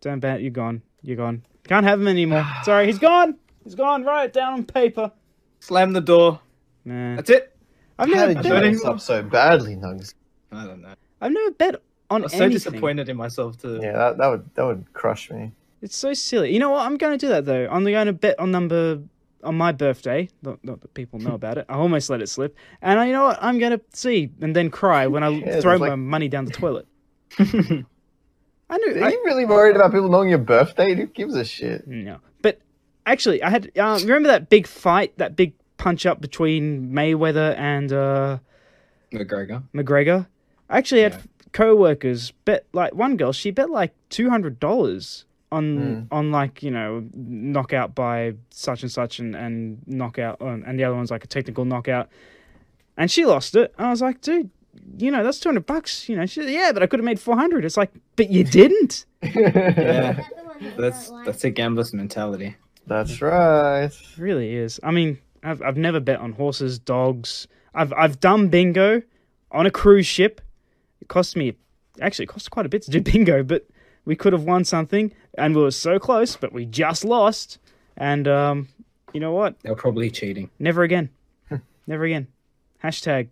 Speaker 2: Don't ban. You're gone. You're gone. Can't have him anymore. Sorry, he's gone. He's gone. Write it down on paper.
Speaker 3: Slam the door.
Speaker 2: Nah.
Speaker 3: That's it.
Speaker 2: I've
Speaker 1: How
Speaker 2: never
Speaker 1: did you
Speaker 2: bet.
Speaker 1: mess up so badly, Nugs?
Speaker 3: I don't know.
Speaker 2: I've never bet on
Speaker 3: I'm so
Speaker 2: anything.
Speaker 3: disappointed in myself too.
Speaker 1: Yeah, that, that would that would crush me.
Speaker 2: It's so silly. You know what? I'm going to do that though. I'm going to bet on number on my birthday. Not, not that people know about it. I almost let it slip. And I, you know what? I'm going to see and then cry when I
Speaker 1: cares?
Speaker 2: throw
Speaker 1: It's
Speaker 2: my
Speaker 1: like-
Speaker 2: money down the toilet. I knew.
Speaker 1: Are
Speaker 2: I-
Speaker 1: you really worried about people knowing your birthday? Who gives a shit?
Speaker 2: No, but actually, I had um, remember that big fight, that big punch up between Mayweather and uh,
Speaker 3: McGregor.
Speaker 2: McGregor. I actually had
Speaker 3: Yeah.
Speaker 2: co-workers bet like one girl. She bet like two hundred dollars on on like you know knockout by such and such and and knockout um, and the other one's like a technical knockout, and she lost it. And I was like, dude. You know that's two hundred bucks. You know, she, yeah, but I could have made four hundred. It's like, but you didn't.
Speaker 3: Yeah,
Speaker 4: They're the ones that
Speaker 3: that's
Speaker 4: don't like
Speaker 3: that's a gambler's mentality.
Speaker 1: That's right.
Speaker 2: It really is. I mean, I've I've never bet on horses, dogs. I've I've done bingo on a cruise ship. It cost me actually it cost quite a bit to do bingo, but we could have won something and we were so close, but we just lost. And um you know what?
Speaker 3: They're probably cheating.
Speaker 2: Never again. Never again. Hashtag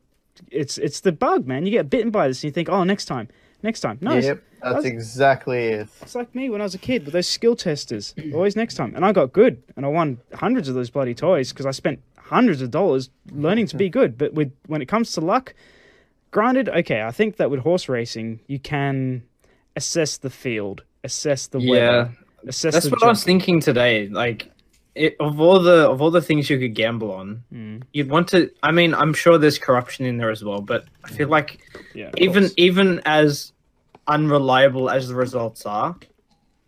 Speaker 2: it's it's the bug, man. You get bitten by this and you think, oh next time. Next time. No, it's-
Speaker 1: Yep, that's
Speaker 2: That's-
Speaker 1: exactly it.
Speaker 2: it's like me when I was a kid with those skill testers. Always next time. And I got good and I won hundreds of those bloody toys because I spent hundreds of dollars learning to be good. But with when it comes to luck, granted, okay, I think that with horse racing, you can assess the field, assess the weather, assess
Speaker 3: That's
Speaker 2: the
Speaker 3: what I was
Speaker 2: jump.
Speaker 3: thinking today. Like, it, of all the of all the things you could gamble on,
Speaker 2: Mm,
Speaker 3: you'd want to. I mean, I'm sure there's corruption in there as well, but I feel like
Speaker 2: yeah, of
Speaker 3: even
Speaker 2: course.
Speaker 3: even as unreliable as the results are,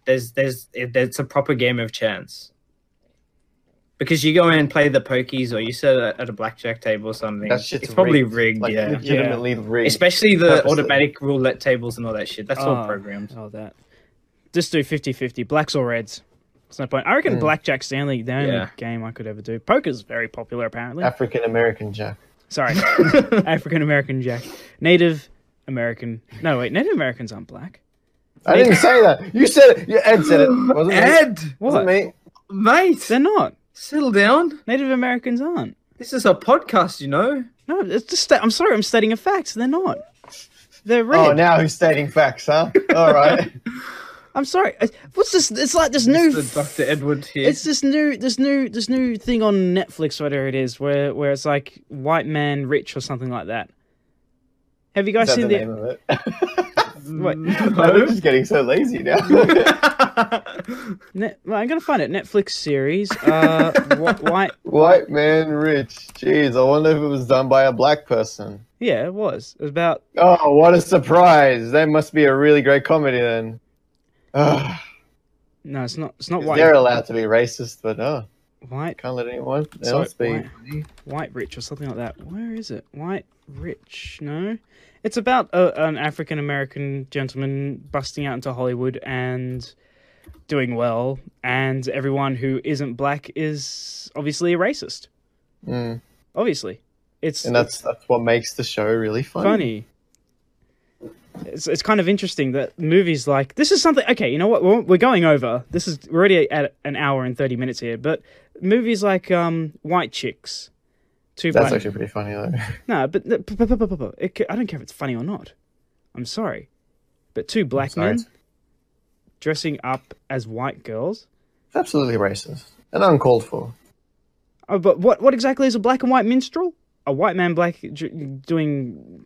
Speaker 3: there's there's it, it's a proper game of chance. Because you go in and play the pokies, or you sit at at a blackjack table or something.
Speaker 5: That shit's
Speaker 3: it's probably
Speaker 5: rigged.
Speaker 3: rigged,
Speaker 5: Like
Speaker 3: yeah.
Speaker 5: legitimately rigged.
Speaker 3: Especially the
Speaker 5: purposely.
Speaker 3: automatic roulette tables and all that shit. That's all
Speaker 2: Oh.
Speaker 3: programmed.
Speaker 2: Oh, that. Just do 50 50, blacks or reds. It's no point. I reckon Blackjack's the only, the only
Speaker 3: Mm. Yeah.
Speaker 2: game I could ever do. Poker's very popular, apparently.
Speaker 5: African American Jack.
Speaker 2: Sorry. African American Jack. Native American. No, wait, Native Americans aren't black.
Speaker 1: I didn't say that. You said it. You Ed said it. Wasn't me. Wasn't
Speaker 2: What?
Speaker 1: me.
Speaker 3: mate,
Speaker 2: They're not.
Speaker 3: settle down.
Speaker 2: Native Americans aren't.
Speaker 3: This is a podcast, you know.
Speaker 2: No, it's just. Sta- I'm sorry, I'm stating a fact. They're not. They're red.
Speaker 1: Oh, now who's stating facts, huh? All right.
Speaker 2: I'm sorry. Uh, What's this? It's like this new.
Speaker 3: Mr. Dr. Edward here.
Speaker 2: It's this new, this new, this new thing on Netflix, whatever it is, where where it's like white man rich or something like that. Have you guys
Speaker 1: Is that
Speaker 2: seen
Speaker 1: the
Speaker 2: the?
Speaker 1: name of it?
Speaker 2: Wait,
Speaker 3: Mm,
Speaker 1: I'm just getting so lazy now.
Speaker 2: ne- well, I'm gonna find it. Netflix series. Uh, wh- white.
Speaker 1: White man rich. Jeez, I wonder if it was done by a black person.
Speaker 2: Yeah, it was. It was about.
Speaker 1: Oh, what a surprise! That must be a really great comedy then. Ugh,
Speaker 2: No, it's not. It's not
Speaker 1: 'cause
Speaker 2: white.
Speaker 1: they're allowed to be racist, but no,
Speaker 2: White.
Speaker 1: can't let anyone
Speaker 2: So-
Speaker 1: else be.
Speaker 2: White, White Rich or something like that. Where is it? White Rich? No, it's about a, an African American gentleman busting out into Hollywood and doing well, and everyone who isn't black is obviously a racist.
Speaker 1: Mm.
Speaker 2: Obviously, it's
Speaker 1: And that's that's what makes the show really funny.
Speaker 2: funny. It's, it's kind of interesting that movies like this is something. Okay, you know what? We're, we're going over. This is we're already at an hour and thirty minutes here, but movies like um, White Chicks, two
Speaker 1: That's
Speaker 2: black
Speaker 1: actually pretty funny though.
Speaker 2: no, but the- p- p- p- p- p- it, c- I don't care if it's funny or not. I'm sorry, but two black
Speaker 1: sorry.
Speaker 2: men dressing up as white girls.
Speaker 1: It's absolutely racist and uncalled for.
Speaker 2: Oh, but what what exactly is a black and white minstrel? A white man black dr- doing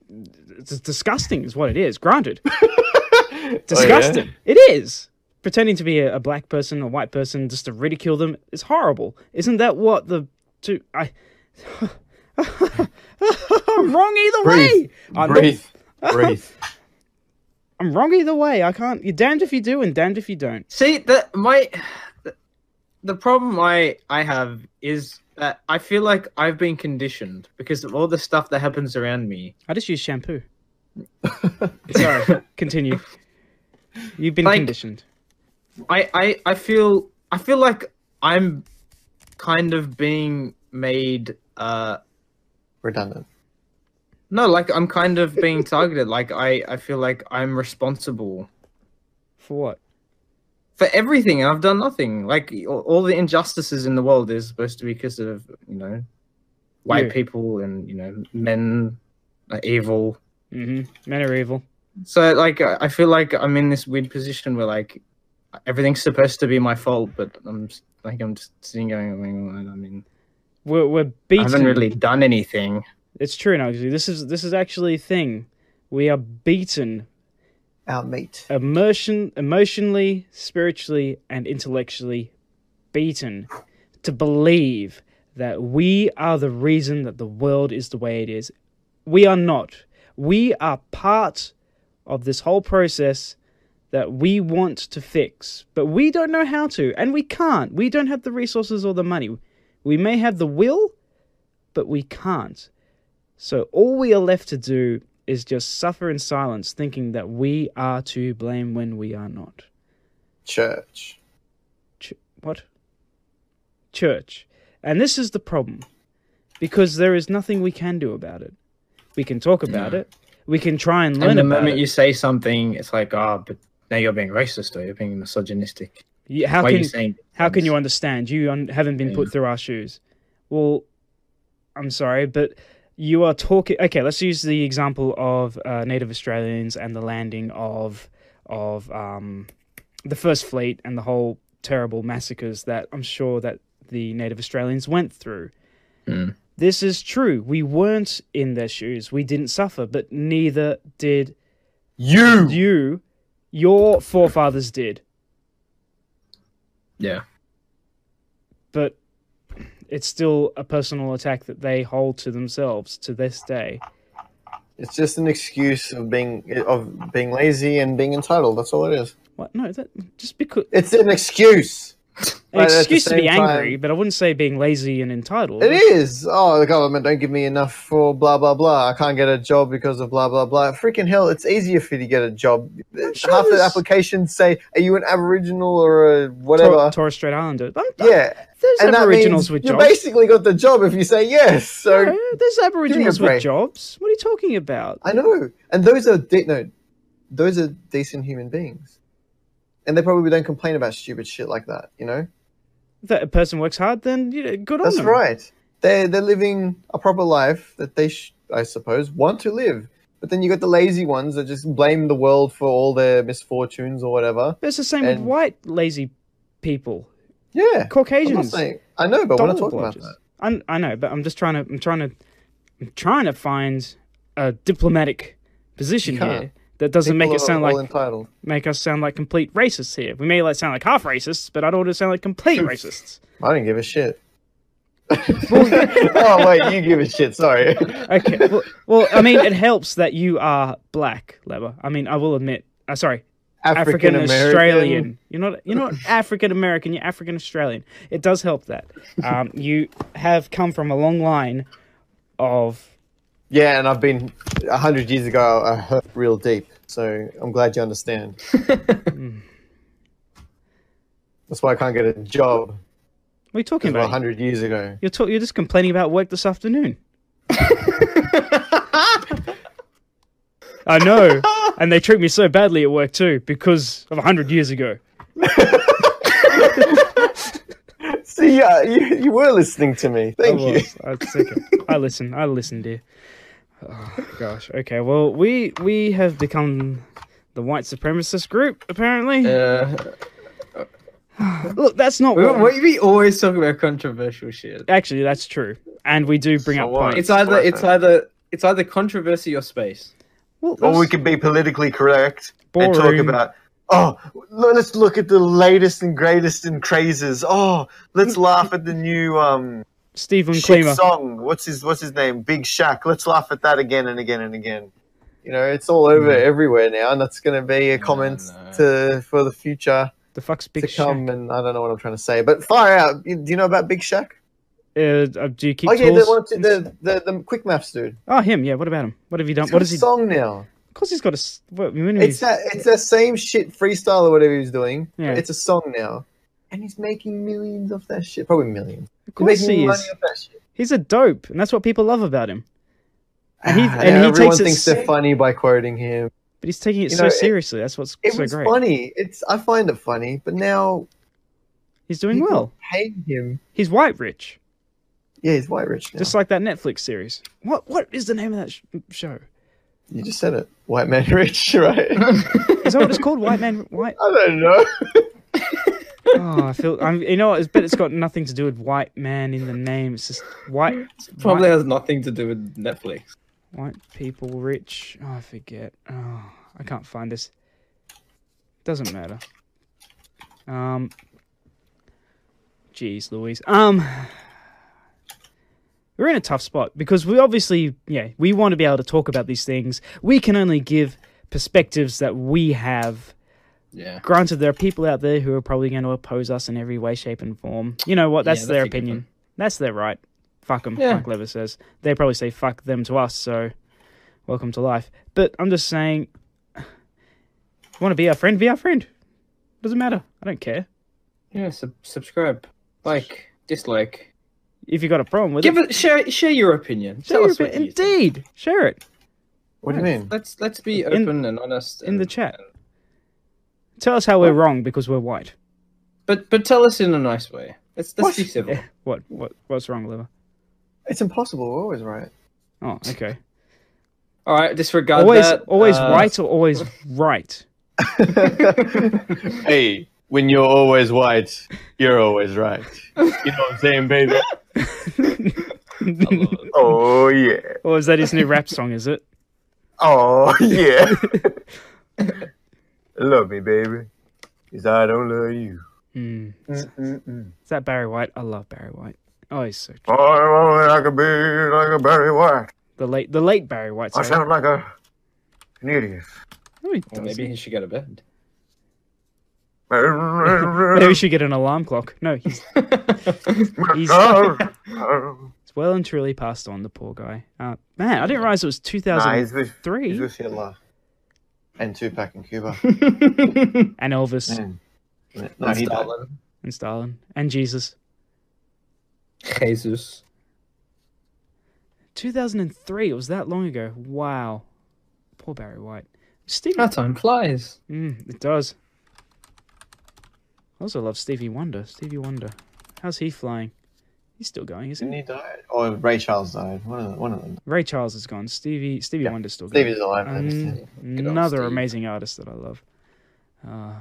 Speaker 2: it's disgusting is what it is. Granted, disgusting
Speaker 1: Oh,
Speaker 2: it is. Pretending to be a, a black person, a white person, just to ridicule them is horrible. Isn't that what the two? I I'm wrong either way. Uh,
Speaker 1: Breathe,
Speaker 2: I'm the-
Speaker 1: breathe, breathe.
Speaker 2: I'm wrong either way. I can't. You're damned if you do and damned if you don't.
Speaker 3: See that my the problem I I have is that I feel like I've been conditioned because of all the stuff that happens around me.
Speaker 2: I just use shampoo. Sorry. Continue. You've been
Speaker 3: Like-
Speaker 2: conditioned.
Speaker 3: I I I feel I feel like I'm kind of being made uh
Speaker 1: Redundant.
Speaker 3: no like I'm kind of being targeted like I I feel like I'm responsible
Speaker 2: For what?
Speaker 3: for everything and I've done nothing like all, all the injustices in the world is supposed to be because of you know white
Speaker 2: Yeah.
Speaker 3: people and you know men are evil
Speaker 2: Mm-hmm. Men are evil.
Speaker 3: So like I I feel like I'm in this weird position where like everything's supposed to be my fault, but I'm s- like I'm just sitting going, I mean, I mean,
Speaker 2: We're we're
Speaker 3: I
Speaker 2: beaten.
Speaker 3: haven't really done anything.
Speaker 2: It's true, now. This is this is actually a thing. We are beaten
Speaker 1: Our mate.
Speaker 2: emotion, emotionally, spiritually, and intellectually beaten to believe that we are the reason that the world is the way it is. We are not. We are part of this whole process that we want to fix, but we don't know how to, and we can't. We don't have the resources or the money. We may have the will, but we can't. So all we are left to do is just suffer in silence, thinking that we are to blame when we are not.
Speaker 1: Church.
Speaker 2: Ch- what? Church. And this is the problem, because there is nothing we can do about it. We can talk about it. We can try and learn
Speaker 3: And the
Speaker 2: about
Speaker 3: moment
Speaker 2: it.
Speaker 3: you say something, it's like, ah, but now you're being racist or you're being misogynistic.
Speaker 2: You- how
Speaker 3: Why are
Speaker 2: can
Speaker 3: you saying?
Speaker 2: how can
Speaker 3: things?
Speaker 2: you understand? You un- haven't been put through our shoes. Well, I'm sorry, but you are talking. Okay, let's use the example of uh, Native Australians and the landing of of um, the first fleet and the whole terrible massacres that I'm sure that the Native Australians went through.
Speaker 3: Hmm.
Speaker 2: This is true. We weren't in their shoes. We didn't suffer, but neither did
Speaker 1: You.
Speaker 2: you. Your forefathers did.
Speaker 3: Yeah.
Speaker 2: but it's still a personal attack that they hold to themselves to this day.
Speaker 1: It's just an excuse of being of being lazy and being entitled. That's all it is.
Speaker 2: What? No, that just because
Speaker 1: It's an excuse.
Speaker 2: An
Speaker 6: But at the
Speaker 2: excuse to be
Speaker 6: same
Speaker 2: angry,
Speaker 6: time-
Speaker 2: but I wouldn't say being lazy and entitled.
Speaker 1: It is. Oh, the government don't give me enough for blah blah blah. I can't get a job because of blah blah blah. Freaking hell! It's easier for you to get a job.
Speaker 2: sure
Speaker 1: Half the
Speaker 2: there's-
Speaker 1: applications say, "Are you an Aboriginal or a
Speaker 2: Tor-
Speaker 1: whatever?"
Speaker 2: Torres Strait Islander. I'm- I'm-
Speaker 1: yeah,
Speaker 2: There's
Speaker 1: and that means
Speaker 2: Aboriginals with
Speaker 1: you
Speaker 2: jobs.
Speaker 1: basically got the job if you say yes. So
Speaker 2: No, there's Aboriginals with
Speaker 1: break.
Speaker 2: jobs. What are you talking about?
Speaker 1: I know, and those are de- no, those are decent human beings, and they probably don't complain about stupid shit like that. You know,
Speaker 2: That a person works hard, then you know, good
Speaker 1: that's
Speaker 2: on them.
Speaker 1: right. They they're living a proper life that they, sh- I suppose, want to live. But then you got the lazy ones that just blame the world for all their misfortunes or whatever.
Speaker 2: But it's the same with
Speaker 1: And-
Speaker 2: white lazy people,
Speaker 1: Yeah, I'm not
Speaker 2: Caucasians,
Speaker 1: saying I know, but we're not
Speaker 2: double
Speaker 1: talking about
Speaker 2: bludgers.
Speaker 1: that.
Speaker 2: I'm- I know, but I'm just trying to. I'm trying to. I'm trying to find a diplomatic position
Speaker 1: You can't.
Speaker 2: here that doesn't
Speaker 1: People
Speaker 2: make it
Speaker 1: are
Speaker 2: sound
Speaker 1: all
Speaker 2: like
Speaker 1: entitled.
Speaker 2: make us sound like complete racists here. We may like sound like half racists, but I don't want to sound like complete racists.
Speaker 1: I don't give a shit. oh wait, you give a shit. Sorry.
Speaker 2: Okay. Well, well, I mean, it helps that you are black, Leber. I mean, I will admit. Uh, sorry, African
Speaker 1: African American.
Speaker 2: Australian. You're not. You're not African American. You're African Australian. It does help that um, you have come from a long line of.
Speaker 1: Yeah, and I've been a hundred years ago. I hurt real deep, so I'm glad you understand.
Speaker 2: Hmm.
Speaker 1: That's why I can't get a job.
Speaker 2: What are you talking
Speaker 1: About
Speaker 2: about?
Speaker 1: hundred years ago.
Speaker 2: You're talk, You're just complaining about work this afternoon. I know, and they treat me so badly at work too because of a hundred years ago.
Speaker 1: See, yeah, you, you were listening to me. Thank
Speaker 2: I
Speaker 1: you.
Speaker 2: was. I, was sick of- I listen. I listen, dear. Oh, gosh. Okay. Well, we we have become the white supremacist group, apparently.
Speaker 3: Uh,
Speaker 2: Look, that's not
Speaker 3: we,
Speaker 2: what.
Speaker 3: we- we always talk about controversial shit.
Speaker 2: Actually, that's true, and we do bring
Speaker 6: So
Speaker 2: up
Speaker 6: what?
Speaker 2: points.
Speaker 3: It's either it's
Speaker 6: Alright,
Speaker 3: either it's either controversy or space.
Speaker 2: well,
Speaker 6: Or we
Speaker 2: that's
Speaker 6: could be politically correct and talk
Speaker 2: boring.
Speaker 6: about. Oh, l- let's look at the latest and greatest in crazes. Oh, let's laugh at the new um
Speaker 2: Stephen
Speaker 6: shit
Speaker 2: Klima.
Speaker 6: song. What's his What's his name? Big Shaq. Let's laugh at that again and again and again.
Speaker 1: You know, it's all over
Speaker 2: Mm.
Speaker 1: everywhere now, and that's going to be a comment to for the future
Speaker 2: The fuck's big
Speaker 1: to come.
Speaker 2: shit.
Speaker 1: And I don't know what I'm trying to say, but fire out. You, do you know about Big Shaq?
Speaker 2: Uh, uh, do you keep
Speaker 1: Oh yeah, the,
Speaker 2: tools?
Speaker 1: one, the, the the quick maps dude.
Speaker 2: Oh, him. Yeah. What about him? What have you done?
Speaker 1: He's
Speaker 2: What
Speaker 1: got
Speaker 2: is
Speaker 1: a
Speaker 2: he? Hmm. Of
Speaker 1: song now?
Speaker 2: course, he's got a. s- What, when
Speaker 1: It's
Speaker 2: he's,
Speaker 1: that it's that same shit freestyle or whatever he was doing.
Speaker 2: Yeah.
Speaker 1: It's a song now. And he's making millions off that shit. Probably millions.
Speaker 2: of
Speaker 1: He's
Speaker 2: course,
Speaker 1: making
Speaker 2: he
Speaker 1: money
Speaker 2: is.
Speaker 1: off that shit.
Speaker 2: He's a dope, and that's what people love about him. And he-
Speaker 1: Ah,
Speaker 2: and he
Speaker 1: everyone
Speaker 2: takes it
Speaker 1: thinks they're
Speaker 2: se-
Speaker 1: funny by quoting him.
Speaker 2: But he's taking it
Speaker 1: You
Speaker 2: so
Speaker 1: know, it-
Speaker 2: seriously. That's what's
Speaker 1: It
Speaker 2: so
Speaker 1: was
Speaker 2: great.
Speaker 1: funny. It's I find it funny, but now
Speaker 2: He's doing
Speaker 1: people
Speaker 2: well.
Speaker 1: hate him.
Speaker 2: He's white rich,
Speaker 1: Yeah, he's white rich now.
Speaker 2: just like that Netflix series. What what is the name of that sh- show?
Speaker 1: you just said it. White man rich, right? I
Speaker 2: Is that what it's called? White man, white.
Speaker 1: don't know.
Speaker 2: Oh, I feel. I'm, you know, what? I bet it's got nothing to do with white man in the name. It's just white,
Speaker 3: Probably
Speaker 2: white,
Speaker 3: has nothing to do with Netflix.
Speaker 2: white people rich. Oh, I forget. Oh, I can't find this. Doesn't matter. Um. Jeez, Louise. Um. we're in a tough spot because we obviously, yeah, we want to be able to talk about these things. We can only give perspectives that we have.
Speaker 3: Yeah.
Speaker 2: Granted, there are people out there who are probably going to oppose us in every way, shape, and form. You know what? That's,
Speaker 3: that's
Speaker 2: their
Speaker 3: a good
Speaker 2: opinion.
Speaker 3: one.
Speaker 2: That's their right. Fuck them,
Speaker 3: Yeah.
Speaker 2: like Lever says. They probably say fuck them to us, so welcome to life. But I'm just saying, you want to be our friend? Be our friend. Doesn't matter. I don't care.
Speaker 3: Yeah. Sub- subscribe, like, dislike.
Speaker 2: If you got a problem with
Speaker 3: Give
Speaker 2: it,
Speaker 3: it share share your opinion.
Speaker 2: share
Speaker 3: Tell
Speaker 2: your
Speaker 3: us what
Speaker 2: opinion.
Speaker 3: you think.
Speaker 2: Indeed, share it.
Speaker 1: What do you mean?
Speaker 3: Let's let's be
Speaker 2: In-
Speaker 3: open and honest
Speaker 2: in the
Speaker 3: and-
Speaker 2: chat.
Speaker 3: and-
Speaker 2: Tell us how we're wrong because we're white.
Speaker 3: but but tell us in a nice way. Let's let's be civil.
Speaker 2: Yeah. What? What? What's wrong, Liver?
Speaker 1: It's impossible. We're always right.
Speaker 2: Oh, okay.
Speaker 3: All right. Disregard
Speaker 2: Always,
Speaker 3: that.
Speaker 2: always
Speaker 3: uh,
Speaker 2: white or always right.
Speaker 5: Hey, when you're always white, you're always right. You know what I'm saying, baby?
Speaker 6: Oh yeah.
Speaker 2: Or is that his new rap song? Is it?
Speaker 6: Oh yeah. love me, baby. Cause I don't love you.
Speaker 2: Mm.
Speaker 6: Mm-mm-mm.
Speaker 2: Is that Barry White? I love Barry White. Oh, he's so
Speaker 6: Oh, I want like a bee, like a Barry White.
Speaker 2: the late, the late Barry White.
Speaker 6: I
Speaker 2: sorry.
Speaker 6: sound like a an idiot.
Speaker 2: No, he doesn't.
Speaker 3: Well, maybe he should go to bed.
Speaker 2: Maybe we should get an alarm clock. No, he's he's,
Speaker 6: Oh,
Speaker 2: it's well and truly passed on. The poor guy. Uh, man, I didn't realize it was two
Speaker 6: Nah,
Speaker 2: thousand
Speaker 6: he's with,
Speaker 2: three
Speaker 6: he's with Hitler.
Speaker 5: And Tupac in Cuba.
Speaker 2: and Elvis
Speaker 6: Man. No,
Speaker 5: That's
Speaker 6: he died.
Speaker 5: Stalin.
Speaker 2: and Stalin and Jesus.
Speaker 3: Jesus.
Speaker 2: Two thousand and three. It was that long ago. Wow. Poor Barry White. Stevie.
Speaker 3: That time flies.
Speaker 2: Mm, it does. I also love Stevie Wonder. Stevie Wonder. How's he flying? He's still going, isn't
Speaker 5: Didn't
Speaker 2: he?
Speaker 5: he die?
Speaker 6: Or Oh, Ray Charles died. One of, the, one of them.
Speaker 2: Ray Charles is gone. Stevie Stevie Wonder's still going.
Speaker 5: Stevie's alive. I
Speaker 2: Um,
Speaker 5: understand.
Speaker 2: Another
Speaker 5: Steve.
Speaker 2: amazing artist that I love. Uh,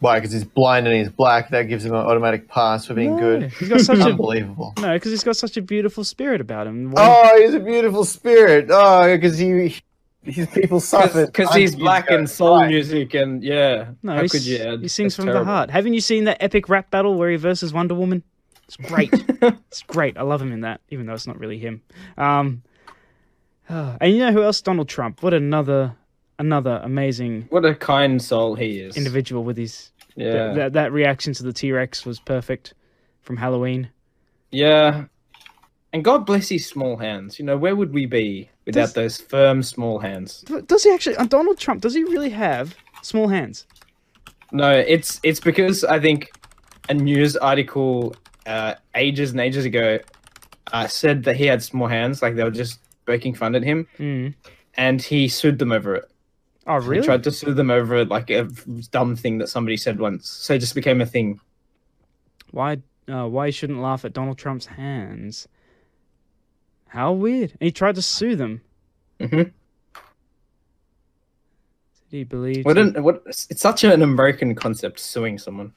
Speaker 5: Why? Because he's blind and he's black. That gives him an automatic pass for being
Speaker 2: no,
Speaker 5: good.
Speaker 2: He's got such a
Speaker 5: Unbelievable.
Speaker 2: no, because he's got such a beautiful spirit about him. Why-
Speaker 5: Oh, he's a beautiful spirit. Oh, because he, his people suffered.
Speaker 3: Because
Speaker 5: I
Speaker 3: he's
Speaker 5: think
Speaker 3: black
Speaker 5: got
Speaker 3: and
Speaker 5: it
Speaker 3: soul
Speaker 5: right.
Speaker 3: music, and yeah.
Speaker 2: no,
Speaker 3: How
Speaker 2: he
Speaker 3: could
Speaker 2: s-
Speaker 3: you add?
Speaker 2: He sings
Speaker 3: That's
Speaker 2: from
Speaker 3: terrible.
Speaker 2: the heart. Haven't you seen that epic rap battle where he versus Wonder Woman? It's great. it's great. I love him in that, even though it's not really him. Um, ah, and you know who else? Donald Trump. What another another amazing
Speaker 3: What a kind soul he is.
Speaker 2: individual with his
Speaker 3: Yeah.
Speaker 2: that that reaction to the T Rex was perfect from Halloween.
Speaker 3: Yeah. And God bless his small hands. You know, where would we be without
Speaker 2: Does-
Speaker 3: those firm small hands?
Speaker 2: But does he actually? uh, Donald Trump? Does he really have small hands?
Speaker 3: No, it's it's because I think a news article uh, ages and ages ago uh, said that he had small hands, like they were just poking fun at him,
Speaker 2: Mm.
Speaker 3: and he sued them over it.
Speaker 2: Oh,
Speaker 3: He
Speaker 2: really?
Speaker 3: tried to sue them over like a dumb thing that somebody said once, so it just became a thing.
Speaker 2: Why? Uh, why you shouldn't laugh at Donald Trump's hands? How weird! And he tried to sue them.
Speaker 3: hmm
Speaker 2: Did he believe?
Speaker 3: What an what? It's such an American concept, suing someone.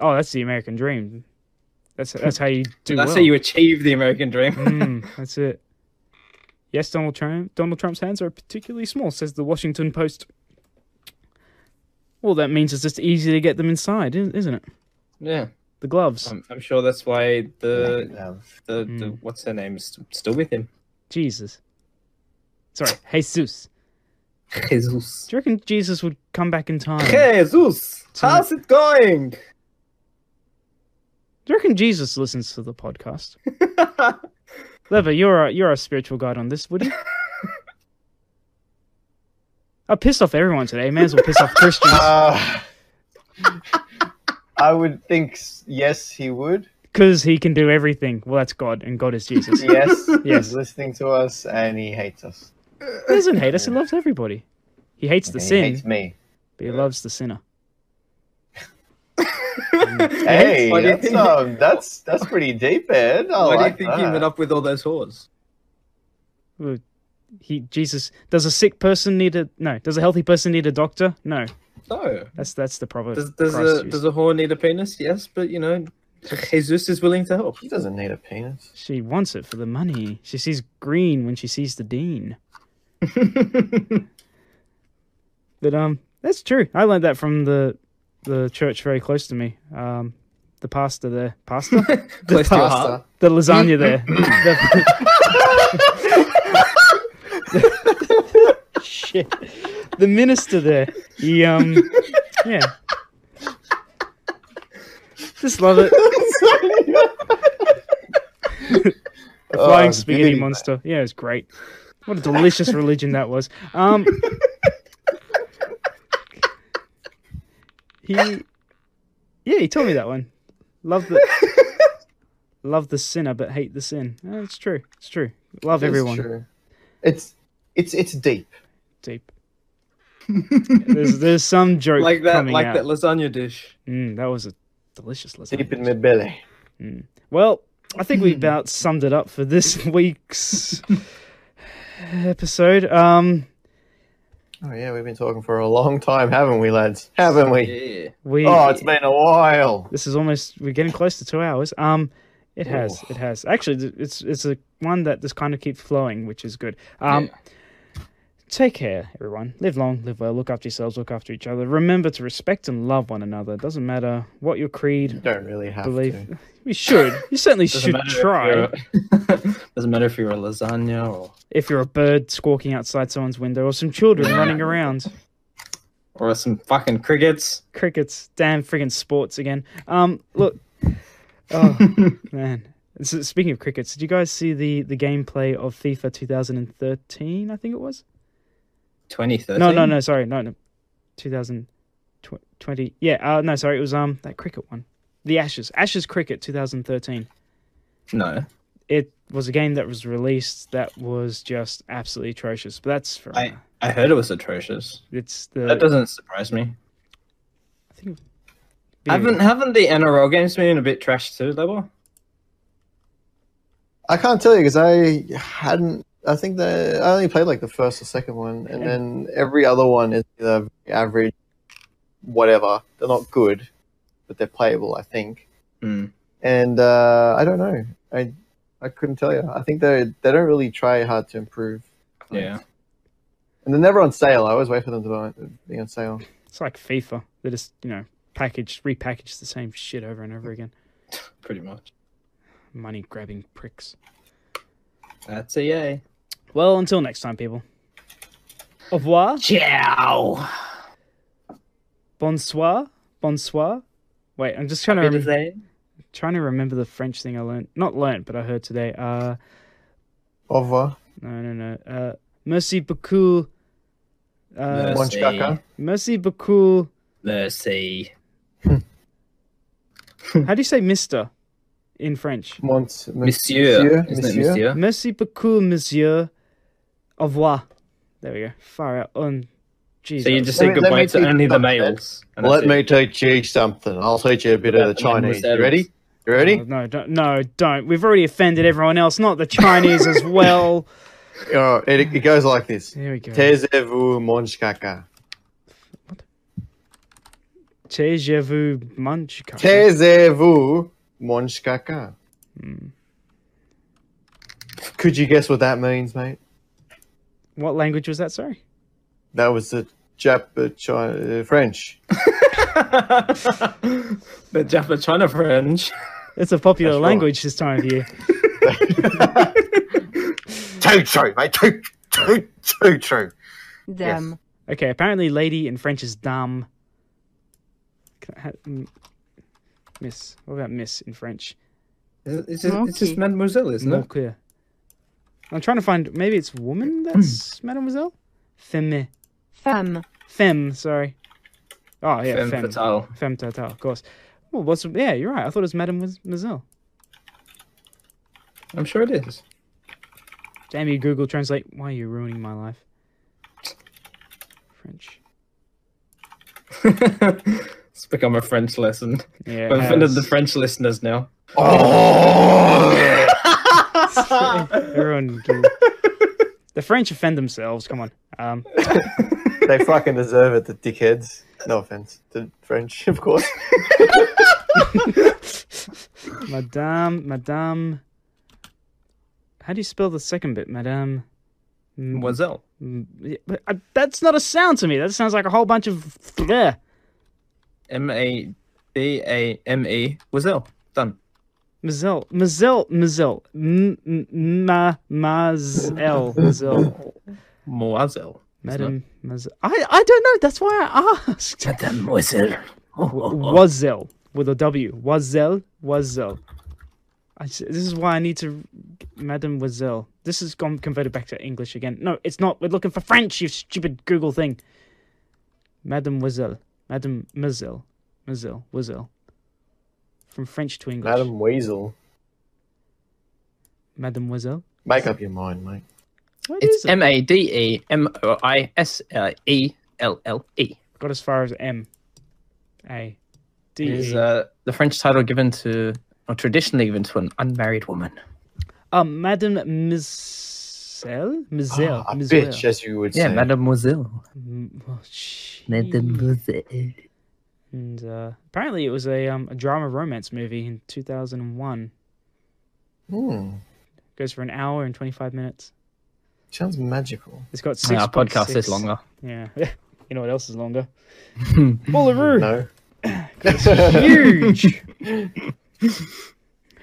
Speaker 2: Oh, that's the American dream. That's that's how you do.
Speaker 3: That's
Speaker 2: well.
Speaker 3: how you achieve the American dream.
Speaker 2: Mm, that's it. Yes, Donald Trump. Donald Trump's hands are particularly small, says the Washington Post. Well, that means it's just easy to get them inside, i- isn't it?
Speaker 3: yeah.
Speaker 2: The gloves.
Speaker 3: I'm, I'm sure that's why the
Speaker 5: Um,
Speaker 3: the, the
Speaker 2: Mm.
Speaker 3: what's her name is still with him.
Speaker 2: Jesus. Sorry, Jesus.
Speaker 3: Jesus.
Speaker 2: Do you reckon Jesus would come back in time? Do
Speaker 3: Jesus, how's it going?
Speaker 2: you reckon Jesus listens to the podcast? Lever, you're a, you're a spiritual guide on this, would you? I pissed off everyone today. May as well piss off Christians.
Speaker 6: Uh, I would think s- yes, he would.
Speaker 2: Because he can do everything. Well, that's God, and God is Jesus.
Speaker 6: Yes,
Speaker 2: Yes.
Speaker 6: he's listening to us and he hates us.
Speaker 2: He doesn't hate us. He loves everybody. He hates the
Speaker 6: And he
Speaker 2: sin,
Speaker 6: hates me.
Speaker 2: but he loves the sinner.
Speaker 6: Hey,
Speaker 3: Why do you
Speaker 6: that's,
Speaker 3: think-
Speaker 6: um, that's that's pretty deep, Ed. I
Speaker 3: Why
Speaker 6: like
Speaker 3: do you think he
Speaker 6: that.
Speaker 3: met up with all those whores?
Speaker 2: He Jesus does a sick person need a no? Does a healthy person need a doctor? No.
Speaker 3: No.
Speaker 2: That's that's the proverb.
Speaker 3: Does does
Speaker 2: Christ
Speaker 3: a
Speaker 2: used.
Speaker 3: does a whore need a penis? Yes, but you know, Jesus is willing to help.
Speaker 5: he doesn't need a penis.
Speaker 2: she wants it for the money. She sees green when she sees the dean. But um, that's true. I learned that from the the church very close to me. Um, the pastor there, pastor,
Speaker 3: Close to your heart.
Speaker 5: Pasta.
Speaker 2: the lasagna there. The- Shit. The minister there. He um yeah. Just love it. the flying
Speaker 5: Oh,
Speaker 2: spaghetti
Speaker 5: goody.
Speaker 2: monster. Yeah, it was great. What a delicious religion that was. Um He Yeah, he told me that one. Love the Love the sinner but hate the sin. Oh, it's true. It's true. Love
Speaker 5: That's
Speaker 2: everyone.
Speaker 5: true. It's it's it's deep.
Speaker 2: deep. there's there's some joke
Speaker 3: Like that,
Speaker 2: coming
Speaker 3: like
Speaker 2: out.
Speaker 3: that lasagna dish.
Speaker 2: Mm, that was a delicious lasagna.
Speaker 5: Deep in my belly.
Speaker 2: Well, I think
Speaker 3: Hmm.
Speaker 2: we about summed it up for this week's episode. Um,
Speaker 5: Oh yeah, we've been talking for a long time, haven't we, lads? Haven't we?
Speaker 3: Yeah.
Speaker 2: we
Speaker 5: Oh, it's been a while.
Speaker 2: this is almost we're getting close to two hours. Um, it has, it has. Actually, th- it's it's a one that just kind of keeps flowing, which is good. Um,
Speaker 3: Yeah.
Speaker 2: take care, everyone. Live long, live well. Look after yourselves, look after each other. Remember to respect and love one another. It doesn't matter what your creed,
Speaker 5: Don't really have to.
Speaker 2: believe we should. You certainly
Speaker 3: Doesn't
Speaker 2: should
Speaker 3: matter if
Speaker 2: try.
Speaker 3: you're a- Doesn't matter if you're a lasagna or
Speaker 2: If you're a bird squawking outside someone's window or some children running around,
Speaker 3: Or some fucking crickets.
Speaker 2: Crickets, damn friggin' sports again. Um, look, oh man. S- Speaking of crickets, did you guys see the the gameplay of FIFA 2013? I think it was.
Speaker 3: 2013.
Speaker 2: No, no, no. Sorry, no, no. 2020. Yeah. Uh, no, sorry. It was um that cricket one, the Ashes, Ashes cricket 2013.
Speaker 3: No.
Speaker 2: It was a game that was released that was just absolutely atrocious. But that's for
Speaker 3: I- I heard it was atrocious.
Speaker 2: it's the
Speaker 3: That doesn't surprise me.
Speaker 2: I think,
Speaker 3: Haven't haven't the NRL games been a bit trash too, level?
Speaker 5: I can't tell you because I hadn't. I think that I only played like the first or second one, and then every other one is either average, whatever. They're not good, but they're playable. I think.
Speaker 3: Mm.
Speaker 5: and uh, I don't know. I I couldn't tell you. I think they they don't really try hard to improve.
Speaker 3: Yeah.
Speaker 5: And they're never on sale. I always wait for them to be- be on sale.
Speaker 2: It's like FIFA. They just you know package repackage the same shit over and over again.
Speaker 3: Pretty much.
Speaker 2: Money grabbing pricks.
Speaker 3: That's a yay.
Speaker 2: Well, until next time, people. Au revoir.
Speaker 3: Ciao.
Speaker 2: Bonsoir. Bonsoir. Wait, I'm just trying to remember. trying to remember the French thing I learned. Not learned, but I heard today. Uh,
Speaker 5: Over
Speaker 2: no, no, no. Uh, merci beaucoup. Uh,
Speaker 5: Merci.
Speaker 2: merci beaucoup.
Speaker 3: Mercy.
Speaker 2: How do you say Mister in French?
Speaker 5: Mons,
Speaker 3: Monsieur. Isn't it Monsieur?
Speaker 2: Merci beaucoup, Monsieur. Au revoir. There we go. Far out. On. Jesus.
Speaker 3: So you just
Speaker 5: Let
Speaker 3: say
Speaker 5: me- let
Speaker 3: goodbye
Speaker 5: me
Speaker 3: to
Speaker 5: teach
Speaker 3: only
Speaker 5: you
Speaker 3: the
Speaker 5: something.
Speaker 3: males. and that's
Speaker 5: Let
Speaker 3: it.
Speaker 5: me teach you something. I'll teach you a bit
Speaker 3: What about
Speaker 5: of the
Speaker 3: the
Speaker 5: Chinese.
Speaker 3: Mademoiselle?
Speaker 5: You ready?
Speaker 2: Oh,
Speaker 5: You ready?
Speaker 2: no, don't, no, don't. We've already offended everyone else, not the Chinese as well.
Speaker 5: All right, it, it goes like this.
Speaker 2: Here we go.
Speaker 5: Taisez-vous, mons caca.
Speaker 2: Teja vu munchka.
Speaker 5: Taisez-vous, mons caca.
Speaker 3: Hmm.
Speaker 5: Could you guess what that means, mate?
Speaker 2: What language was that? Sorry.
Speaker 5: That was the Jap uh, Chi- uh, French.
Speaker 3: the Jaffa China Fringe.
Speaker 2: It's a popular
Speaker 5: That's right.
Speaker 2: language this time of year.
Speaker 1: Too true, mate. Too, too, too true.
Speaker 7: Damn.
Speaker 2: Okay, apparently lady in French is dame. Can I ha- m- Miss. What about miss in French?
Speaker 3: It's
Speaker 7: just- it's just Okay.
Speaker 3: Mademoiselle,
Speaker 2: More clear. I'm trying to find. Maybe it's woman that's mademoiselle? Femme.
Speaker 7: Femme.
Speaker 2: Femme, sorry. Oh, yeah,
Speaker 3: Femme
Speaker 2: femme. Femme,
Speaker 3: fatale.
Speaker 2: fatale, of course. Well, what's. Yeah, you're right. I thought it was mademoiselle.
Speaker 3: I'm sure it is.
Speaker 2: Jamie, Google Translate. Why are you ruining my life? French.
Speaker 3: it's become a French lesson.
Speaker 2: Yeah. it
Speaker 3: We've offended
Speaker 2: has.
Speaker 3: the French listeners now.
Speaker 2: Everyone. can- the French offend themselves. Come on. Um,
Speaker 5: they fucking deserve it, the dickheads. No offense to French, of course.
Speaker 2: Madame, Madame. How do you spell the second bit, Madame? M-
Speaker 3: Mademoiselle.
Speaker 2: m- yeah, but, uh, that's not a sound to me. That sounds like a whole bunch of. Yeah.
Speaker 3: M A B A M E. Mademoiselle. Done.
Speaker 2: Mazel, Mazel, Mazel, M- M- Ma, Mazel, Mazel,
Speaker 3: Moiselle.
Speaker 2: Madame, Mazel. I, I don't know. That's why I asked.
Speaker 3: Mademoiselle.
Speaker 2: Wazel with a W. Wazel, Wazel. I, s- this is why I need to, Madam Wazel. This has gone converted back to English again. No, it's not. We're looking for French. You stupid Google thing. Madam Wazel, Madam Mazel, Mazel, Wazel. From French to English.
Speaker 5: Madam Weasel.
Speaker 2: Madam Wazel.
Speaker 5: Make up your mind, mate.
Speaker 2: What
Speaker 3: It's
Speaker 2: is it?
Speaker 3: M A D E M O I S L E L L E.
Speaker 2: Got as far as M. A. D.
Speaker 3: Is
Speaker 2: E.
Speaker 3: uh, the French title given to, or traditionally given to, an unmarried woman?
Speaker 2: Um, Madam Mazel, Mazel,
Speaker 5: Ah, a
Speaker 2: Mazel.
Speaker 5: bitch, as you would
Speaker 3: Yeah,
Speaker 5: say.
Speaker 3: Mademoiselle.
Speaker 2: M- oh, shit.
Speaker 3: Mademoiselle.
Speaker 2: and uh, apparently it was a um, a drama romance movie in 2001.
Speaker 5: Hmm,
Speaker 2: goes for an hour and 25 minutes.
Speaker 5: sounds magical.
Speaker 2: It's got six.
Speaker 3: Yeah, Our podcast
Speaker 2: 6.
Speaker 3: is longer.
Speaker 2: Yeah, you know what else is longer? Wallaroo.
Speaker 5: No.
Speaker 2: huge.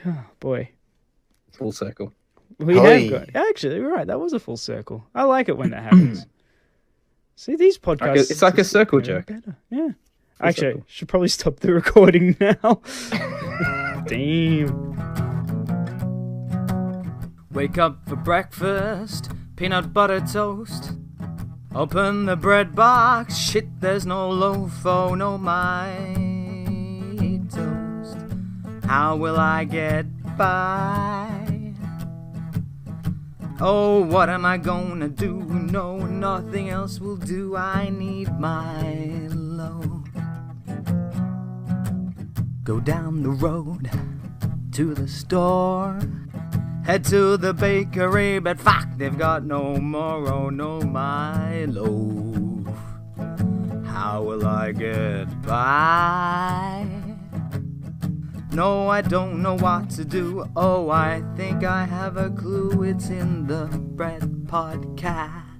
Speaker 2: oh boy,
Speaker 3: Full circle.
Speaker 2: we
Speaker 5: Hoi.
Speaker 2: have got actually. You're right. That was a full circle. I like it when that happens. See these podcasts.
Speaker 8: Like a- it's like a
Speaker 2: just
Speaker 8: circle
Speaker 2: getting
Speaker 8: jerk.
Speaker 2: better. Yeah. Actually,
Speaker 8: circle.
Speaker 2: should probably stop the recording now. Damn.
Speaker 3: Wake up for breakfast, peanut butter toast. Open the bread box, shit, there's no loaf, oh no, my toast. How will I get by? Oh, what am I gonna do? No, nothing else will do. I need my loaf. Go down the road to the store. Head to the bakery, but fuck, they've got no more. Oh no, my loaf. How will I get by? No, I don't know what to do. Oh, I think I have a clue. It's in the bread podcast.